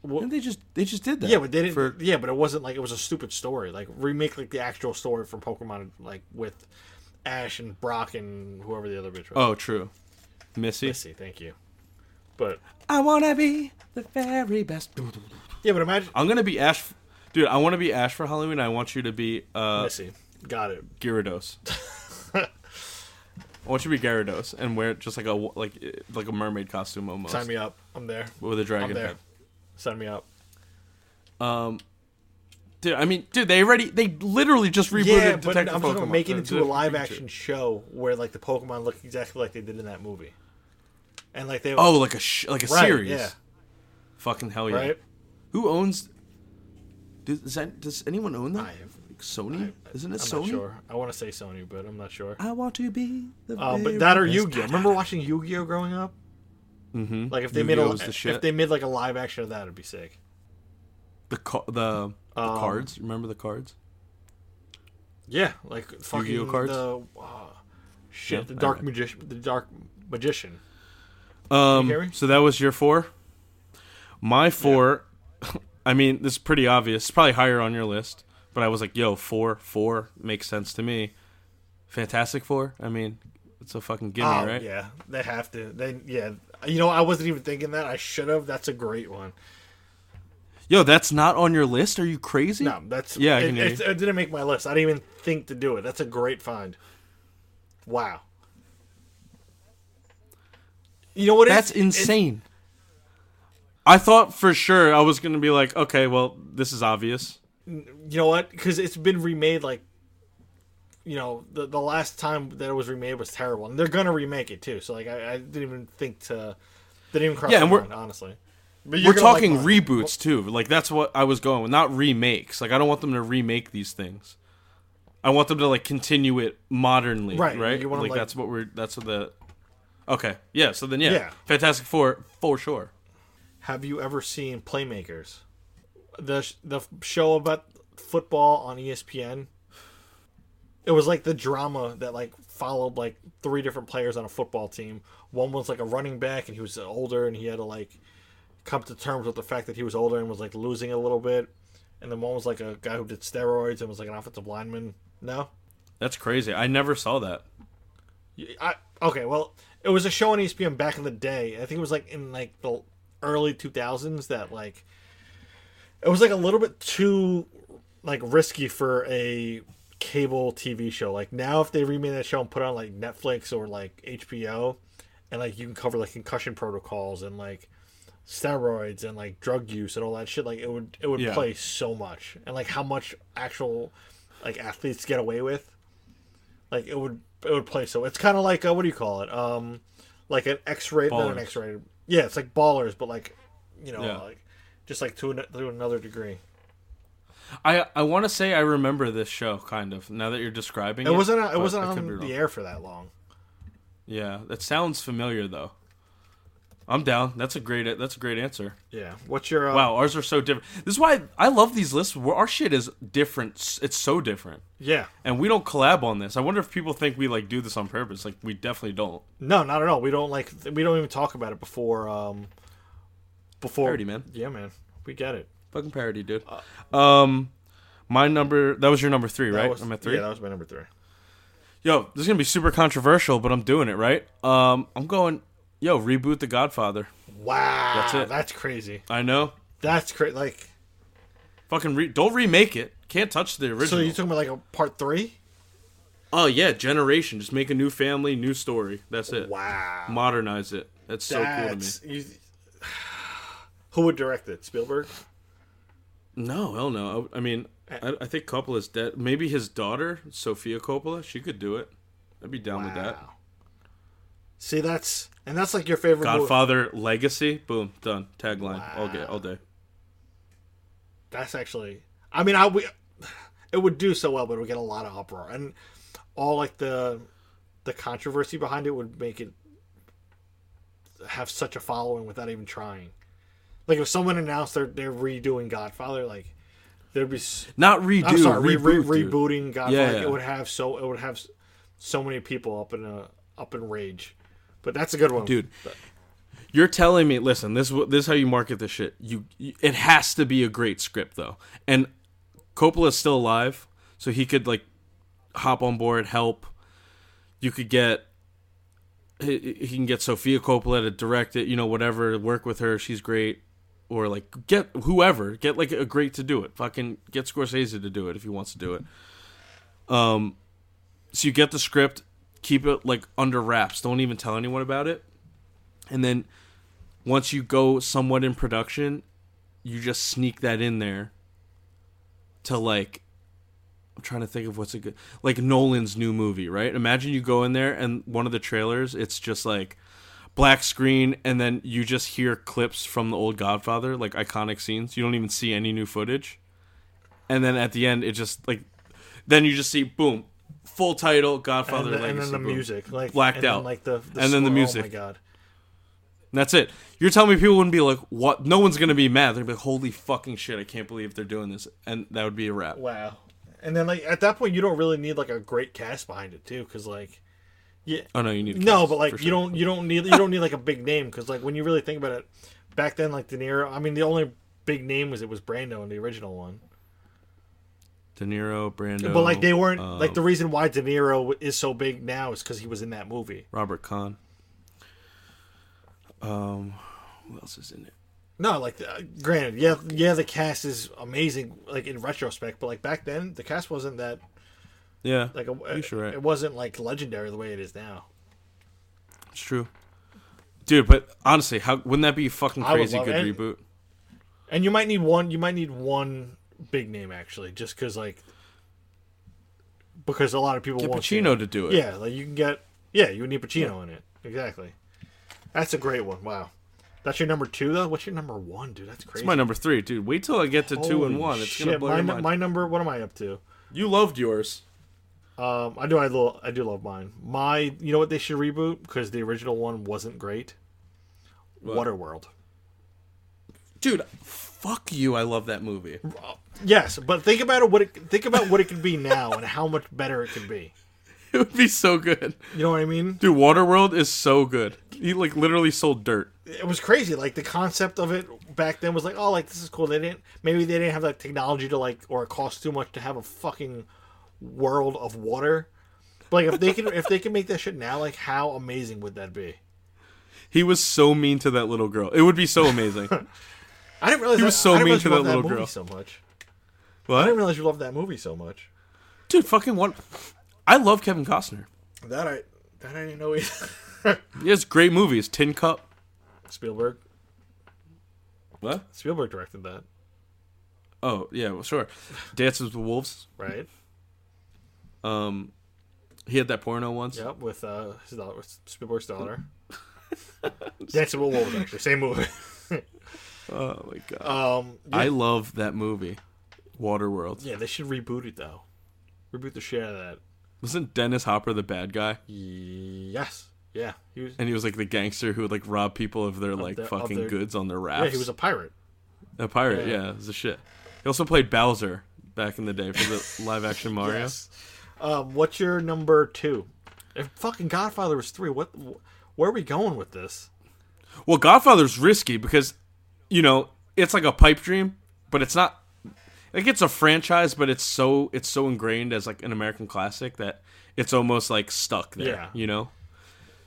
S4: And they just they just did that.
S6: Yeah, but they didn't.
S4: for-
S6: yeah, but it wasn't like it was a stupid story. Like remake like the actual story from Pokemon, like with Ash and Brock and whoever the other bitch was.
S4: oh, true. Missy.
S6: Missy, thank you. But
S4: I wanna be the very best.
S6: yeah, but imagine
S4: I'm gonna be Ash, dude. I want to be Ash for Halloween. I want you to be uh,
S6: Missy got it.
S4: Gyarados. I want you to be Gyarados and wear just like a like like a mermaid costume almost
S6: Sign me up. I'm there.
S4: with a
S6: I'm
S4: dragon
S6: there.
S4: head.
S6: Sign me up.
S4: Dude, I mean, dude, they already they literally just rebooted
S6: Yeah, but
S4: Detective
S6: I'm
S4: Pokemon. uh,
S6: talking about making it
S4: It's
S6: into a live
S4: creature.
S6: action show where like the Pokemon look exactly like they did in that movie, and like they
S4: Oh, like a sh- like a
S6: Right,
S4: series.
S6: yeah.
S4: Fucking hell yeah.
S6: right.
S4: Who owns? Does, does, that, does anyone own that?
S6: I have-
S4: Like Sony? Isn't it
S6: I'm
S4: Sony?
S6: not sure. I want to say Sony, but I'm not sure.
S4: I want to be the.
S6: Uh,
S4: very
S6: but that or
S4: best.
S6: Yu-Gi-Oh. Remember watching Yu-Gi-Oh growing up? Mm-hmm. Like if they
S4: Yu-Gi-Oh!
S6: made
S4: was
S6: a
S4: the shit.
S6: if they made like a live action of that, it'd be sick.
S4: The ca- the, the
S6: Um,
S4: cards. Remember the cards?
S6: Yeah, like fucking
S4: Yu-Gi-Oh cards?
S6: The, uh, shit,
S4: Yeah,
S6: the
S4: I
S6: dark
S4: read.
S6: magician, the dark magician. hear me?
S4: Um, so that was your four. My four. I mean, this is pretty obvious. It's probably higher on your list, but I was like, "Yo, four, four makes sense to me." Fantastic Four. I mean, it's a fucking gimme,
S6: Oh
S4: right?
S6: yeah, they have to. They yeah, you know I wasn't even thinking that. I should have. That's a great one.
S4: Yo, that's not on your list. Are you crazy?
S6: No, that's
S4: Yeah, I
S6: It,
S4: can hear
S6: it's-
S4: you.
S6: it didn't make my list. I didn't even think to do it. That's a great find. Wow. You know what?
S4: That's
S6: it's, it's-
S4: insane. I thought for sure I was gonna be like, okay, well, this is obvious.
S6: you know what? Because it's been remade like, you know, the the last time that it was remade was terrible, and they're gonna remake it too. So like, I, I didn't even think to, didn't even cross
S4: Yeah,
S6: my
S4: and we're-
S6: mind honestly.
S4: We're
S6: But you're gonna like
S4: talking
S6: mine.
S4: reboots too. Like that's what I was going with, not remakes. Like I don't want them to remake these things. I want them to like continue it modernly, right?
S6: Right,
S4: Right?
S6: you wanna,
S4: like,
S6: like-
S4: that's what we're. That's what the. Okay. Yeah. So then, yeah.
S6: Yeah.
S4: Fantastic Four for sure.
S6: Have you ever seen Playmakers, the sh- the f- show about football on E ESPN? It was like the drama that like followed like three different players on a football team. One was like a running back, and he was older, and he had to like come to terms with the fact that he was older and was like losing a little bit. And then one was like a guy who did steroids and was like an offensive lineman. No,
S4: That's crazy. I never saw that.
S6: I okay. Well, it was a show on E ESPN back in the day. I think it was like in like the early two thousands that like it was like a little bit too like risky for a cable TV show. Like now, if they remade that show and put it on like Netflix or like HBO, and like you can cover like concussion protocols and like steroids and like drug use and all that shit, like it would it would
S4: Yeah.
S6: play so much and like how much actual like athletes get away with like it would it would play so it's kind of like uh what do you call it um like an x-rated not an
S4: Ballers.
S6: x-rated yeah it's like ballers but like you know
S4: Yeah.
S6: like just like to, an, to another degree
S4: I I want to say I remember this show kind of. Now that you're describing
S6: it
S4: it,
S6: wasn't uh, it
S4: but
S6: wasn't
S4: I could be
S6: on
S4: wrong.
S6: the air for that long
S4: Yeah, that sounds familiar though. I'm down. That's a great. That's a great answer.
S6: yeah what's your uh,
S4: Wow, ours are so different. This is why I love these lists. Where our shit is different. It's so different,
S6: yeah
S4: and we don't collab on this. I wonder if people think we like do this on purpose. Like we definitely don't.
S6: no not at all we don't like we don't even talk about it before um before
S4: Parody, man.
S6: yeah man we get it
S4: Fucking parody, dude. Um, my number. That was your number three,
S6: That
S4: right?
S6: was-
S4: I'm at three.
S6: yeah that was my number three
S4: Yo, this is gonna be super controversial, but I'm doing it right. Um, I'm going. Yo, reboot The Godfather.
S6: wow that's
S4: it.
S6: that's crazy
S4: I know.
S6: that's crazy like
S4: Fucking re- don't remake it. Can't touch the original.
S6: so you talking about like a part three
S4: Oh yeah, generation. Just make a new family, new story. That's it.
S6: wow
S4: Modernize it. That's so cool to me.
S6: That's- you- who would direct it? Spielberg?
S4: No, hell no. I, I mean,
S6: Eh.
S4: I, I think Coppola's dead. Maybe his daughter, Sophia Coppola, she could do it. I'd be down with that.
S6: Wow. See, that's and that's like your favorite. Movie.
S4: Godfather Legacy, boom, done. Tagline all day, all day.
S6: That's actually. I mean, I we, it would do so well, but it would get a lot of uproar and all like the the controversy behind it would make it have such a following without even trying. Like if someone announced they're they're redoing Godfather, like there'd be s-
S4: Not redo,
S6: I'm sorry, re-
S4: reboot,
S6: re-
S4: dude.
S6: rebooting God.
S4: Yeah,
S6: like,
S4: yeah.
S6: It would have so it would have s- so many people up in a up in rage. But that's a good one,
S4: Dude, You're telling me, listen, this is wh- this is how you market this shit. You, you it has to be a great script though. And Coppola's still alive, so he could like hop on board, help. You could get he, he can get Sophia Coppola to direct it, you know, whatever, work with her, she's great. Or like get whoever, get like a great to do it. Fucking get Scorsese to do it if he wants to do it. Um so you get the script, keep it like under wraps. Don't even tell anyone about it. And then once you go somewhat in production, you just sneak that in there to like I'm trying to think of what's a good like Nolan's new movie, right? Imagine you go in there and one of the trailers, it's just like black screen and then you just hear clips from the old Godfather, like iconic scenes. You don't even see any new footage. And then at the end it just like then you just see boom, full title Godfather
S6: and, the, and
S4: Legacy.
S6: then the
S4: boom.
S6: music, like
S4: Blacked
S6: and then,
S4: out.
S6: like the, the
S4: And then the
S6: score,
S4: music.
S6: Oh my god,
S4: And that's it. You're telling me people wouldn't be like, what? No one's going to be mad. They're going to be like, holy fucking shit, I can't believe they're doing this. And that would be a wrap.
S6: wow. And then like at that point, you don't really need like a great cast behind it too, because like
S4: Oh, no, you need to
S6: no,
S4: cast,
S6: but like
S4: for
S6: you
S4: sure.
S6: don't you don't need you don't need like a big name because like when you really think about it, back then like De Niro. I mean, the only big name was it was Brando in the original one.
S4: De Niro, Brando.
S6: But like they weren't like
S4: um,
S6: the reason why De Niro w- is so big now is because he was in that movie.
S4: Robert Kahn. Um, who else is in it?
S6: No, like uh, granted, yeah, yeah, the cast is amazing. Like in retrospect, but like back then, the cast wasn't that
S4: Yeah,
S6: like a,
S4: You're sure right.
S6: it wasn't like legendary the way it is now.
S4: it's true, dude. But honestly, how wouldn't that be a fucking
S6: I would
S4: crazy
S6: love
S4: good
S6: it.
S4: reboot?
S6: And you might need one. You might need one big name actually, just because like because a lot of people
S4: Get
S6: won't see
S4: Pacino
S6: it.
S4: to do it.
S6: Yeah, like you can get. Yeah, you would need Pacino in it. Exactly. That's a great one. Wow. That's your number two though. What's your number one, dude? That's crazy.
S4: It's my number three, dude. Wait till I get to two and
S6: Holy
S4: one. It's gonna
S6: shit,
S4: blow
S6: my,
S4: your
S6: nu-
S4: mind.
S6: my number. What am I up to?
S4: You loved yours.
S6: Um, I do. I, lo- I do love mine. My. You know what they should reboot because the original one wasn't great. Waterworld.
S4: dude. Fuck you. I love that movie.
S6: Yes, but think about it. What it, think about what it could be now and how much better it could be.
S4: It would be so good.
S6: You know what I mean?
S4: Dude, Waterworld is so good. He like literally sold dirt.
S6: It was crazy. Like the concept of it back then was like, oh, like this is cool. They didn't maybe they didn't have like technology to like or it cost too much to have a fucking world of water. But like if they can if they can make that shit now, like how amazing would that be?
S4: He was so mean to that little girl. It would be so amazing.
S6: I didn't realize
S4: He
S6: that-
S4: was so
S6: I didn't
S4: mean
S6: realize
S4: to that
S6: you loved
S4: little
S6: movie
S4: girl.
S6: so much. I didn't
S4: what?
S6: realize you loved that movie so much.
S4: Dude, fucking one. I love Kevin Costner.
S6: That I that I didn't know either.
S4: He has great movies. Tin Cup.
S6: Spielberg
S4: What?
S6: Spielberg directed that,
S4: Oh yeah, well, sure. Dances with Wolves.
S6: right?
S4: Um, he had that porno once.
S6: Yep, with uh, his daughter, with Spielberg's daughter. Dancing with Wolves, actually, same movie.
S4: Oh my god.
S6: Um, yeah,
S4: I love that movie, Waterworld.
S6: yeah, they should reboot it though. Reboot the shit out of that.
S4: Wasn't Dennis Hopper the bad guy?
S6: Yes, yeah, he was.
S4: And he was like the gangster who would like rob people of their like
S6: their- of
S4: fucking
S6: their-
S4: goods on their rafts.
S6: Yeah, he was a pirate.
S4: A pirate,
S6: Yeah.
S4: yeah, it was a shit. He also played Bowser back in the day for the live action Mario.
S6: Yes. Um, what's your number two? If fucking Godfather was three, what? Wh- where are we going with this?
S4: Well, Godfather's risky because, you know, it's like a pipe dream, but it's not. Like it's a franchise, but it's so it's so ingrained as like an American classic that it's almost like stuck there.
S6: Yeah.
S4: You know,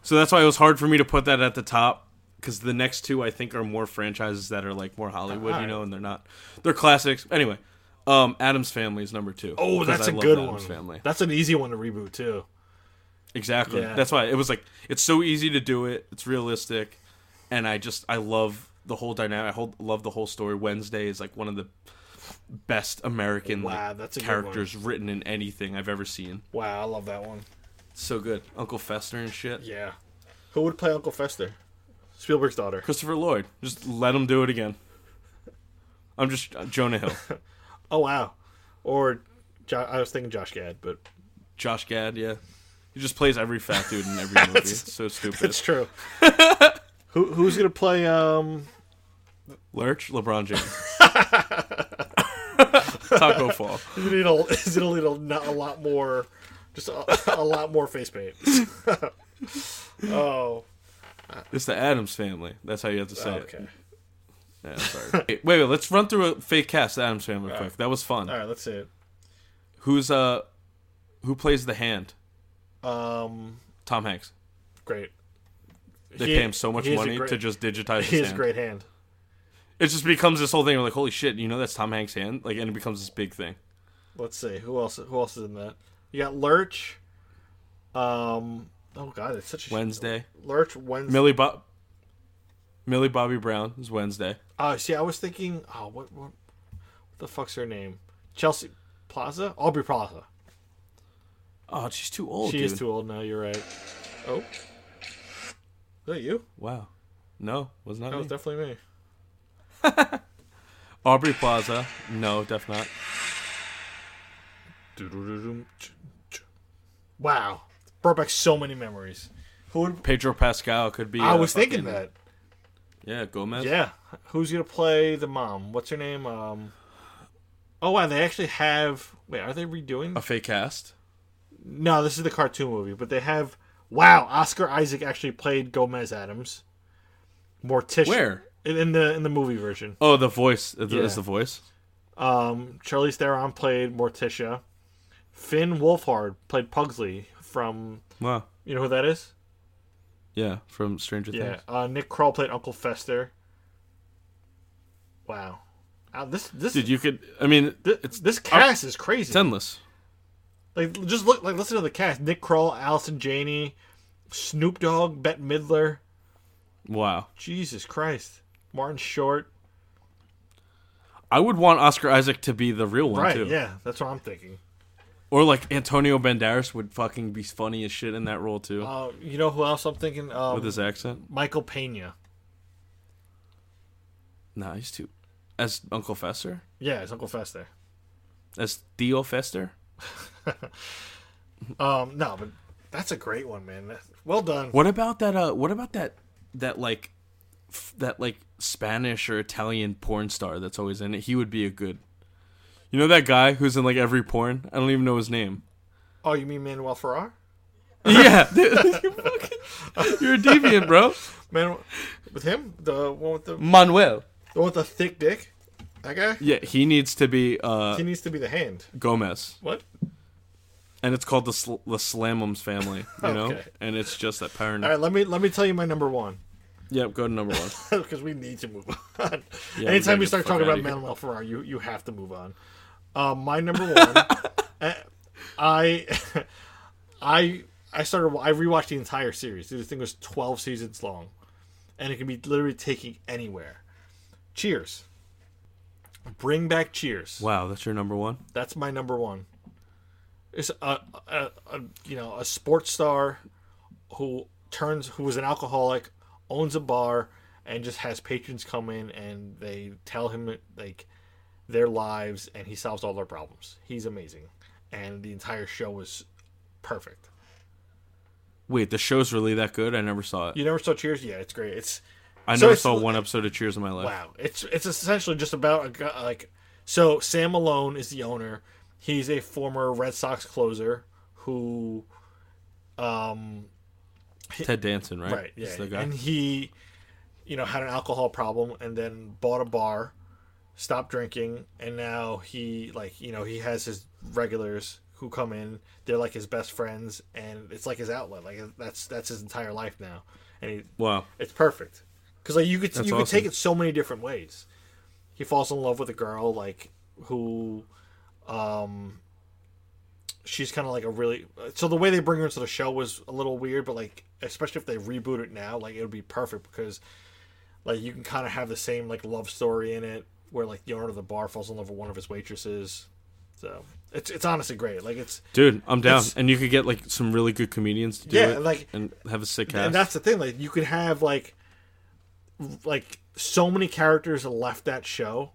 S4: so that's why it was hard for me to put that at the top because the next two I think are more franchises that are like more Hollywood, you
S6: Alright.
S4: know, and they're not they're classics. Anyway, um, Adam's Family is number two.
S6: Oh,
S4: 'cause
S6: that's
S4: I
S6: a
S4: love
S6: good one.
S4: Addams
S6: That's an easy one to reboot too.
S4: Exactly.
S6: Yeah.
S4: That's why it was like it's so easy to do it. It's realistic, and I just I love the whole dynamic. I hold, love the whole story. Wednesday is like one of the best American
S6: Wow,
S4: like
S6: that's a good one.
S4: characters written in anything I've ever seen.
S6: Wow, I love that one.
S4: So good. Uncle Fester and shit.
S6: Yeah. Who would play Uncle Fester? Spielberg's daughter.
S4: Christopher Lloyd. Just let him do it again. I'm just uh, Jonah Hill,
S6: Oh wow. Or jo- I was thinking Josh Gad, but
S4: Josh Gad. Yeah, he just plays every fat dude in every movie. it's so stupid.
S6: it's true. Who who's gonna play um
S4: Lurch, LeBron James, Taco Fall.
S6: is it a little is it a little not a lot more just a, a lot more face paint. oh.
S4: It's the Adams family. That's how you have to say it.
S6: Okay.
S4: Yeah, sorry. wait, wait. Let's run through a fake cast. The Adams family, quick. That was fun.
S6: All right, let's see it.
S4: Who's uh, who plays the hand?
S6: Um,
S4: Tom Hanks.
S6: great.
S4: They
S6: He-
S4: pay him so much
S6: he's a
S4: money
S6: great-
S4: to just digitize
S6: He
S4: his
S6: has a
S4: hand.
S6: great hand.
S4: It just becomes this whole thing. We're like, holy shit, you know that's Tom Hanks' hand. Like, and it becomes this big thing.
S6: Let's see who else. Who else is in that? You got Lurch. Um. Oh God, it's such a
S4: Wednesday.
S6: Lurch Wednesday.
S4: Millie Bob. Millie Bobby Brown is Wednesday.
S6: Oh, see, I was thinking. Oh, what, what, what the fuck's her name? Chelsea Plaza, Aubrey Plaza.
S4: Oh, she's too old.
S6: she
S4: dude.
S6: is too old now. You're right. Oh, is that you?
S4: Wow. No, was not
S6: That was
S4: me.
S6: definitely me.
S4: Aubrey Plaza. No, def not.
S6: Wow, brought back so many memories. Who would?
S4: Pedro Pascal could be.
S6: I
S4: uh,
S6: was thinking
S4: fucking-
S6: that.
S4: Yeah, Gomez.
S6: Yeah, who's gonna play the mom? What's her name? Um. Oh wow, they actually have. Wait, are they redoing?
S4: A fake cast.
S6: No, this is the cartoon movie, but they have. Wow, Oscar Isaac actually played Gomez Adams. Morticia.
S4: Where?
S6: In, in the in the movie version.
S4: Oh, the voice is
S6: Yeah.
S4: is the voice.
S6: Um, Charlize Theron played Morticia. Finn Wolfhard played Pugsley from
S4: Wow.
S6: you know who that is?
S4: Yeah, from Stranger
S6: Yeah.
S4: Things.
S6: Uh, Nick Kroll played Uncle Fester. Wow, Uh, this this
S4: Dude, you could. I mean,
S6: this, this cast is crazy.
S4: it's endless.
S6: Like just look like listen to the cast: Nick Kroll, Allison Janney, Snoop Dogg, Bette Midler.
S4: Wow.
S6: Jesus Christ, Martin Short.
S4: I would want Oscar Isaac to be the real one
S6: Right?
S4: too.
S6: Yeah, that's what I'm thinking.
S4: Or like Antonio Banderas would fucking be funny as shit in that role too,
S6: Uh, you know who else I'm thinking? Um,
S4: with his accent.
S6: Michael Pena.
S4: Nah, he's too. As Uncle Fester,
S6: Yeah, it's Uncle Fester.
S4: as Theo Fester.
S6: Um, no, but that's a great one, man. That's- Well done.
S4: What about that? Uh, what about that? That like, f- that like Spanish or Italian porn star that's always in it. He would be a good. You know that guy who's in like every porn. I don't even know his name.
S6: Oh, you mean Manuel Ferrar?
S4: Yeah, dude, you're, fucking, you're a deviant, bro.
S6: Man, with him, the one with the,
S4: Manuel.
S6: the one with the thick dick, that guy.
S4: Yeah, he needs to be uh,
S6: He needs to be the hand.
S4: Gomez.
S6: What?
S4: and it's called the sl- the Slamums family, you know,
S6: Okay.
S4: and it's just that parent.
S6: All right, let me let me tell you my number one
S4: Yep, go to number one.
S6: because we need to move on.
S4: Yeah, we gotta
S6: Anytime
S4: get
S6: we
S4: the
S6: start
S4: fuck
S6: talking
S4: outta
S6: about
S4: here.
S6: Manuel Ferrar, you you have to move on. Um, my number one, uh, I, I I started I rewatched the entire series. Dude, This thing was twelve seasons long, and it can be literally taking anywhere. Cheers. Bring back Cheers.
S4: wow, that's your number one.
S6: That's my number one. It's a, a, a you know a sports star who turns who was an alcoholic, owns a bar, and just has patrons come in and they tell him like their lives, and he solves all their problems. He's amazing, and the entire show was perfect.
S4: Wait, the show's really that good? I never saw it.
S6: You never saw Cheers? Yeah, it's great. It's
S4: I
S6: so
S4: never
S6: it's-
S4: saw one episode of Cheers in my life.
S6: Wow, it's it's essentially just about a guy like so. Sam Malone is the owner. He's a former Red Sox closer who, um,
S4: Ted Danson, right?
S6: right, yeah,
S4: Is the guy.
S6: and he, you know, had an alcohol problem and then bought a bar, stopped drinking, and now he like you know he has his regulars who come in. They're like his best friends, and it's like his outlet. Like that's that's his entire life now, and he
S4: wow.
S6: it's perfect because like you could
S4: That's
S6: you could take
S4: awesome.
S6: it so many different ways. He falls in love with a girl like who, um, she's kind of like a really so the way they bring her into the show was a little weird, but like especially if they reboot it now, like it would be perfect because like you can kind of have the same like love story in it where like the owner of the bar falls in love with one of his waitresses. So it's it's honestly great. Like it's
S4: Dude, I'm down.
S6: It's-
S4: And you could get like some really good comedians to do
S6: Yeah,
S4: it,
S6: like-
S4: and have a sick cast.
S6: and that's the thing like you could have like like so many characters left that show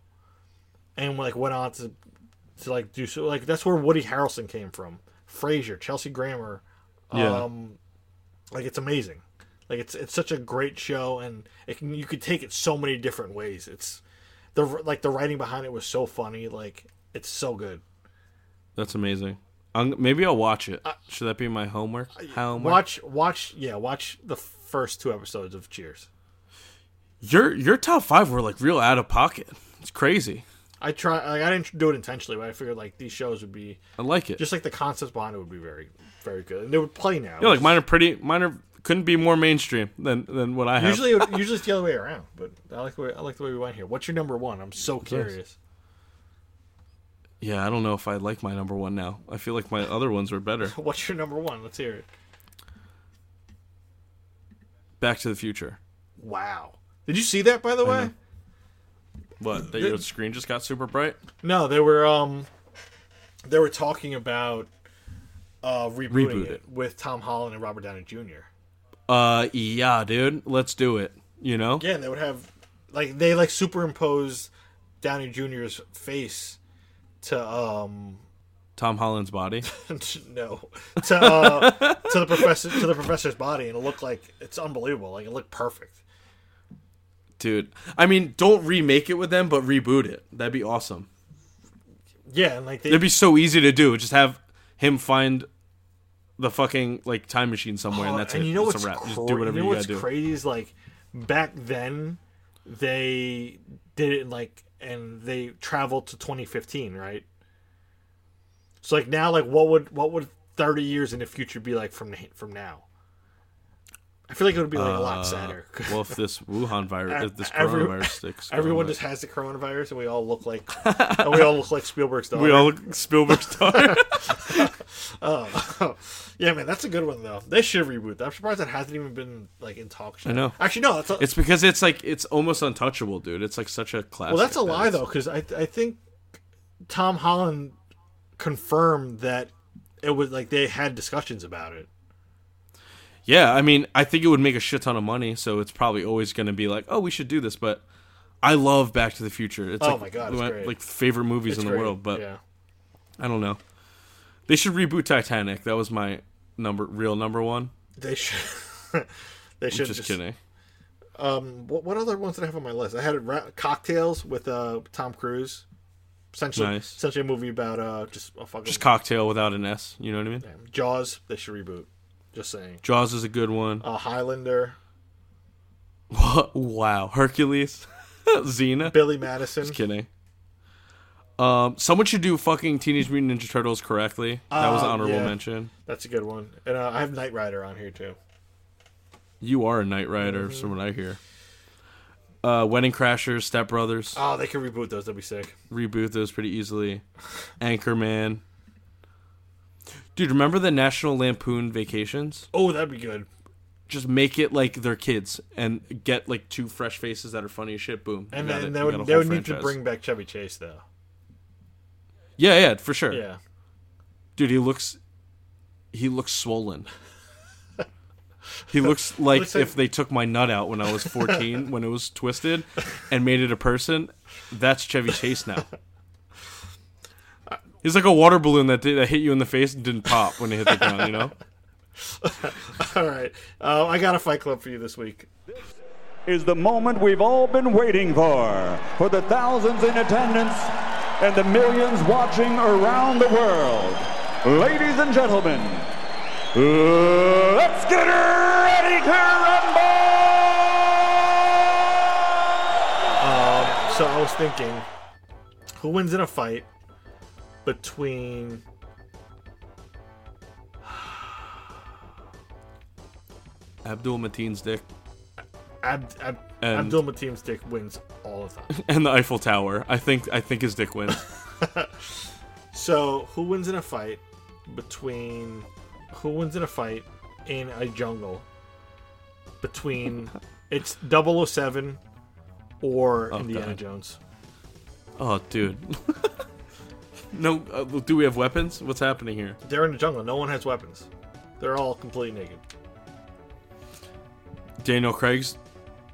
S6: and like went on to to like do so like that's where woody harrelson came from frasier chelsea grammer
S4: yeah.
S6: um like it's amazing like it's it's such a great show and it can, you could take it so many different ways it's the like the writing behind it was so funny like it's so good
S4: that's amazing. I'm, maybe I'll watch it. Should that be Oh my homework? Homework.
S6: Watch, watch, yeah, watch the first two episodes of Cheers.
S4: Your your top five were like real out of pocket. It's crazy.
S6: I try, like, I didn't do it intentionally, but I figured like these shows would be
S4: I like it.
S6: just like the concepts behind it would be very, very good, and they would play now.
S4: yeah, like mine are pretty. Mine are couldn't be more mainstream than than what I have.
S6: usually, it- usually it's the other way around. But I like the way I like the way we went here. What's your number one? I'm so curious.
S4: yeah, I don't know if I like my number one now. I feel like my other ones were better.
S6: What's your number one? Let's hear it.
S4: Back to the Future.
S6: Wow. Did you see that by the way?
S4: What? That your screen just got super bright.
S6: No, they were um, they were talking about uh rebooting
S4: Reboot
S6: it,
S4: it.
S6: with Tom Holland and Robert Downey Jr.
S4: Uh, yeah, dude. Let's do it. You know.
S6: Yeah, and they would have like they like superimposed Downey Jr.'s face to um
S4: Tom Holland's body.
S6: no to uh, to the professor to the professor's body and it looked like it's unbelievable like it looked perfect
S4: Dude, I mean, don't remake it with them, but reboot it. That'd be awesome.
S6: yeah and like they
S4: It'd be so easy to do. Just have him find the fucking like time machine somewhere, and
S6: Uh,
S4: that's
S6: and
S4: it.
S6: you know
S4: It's
S6: what's
S4: a wrap. Just
S6: cra-
S4: do whatever
S6: you,
S4: you,
S6: know what's
S4: gotta do.
S6: crazy is like back then they did it in like and they traveled to 2015 right so like now like what would what would 30 years in the future be like from from now i feel like it would be like a
S4: Uh,
S6: lot sadder
S4: well, if this Wuhan virus, if this
S6: Every-
S4: coronavirus sticks,
S6: everyone
S4: coronavirus-
S6: just has the coronavirus and we all look like and we all look like spielberg's dog
S4: we all look Spielberg's daughter.
S6: Oh, yeah, man, that's a good one though. They should reboot. that. I'm surprised it hasn't even been like in talk show.
S4: I know.
S6: Actually, no, that's a,
S4: it's because it's like it's almost untouchable, dude. It's like such a classic.
S6: well, that's a
S4: that
S6: lie
S4: it's-
S6: though, because I I think Tom Holland confirmed that it was like they had discussions about it.
S4: Yeah, I mean, I think it would make a shit ton of money, so it's probably always going to be like, oh, we should do this. But I love Back to the Future. It's
S6: Oh
S4: like
S6: my God, it's
S4: one of my,
S6: great.
S4: like favorite movies
S6: It's
S4: in the
S6: great.
S4: world. But
S6: yeah,
S4: I don't know. They should reboot Titanic. That was my number, real number one.
S6: they should. they should.
S4: Just, kidding.
S6: Um, what, what other ones did I have on my list? I had ra- cocktails with uh Tom Cruise. Essentially,
S4: Nice.
S6: essentially a movie about uh just a fucking
S4: Just cocktail without an S. You know what I mean?
S6: Jaws. They should reboot. Just saying.
S4: Jaws is a good one.
S6: Uh, Highlander.
S4: wow, Hercules, Xena.
S6: Billy Madison.
S4: Just kidding. Um, someone should do fucking Teenage Mutant Ninja Turtles correctly. That was
S6: Oh,
S4: an honorable
S6: yeah.
S4: mention.
S6: That's a good one. And uh, I have Knight Rider on here too.
S4: You are a Knight Rider, from what I hear. Uh, Wedding Crashers, Step Brothers,
S6: Oh, they could reboot those. That'd be sick.
S4: reboot those pretty easily. Anchorman. Dude, remember the National Lampoon Vacations?
S6: Oh, that'd be good.
S4: Just make it like their kids and get like two fresh faces that are funny as shit. Boom.
S6: And
S4: You got
S6: then
S4: it.
S6: they
S4: You
S6: would
S4: got a
S6: they
S4: whole
S6: would need to
S4: franchise.
S6: bring back Chevy Chase though.
S4: Yeah, yeah, for sure.
S6: Yeah.
S4: Dude, he looks he looks swollen. He looks like
S6: Looks like-
S4: if they took my nut out when I was 14 when it was twisted and made it a person. That's Chevy Chase now. He's like a water balloon that, did, that hit you in the face and didn't pop when it hit the ground, you know?
S6: All right. Uh, I got a Fight Club for you this week.
S8: is the moment we've all been waiting for. For the thousands in attendance and the millions watching around the world. Ladies and gentlemen, let's get ready to rumble!
S6: So I was thinking, who wins in a fight between?
S4: Abdul Mateen's dick
S6: Ab- Ab-
S4: And-
S6: Abdul Mateen dick wins all the time.
S4: and the Eiffel Tower. I think I think his dick wins.
S6: so who wins in a fight between? Who wins in a fight in a jungle between? It's 007 or Indiana
S4: God.
S6: Jones.
S4: Oh, dude. no, uh, do we have weapons? What's happening here?
S6: They're in the jungle. No one has weapons. They're all completely naked.
S4: Daniel Craig's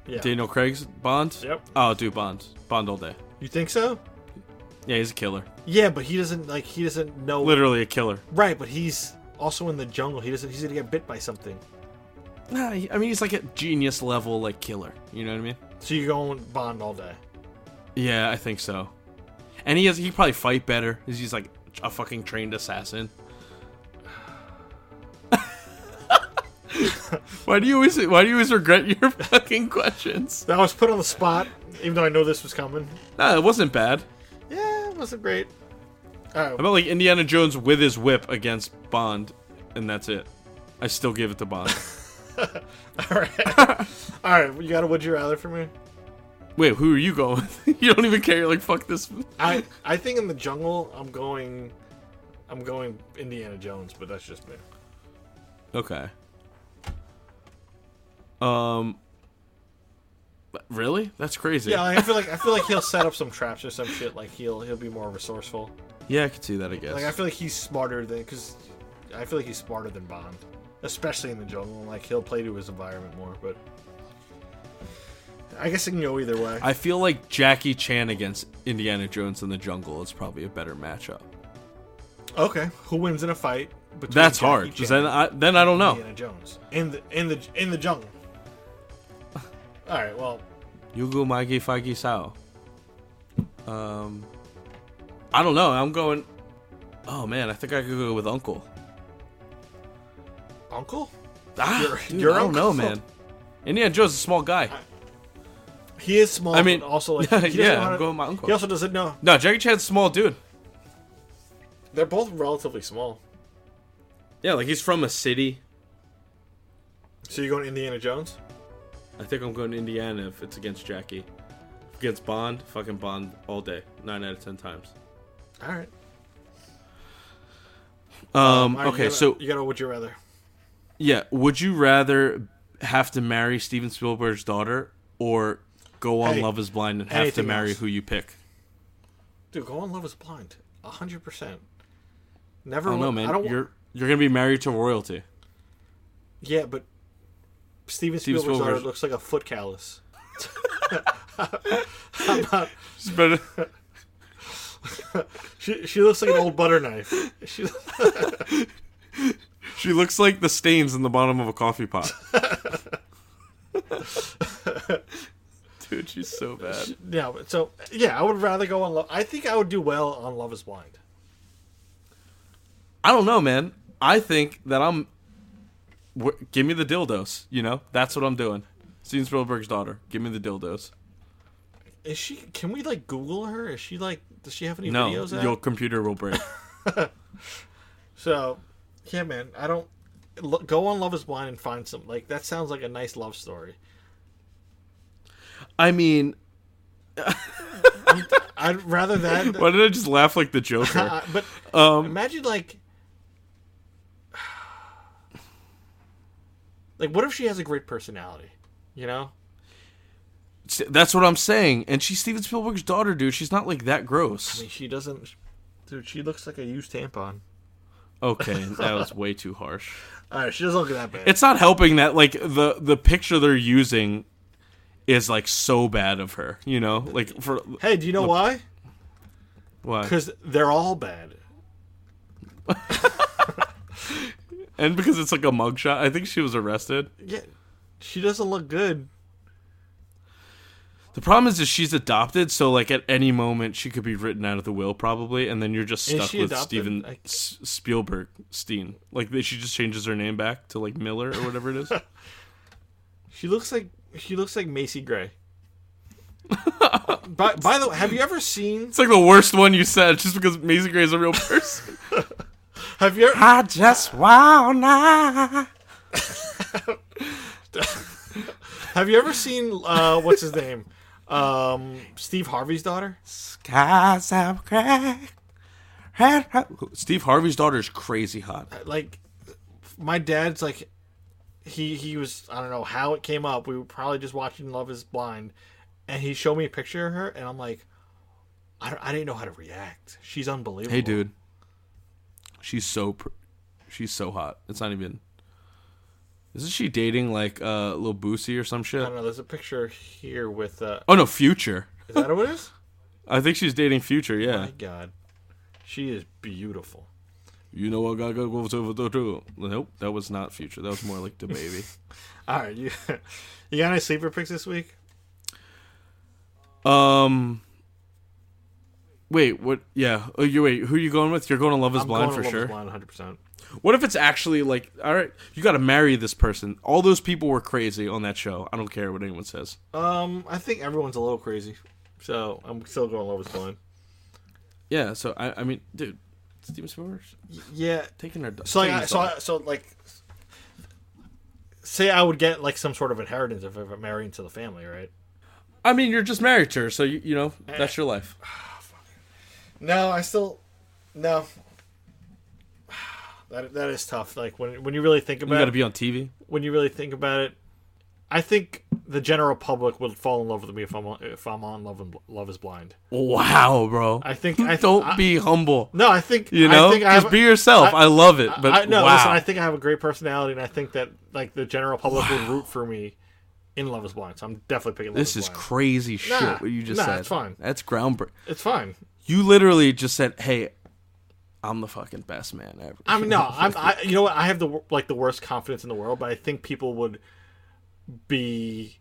S6: Yeah.
S4: Daniel Craig's Bond?
S6: Yep.
S4: Oh, dude, Bond. Bond all day.
S6: You think so?
S4: Yeah, he's a killer.
S6: Yeah, but he doesn't like he doesn't know
S4: Literally a killer.
S6: right, but he's also in the jungle. He doesn't he's gonna get bit by something.
S4: Nah, he- I mean, he's like a genius level, like, killer. You know what I mean?
S6: So you're going bond all day.
S4: Yeah, I think so. And he has, he probably fight better. 'cause He's like a fucking trained assassin. Why do you always Why do you always regret your fucking questions?
S6: I was put on the spot, even though I know this was coming.
S4: Nah, it wasn't bad.
S6: Yeah, it wasn't great. All
S4: How
S6: right,
S4: about like Indiana Jones with his whip against Bond, and that's it. I still give it to Bond.
S6: all right, all right. You got a would you rather for me?
S4: Wait, who are you going? with? you don't even care. You're like fuck this.
S6: I I think in the jungle, I'm going, I'm going Indiana Jones, but that's just me.
S4: Okay. Um. Really? That's crazy.
S6: Yeah, like, I feel like I feel like he'll set up some traps or some shit. Like he'll he'll be more resourceful.
S4: Yeah, I could see that. I guess.
S6: Like I feel like he's smarter than because I feel like he's smarter than Bond, especially in the jungle. Like he'll play to his environment more. But I guess it can go either way.
S4: I feel like Jackie Chan against Indiana Jones in the jungle is probably a better matchup.
S6: okay, who wins in a fight? between
S4: That's
S6: Jackie
S4: hard. 'cause
S6: Chan
S4: Then I then I don't
S6: and
S4: know.
S6: Indiana Jones in the in the in the jungle. All right, well,
S4: Yugu Magi Fagi Sao. Um, I don't know. I'm going. Oh man, I think I could go with Uncle.
S6: Uncle.
S4: Ah,
S6: Your-
S4: dude,
S6: your
S4: I don't know,
S6: uncle?
S4: man. Indiana Jones is a small guy.
S6: He is small.
S4: I mean-
S6: but also like
S4: Yeah,
S6: he doesn't know how
S4: I'm
S6: to-
S4: going with my uncle.
S6: He also doesn't know.
S4: No, Jackie Chan's a small dude.
S6: They're both relatively small.
S4: Yeah, like he's from a city.
S6: So you're going Indiana Jones?
S4: I think I'm going to Indiana if it's against Jackie. If against Bond, fucking Bond all day, nine out of ten times.
S6: All right.
S4: Um,
S6: All right, you
S4: okay,
S6: gotta-
S4: so
S6: you got to would you rather?
S4: Yeah. Would you rather have to marry Steven Spielberg's daughter or go on
S6: Hey,
S4: Love Is Blind and have to
S6: anything
S4: marry
S6: else.
S4: who you pick?
S6: Dude, go on Love Is Blind. hundred percent. Never.
S4: I don't know,
S6: wa-
S4: man.
S6: I don't. wa-
S4: You're you're gonna be married to royalty.
S6: Yeah, but Steven
S4: Steven
S6: Spielberg's daughter
S4: Spielberg.
S6: looks like a foot callus.
S4: But
S6: She she looks like an old butter knife. She,
S4: she looks like the stains in the bottom of a coffee pot. Dude, she's so bad.
S6: yeah. but- So yeah, I would rather go on Love. I think I would do well on Love Is Blind.
S4: I don't know, man. I think that I'm. wh- Give me the dildos. You know, that's what I'm doing. Steven Spielberg's daughter. Give me the dildos.
S6: Is she? Can we like Google her? Is she like? Does she have any
S4: No,
S6: videos? out?
S4: your computer will break.
S6: So, yeah, man, I don't lo- go on Love Is Blind and find some like that sounds like a nice love story.
S4: I mean,
S6: I'd rather that.
S4: Why did I just laugh like the Joker?
S6: uh, but imagine like, like what if she has a great personality? You know,
S4: S- That's what I'm saying. And she's Steven Spielberg's daughter, dude. She's not like that gross.
S6: I mean, she doesn't. Dude, she looks like a used tampon.
S4: Okay, that was way too harsh.
S6: All right, she doesn't look that bad.
S4: It's not helping that like the the picture they're using is like so bad of her. You know, like for
S6: hey, do you know why?
S4: why?
S6: Because they're all bad.
S4: And because it's like a mugshot. I think she was arrested.
S6: Yeah, she doesn't look good.
S4: The problem is, is she's adopted, so like at any moment she could be written out of the will, probably, and then you're just
S6: Is
S4: stuck
S6: she
S4: with
S6: adopted?
S4: Steven
S6: I-
S4: S- Spielberg Steen. Like she just changes her name back to like Miller or whatever it is.
S6: She looks like she looks like Macy Gray. by, by the way, have you ever seen?
S4: It's like the worst one you said, just because Maisie Gray is a real person.
S6: Have you? Ever,
S7: I just wanna.
S6: have you ever seen? Uh, what's his name? Um, Steve Harvey's daughter.
S7: Cause I'm crack. And I-
S4: Steve Harvey's daughter is crazy hot.
S6: Like, my dad's like, he he was I don't know how it came up. We were probably just watching Love Is Blind, and he showed me a picture of her, and I'm like, I don't, I didn't know how to react. She's unbelievable.
S4: Hey, dude, she's so pr- she's so hot. It's not even. Isn't she dating like uh, Lil Boosie or some
S6: I
S4: shit?
S6: don't know. There's a picture here with. Uh,
S4: Oh no, Future.
S6: is that what it is?
S4: I think she's dating Future. Yeah.
S6: My God, she is beautiful.
S4: You know what? Gaga goes over the too. Nope, that was not Future. That was more like the baby.
S6: All right, you you got any sleeper picks this week?
S4: um. Wait, what? Yeah. Oh, you wait. Who are you going with? You're going to Love Is Blind for sure.
S6: Blind, 100. percent
S4: What if it's actually like, all right, you got to marry this person? All those people were crazy on that show. I don't care what anyone says.
S6: Um, I think everyone's a little crazy, so I'm still going Love Is Blind.
S4: Yeah, so I, I mean, dude, Steven Spielberg's
S6: Yeah.
S4: taking her.
S6: So
S4: taking
S6: like, I,
S4: his
S6: so
S4: daughter.
S6: I, so like, say I would get like some sort of inheritance if I were married into the family, right?
S4: I mean, you're just married to her, so you, you know
S6: Eh,
S4: that's your life.
S6: No, I still no. That, that is tough. Like when when you really think
S4: You got
S6: about
S4: to
S6: it,
S4: be on TV.
S6: when you really think about it, I think the general public would fall in love with me if I'm on, if I'm on Love and Love Is Blind.
S4: Wow, bro.
S6: I think I
S4: don't
S6: I-
S4: be humble.
S6: No, I think
S4: You know,
S6: I think I
S4: just
S6: have-
S4: be yourself. I, love it, but
S6: I, no,
S4: wow.
S6: listen. I think I have a great personality, and I think that like the general public would root for me in Love Is Blind. So I'm definitely picking Love
S4: this is
S6: Blind.
S4: crazy shit.
S6: Nah,
S4: What you just
S6: nah,
S4: said.
S6: it's fine.
S4: That's groundbreaking.
S6: It's fine.
S4: You literally just said, "Hey, I'm the fucking best man ever."
S6: I mean, no, I'm. I, you know what? I have the wor- like the worst confidence in the world, but I think people would be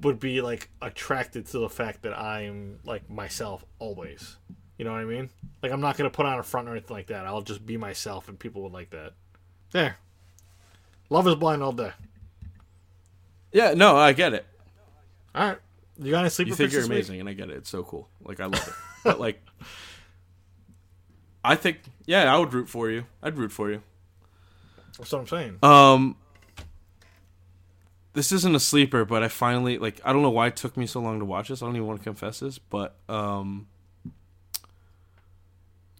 S6: would be like attracted to the fact that I'm like myself always. You know what I mean? Like I'm not gonna put on a front or anything like that. I'll just be myself, and people would like that. There. Love is blind all day.
S4: yeah, no, I get it.
S6: All right. You got any sleeper
S4: You think
S6: picks
S4: you're
S6: this week?
S4: amazing, and I get it. It's so cool. Like I love it. but like, I think yeah, I would root for you. I'd root for you.
S6: That's what I'm saying.
S4: Um, this isn't a sleeper, but I finally like. I don't know why it took me so long to watch this. I don't even want to confess this, but um,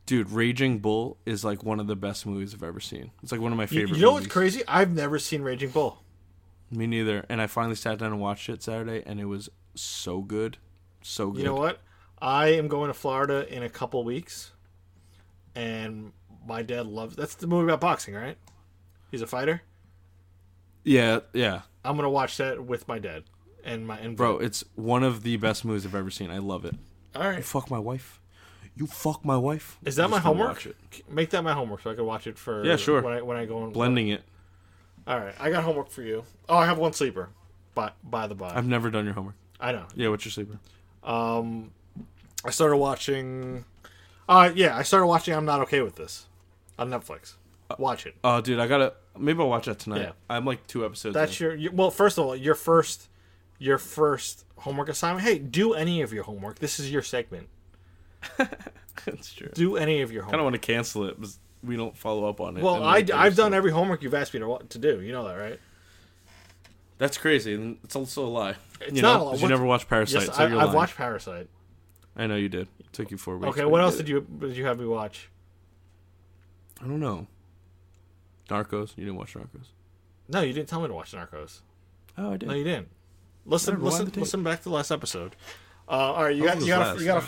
S4: dude, Raging Bull is like one of the best movies I've ever seen. It's like one of my
S6: you,
S4: favorite.
S6: you know what's
S4: movies.
S6: crazy? I've never seen Raging Bull.
S4: Me neither. And I finally sat down and watched it Saturday, and it was so good, so good.
S6: You know what? I am going to Florida in a couple weeks, and my dad loves. That's the movie about boxing, right? He's a fighter.
S4: Yeah, yeah,
S6: I'm gonna watch that with my dad and my and
S4: bro. It's one of the best movies I've ever seen. I love it.
S6: All right,
S4: Fuck my wife. You fuck my wife.
S6: is that
S4: I'm
S6: my
S4: just gonna
S6: homework?
S4: watch it.
S6: Make that my homework so I can watch it for
S4: Yeah, sure.
S6: When I when I go and
S4: Blending it.
S6: All right, I got homework for you. Oh, I have one sleeper. By by the by,
S4: I've never done your homework.
S6: I know.
S4: Yeah, what's your sleeper?
S6: I started watching. Uh, yeah, I started watching. I'm not okay with this on Netflix. Watch it.
S4: Oh, dude, I gotta. Maybe I'll watch that tonight.
S6: Yeah.
S4: I'm like two episodes.
S6: That's
S4: That's
S6: your you- well. First of all, your first, your first homework assignment. Hey, do any of your homework. This is your segment.
S4: That's true.
S6: Do any of your
S4: I don't
S6: homework.
S4: want to cancel it because we don't follow up on it.
S6: Well,
S4: And
S6: I,
S4: then it
S6: I've
S4: goes-
S6: done every homework you've asked me to wa- to do. You know that, right?
S4: That's crazy. and It's also a lie.
S6: It's
S4: you
S6: not a
S4: know,
S6: lie.
S4: 'cause you
S6: What-
S4: never watched Parasite.
S6: Yes,
S4: so
S6: I,
S4: you're
S6: I've
S4: lying.
S6: watched Parasite.
S4: I know you did. took you four weeks.
S6: Okay,
S4: but
S6: what
S4: you
S6: else
S4: did
S6: did you did you have me watch?
S4: I don't know. Narcos. You didn't watch Narcos.
S6: No, you didn't tell me to watch Narcos.
S4: Oh, I did.
S6: No, you didn't. Listen,
S4: Whatever,
S6: listen,
S4: rewind the tape.
S6: listen back to the last episode. Uh, all right, you got
S4: was
S6: you
S4: this
S6: got a,
S4: last?
S6: you got a,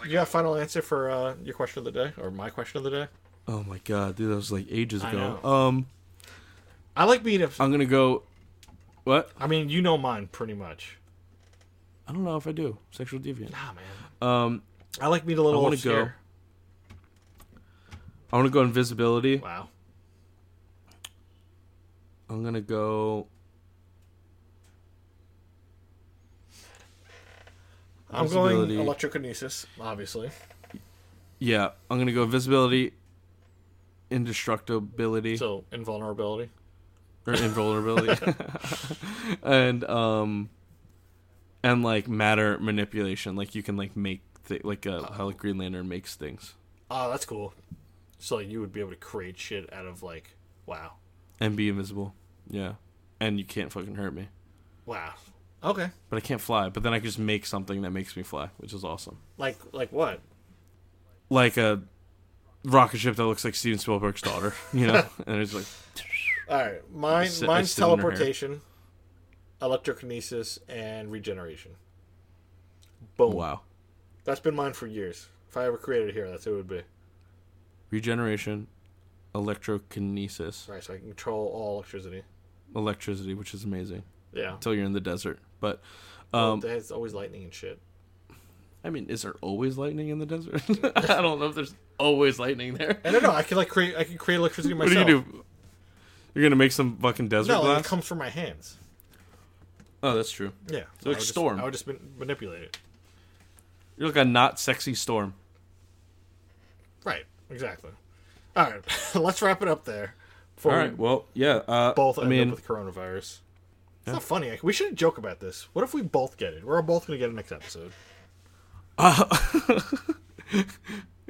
S6: oh, you got a final answer for uh, your question of the day or my question of the day.
S4: oh my god, dude, that was like ages
S6: I
S4: ago.
S6: know.
S4: Um,
S6: I like being. A,
S4: I'm gonna go. What?
S6: I mean, you know mine pretty much.
S4: I don't know if I do. Sexual deviant.
S6: Ah man,
S4: Um,
S6: I like being a
S4: I
S6: little.
S4: want to go.
S6: obscure.
S4: I want to go invisibility.
S6: Wow.
S4: I'm gonna go.
S6: I'm going
S4: Invisibility.
S6: electrokinesis, obviously.
S4: Yeah, I'm gonna go visibility, indestructibility,
S6: So invulnerability.
S4: or invulnerability, and um, and like matter manipulation. Like you can like make th- like uh, how like Green Lantern makes things
S6: Oh, that's cool. So like, you would be able to create shit out of like, wow,
S4: and be invisible. Yeah, and you can't fucking hurt me.
S6: wow. Okay.
S4: But I can't fly. But then I can just make something that makes me fly, which is awesome.
S6: Like like what?
S4: Like a rocket ship that looks like Steven Spielberg's daughter. You know, and it's like
S6: All right, mine
S4: It's- it's
S6: mine's
S4: still in her hair.
S6: teleportation, electrokinesis, and regeneration. Boom.
S4: oh, wow.
S6: That's been mine for years. If I ever created it here, that's what it would be.
S4: regeneration, electrokinesis,
S6: All right, so I can control all electricity.
S4: electricity, which is amazing
S6: Yeah.
S4: until you're in the desert. But
S6: Well,
S4: um,
S6: there's always lightning and shit.
S4: I mean, is there always lightning in the desert? I don't know if there's always lightning there.
S6: I don't know. I could like create. I can create electricity
S4: What do
S6: myself.
S4: you do? You're gonna make some fucking desert
S6: No, like,
S4: glass?
S6: it comes from my hands.
S4: oh, that's true.
S6: Yeah.
S4: So
S6: I
S4: like
S6: would just-
S4: Storm.
S6: I would just man- manipulate it.
S4: You're like a not sexy storm.
S6: Right. Exactly. All right, let's wrap it up there. Before
S4: All right.
S6: we
S4: Well, yeah. Uh,
S6: both
S4: I
S6: end
S4: mean,
S6: up with coronavirus. It's not funny. Like, We shouldn't joke about this. What if we both get it? We're all both gonna get it next episode.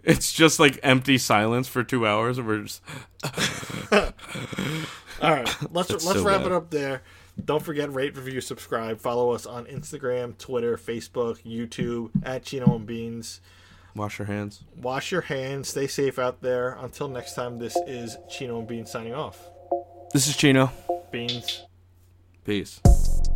S4: it's just like empty silence for two hours, and we're just
S6: All right, let's
S4: That's
S6: let's
S4: so
S6: wrap
S4: bad.
S6: it up there. Don't forget rate, review, subscribe, follow us on Instagram, Twitter, Facebook, YouTube at Chino and Beans.
S4: wash your hands.
S6: Wash your hands. Stay safe out there. Until next time, this is Chino and Beans signing off.
S4: This is Chino.
S6: Beans.
S4: Peace.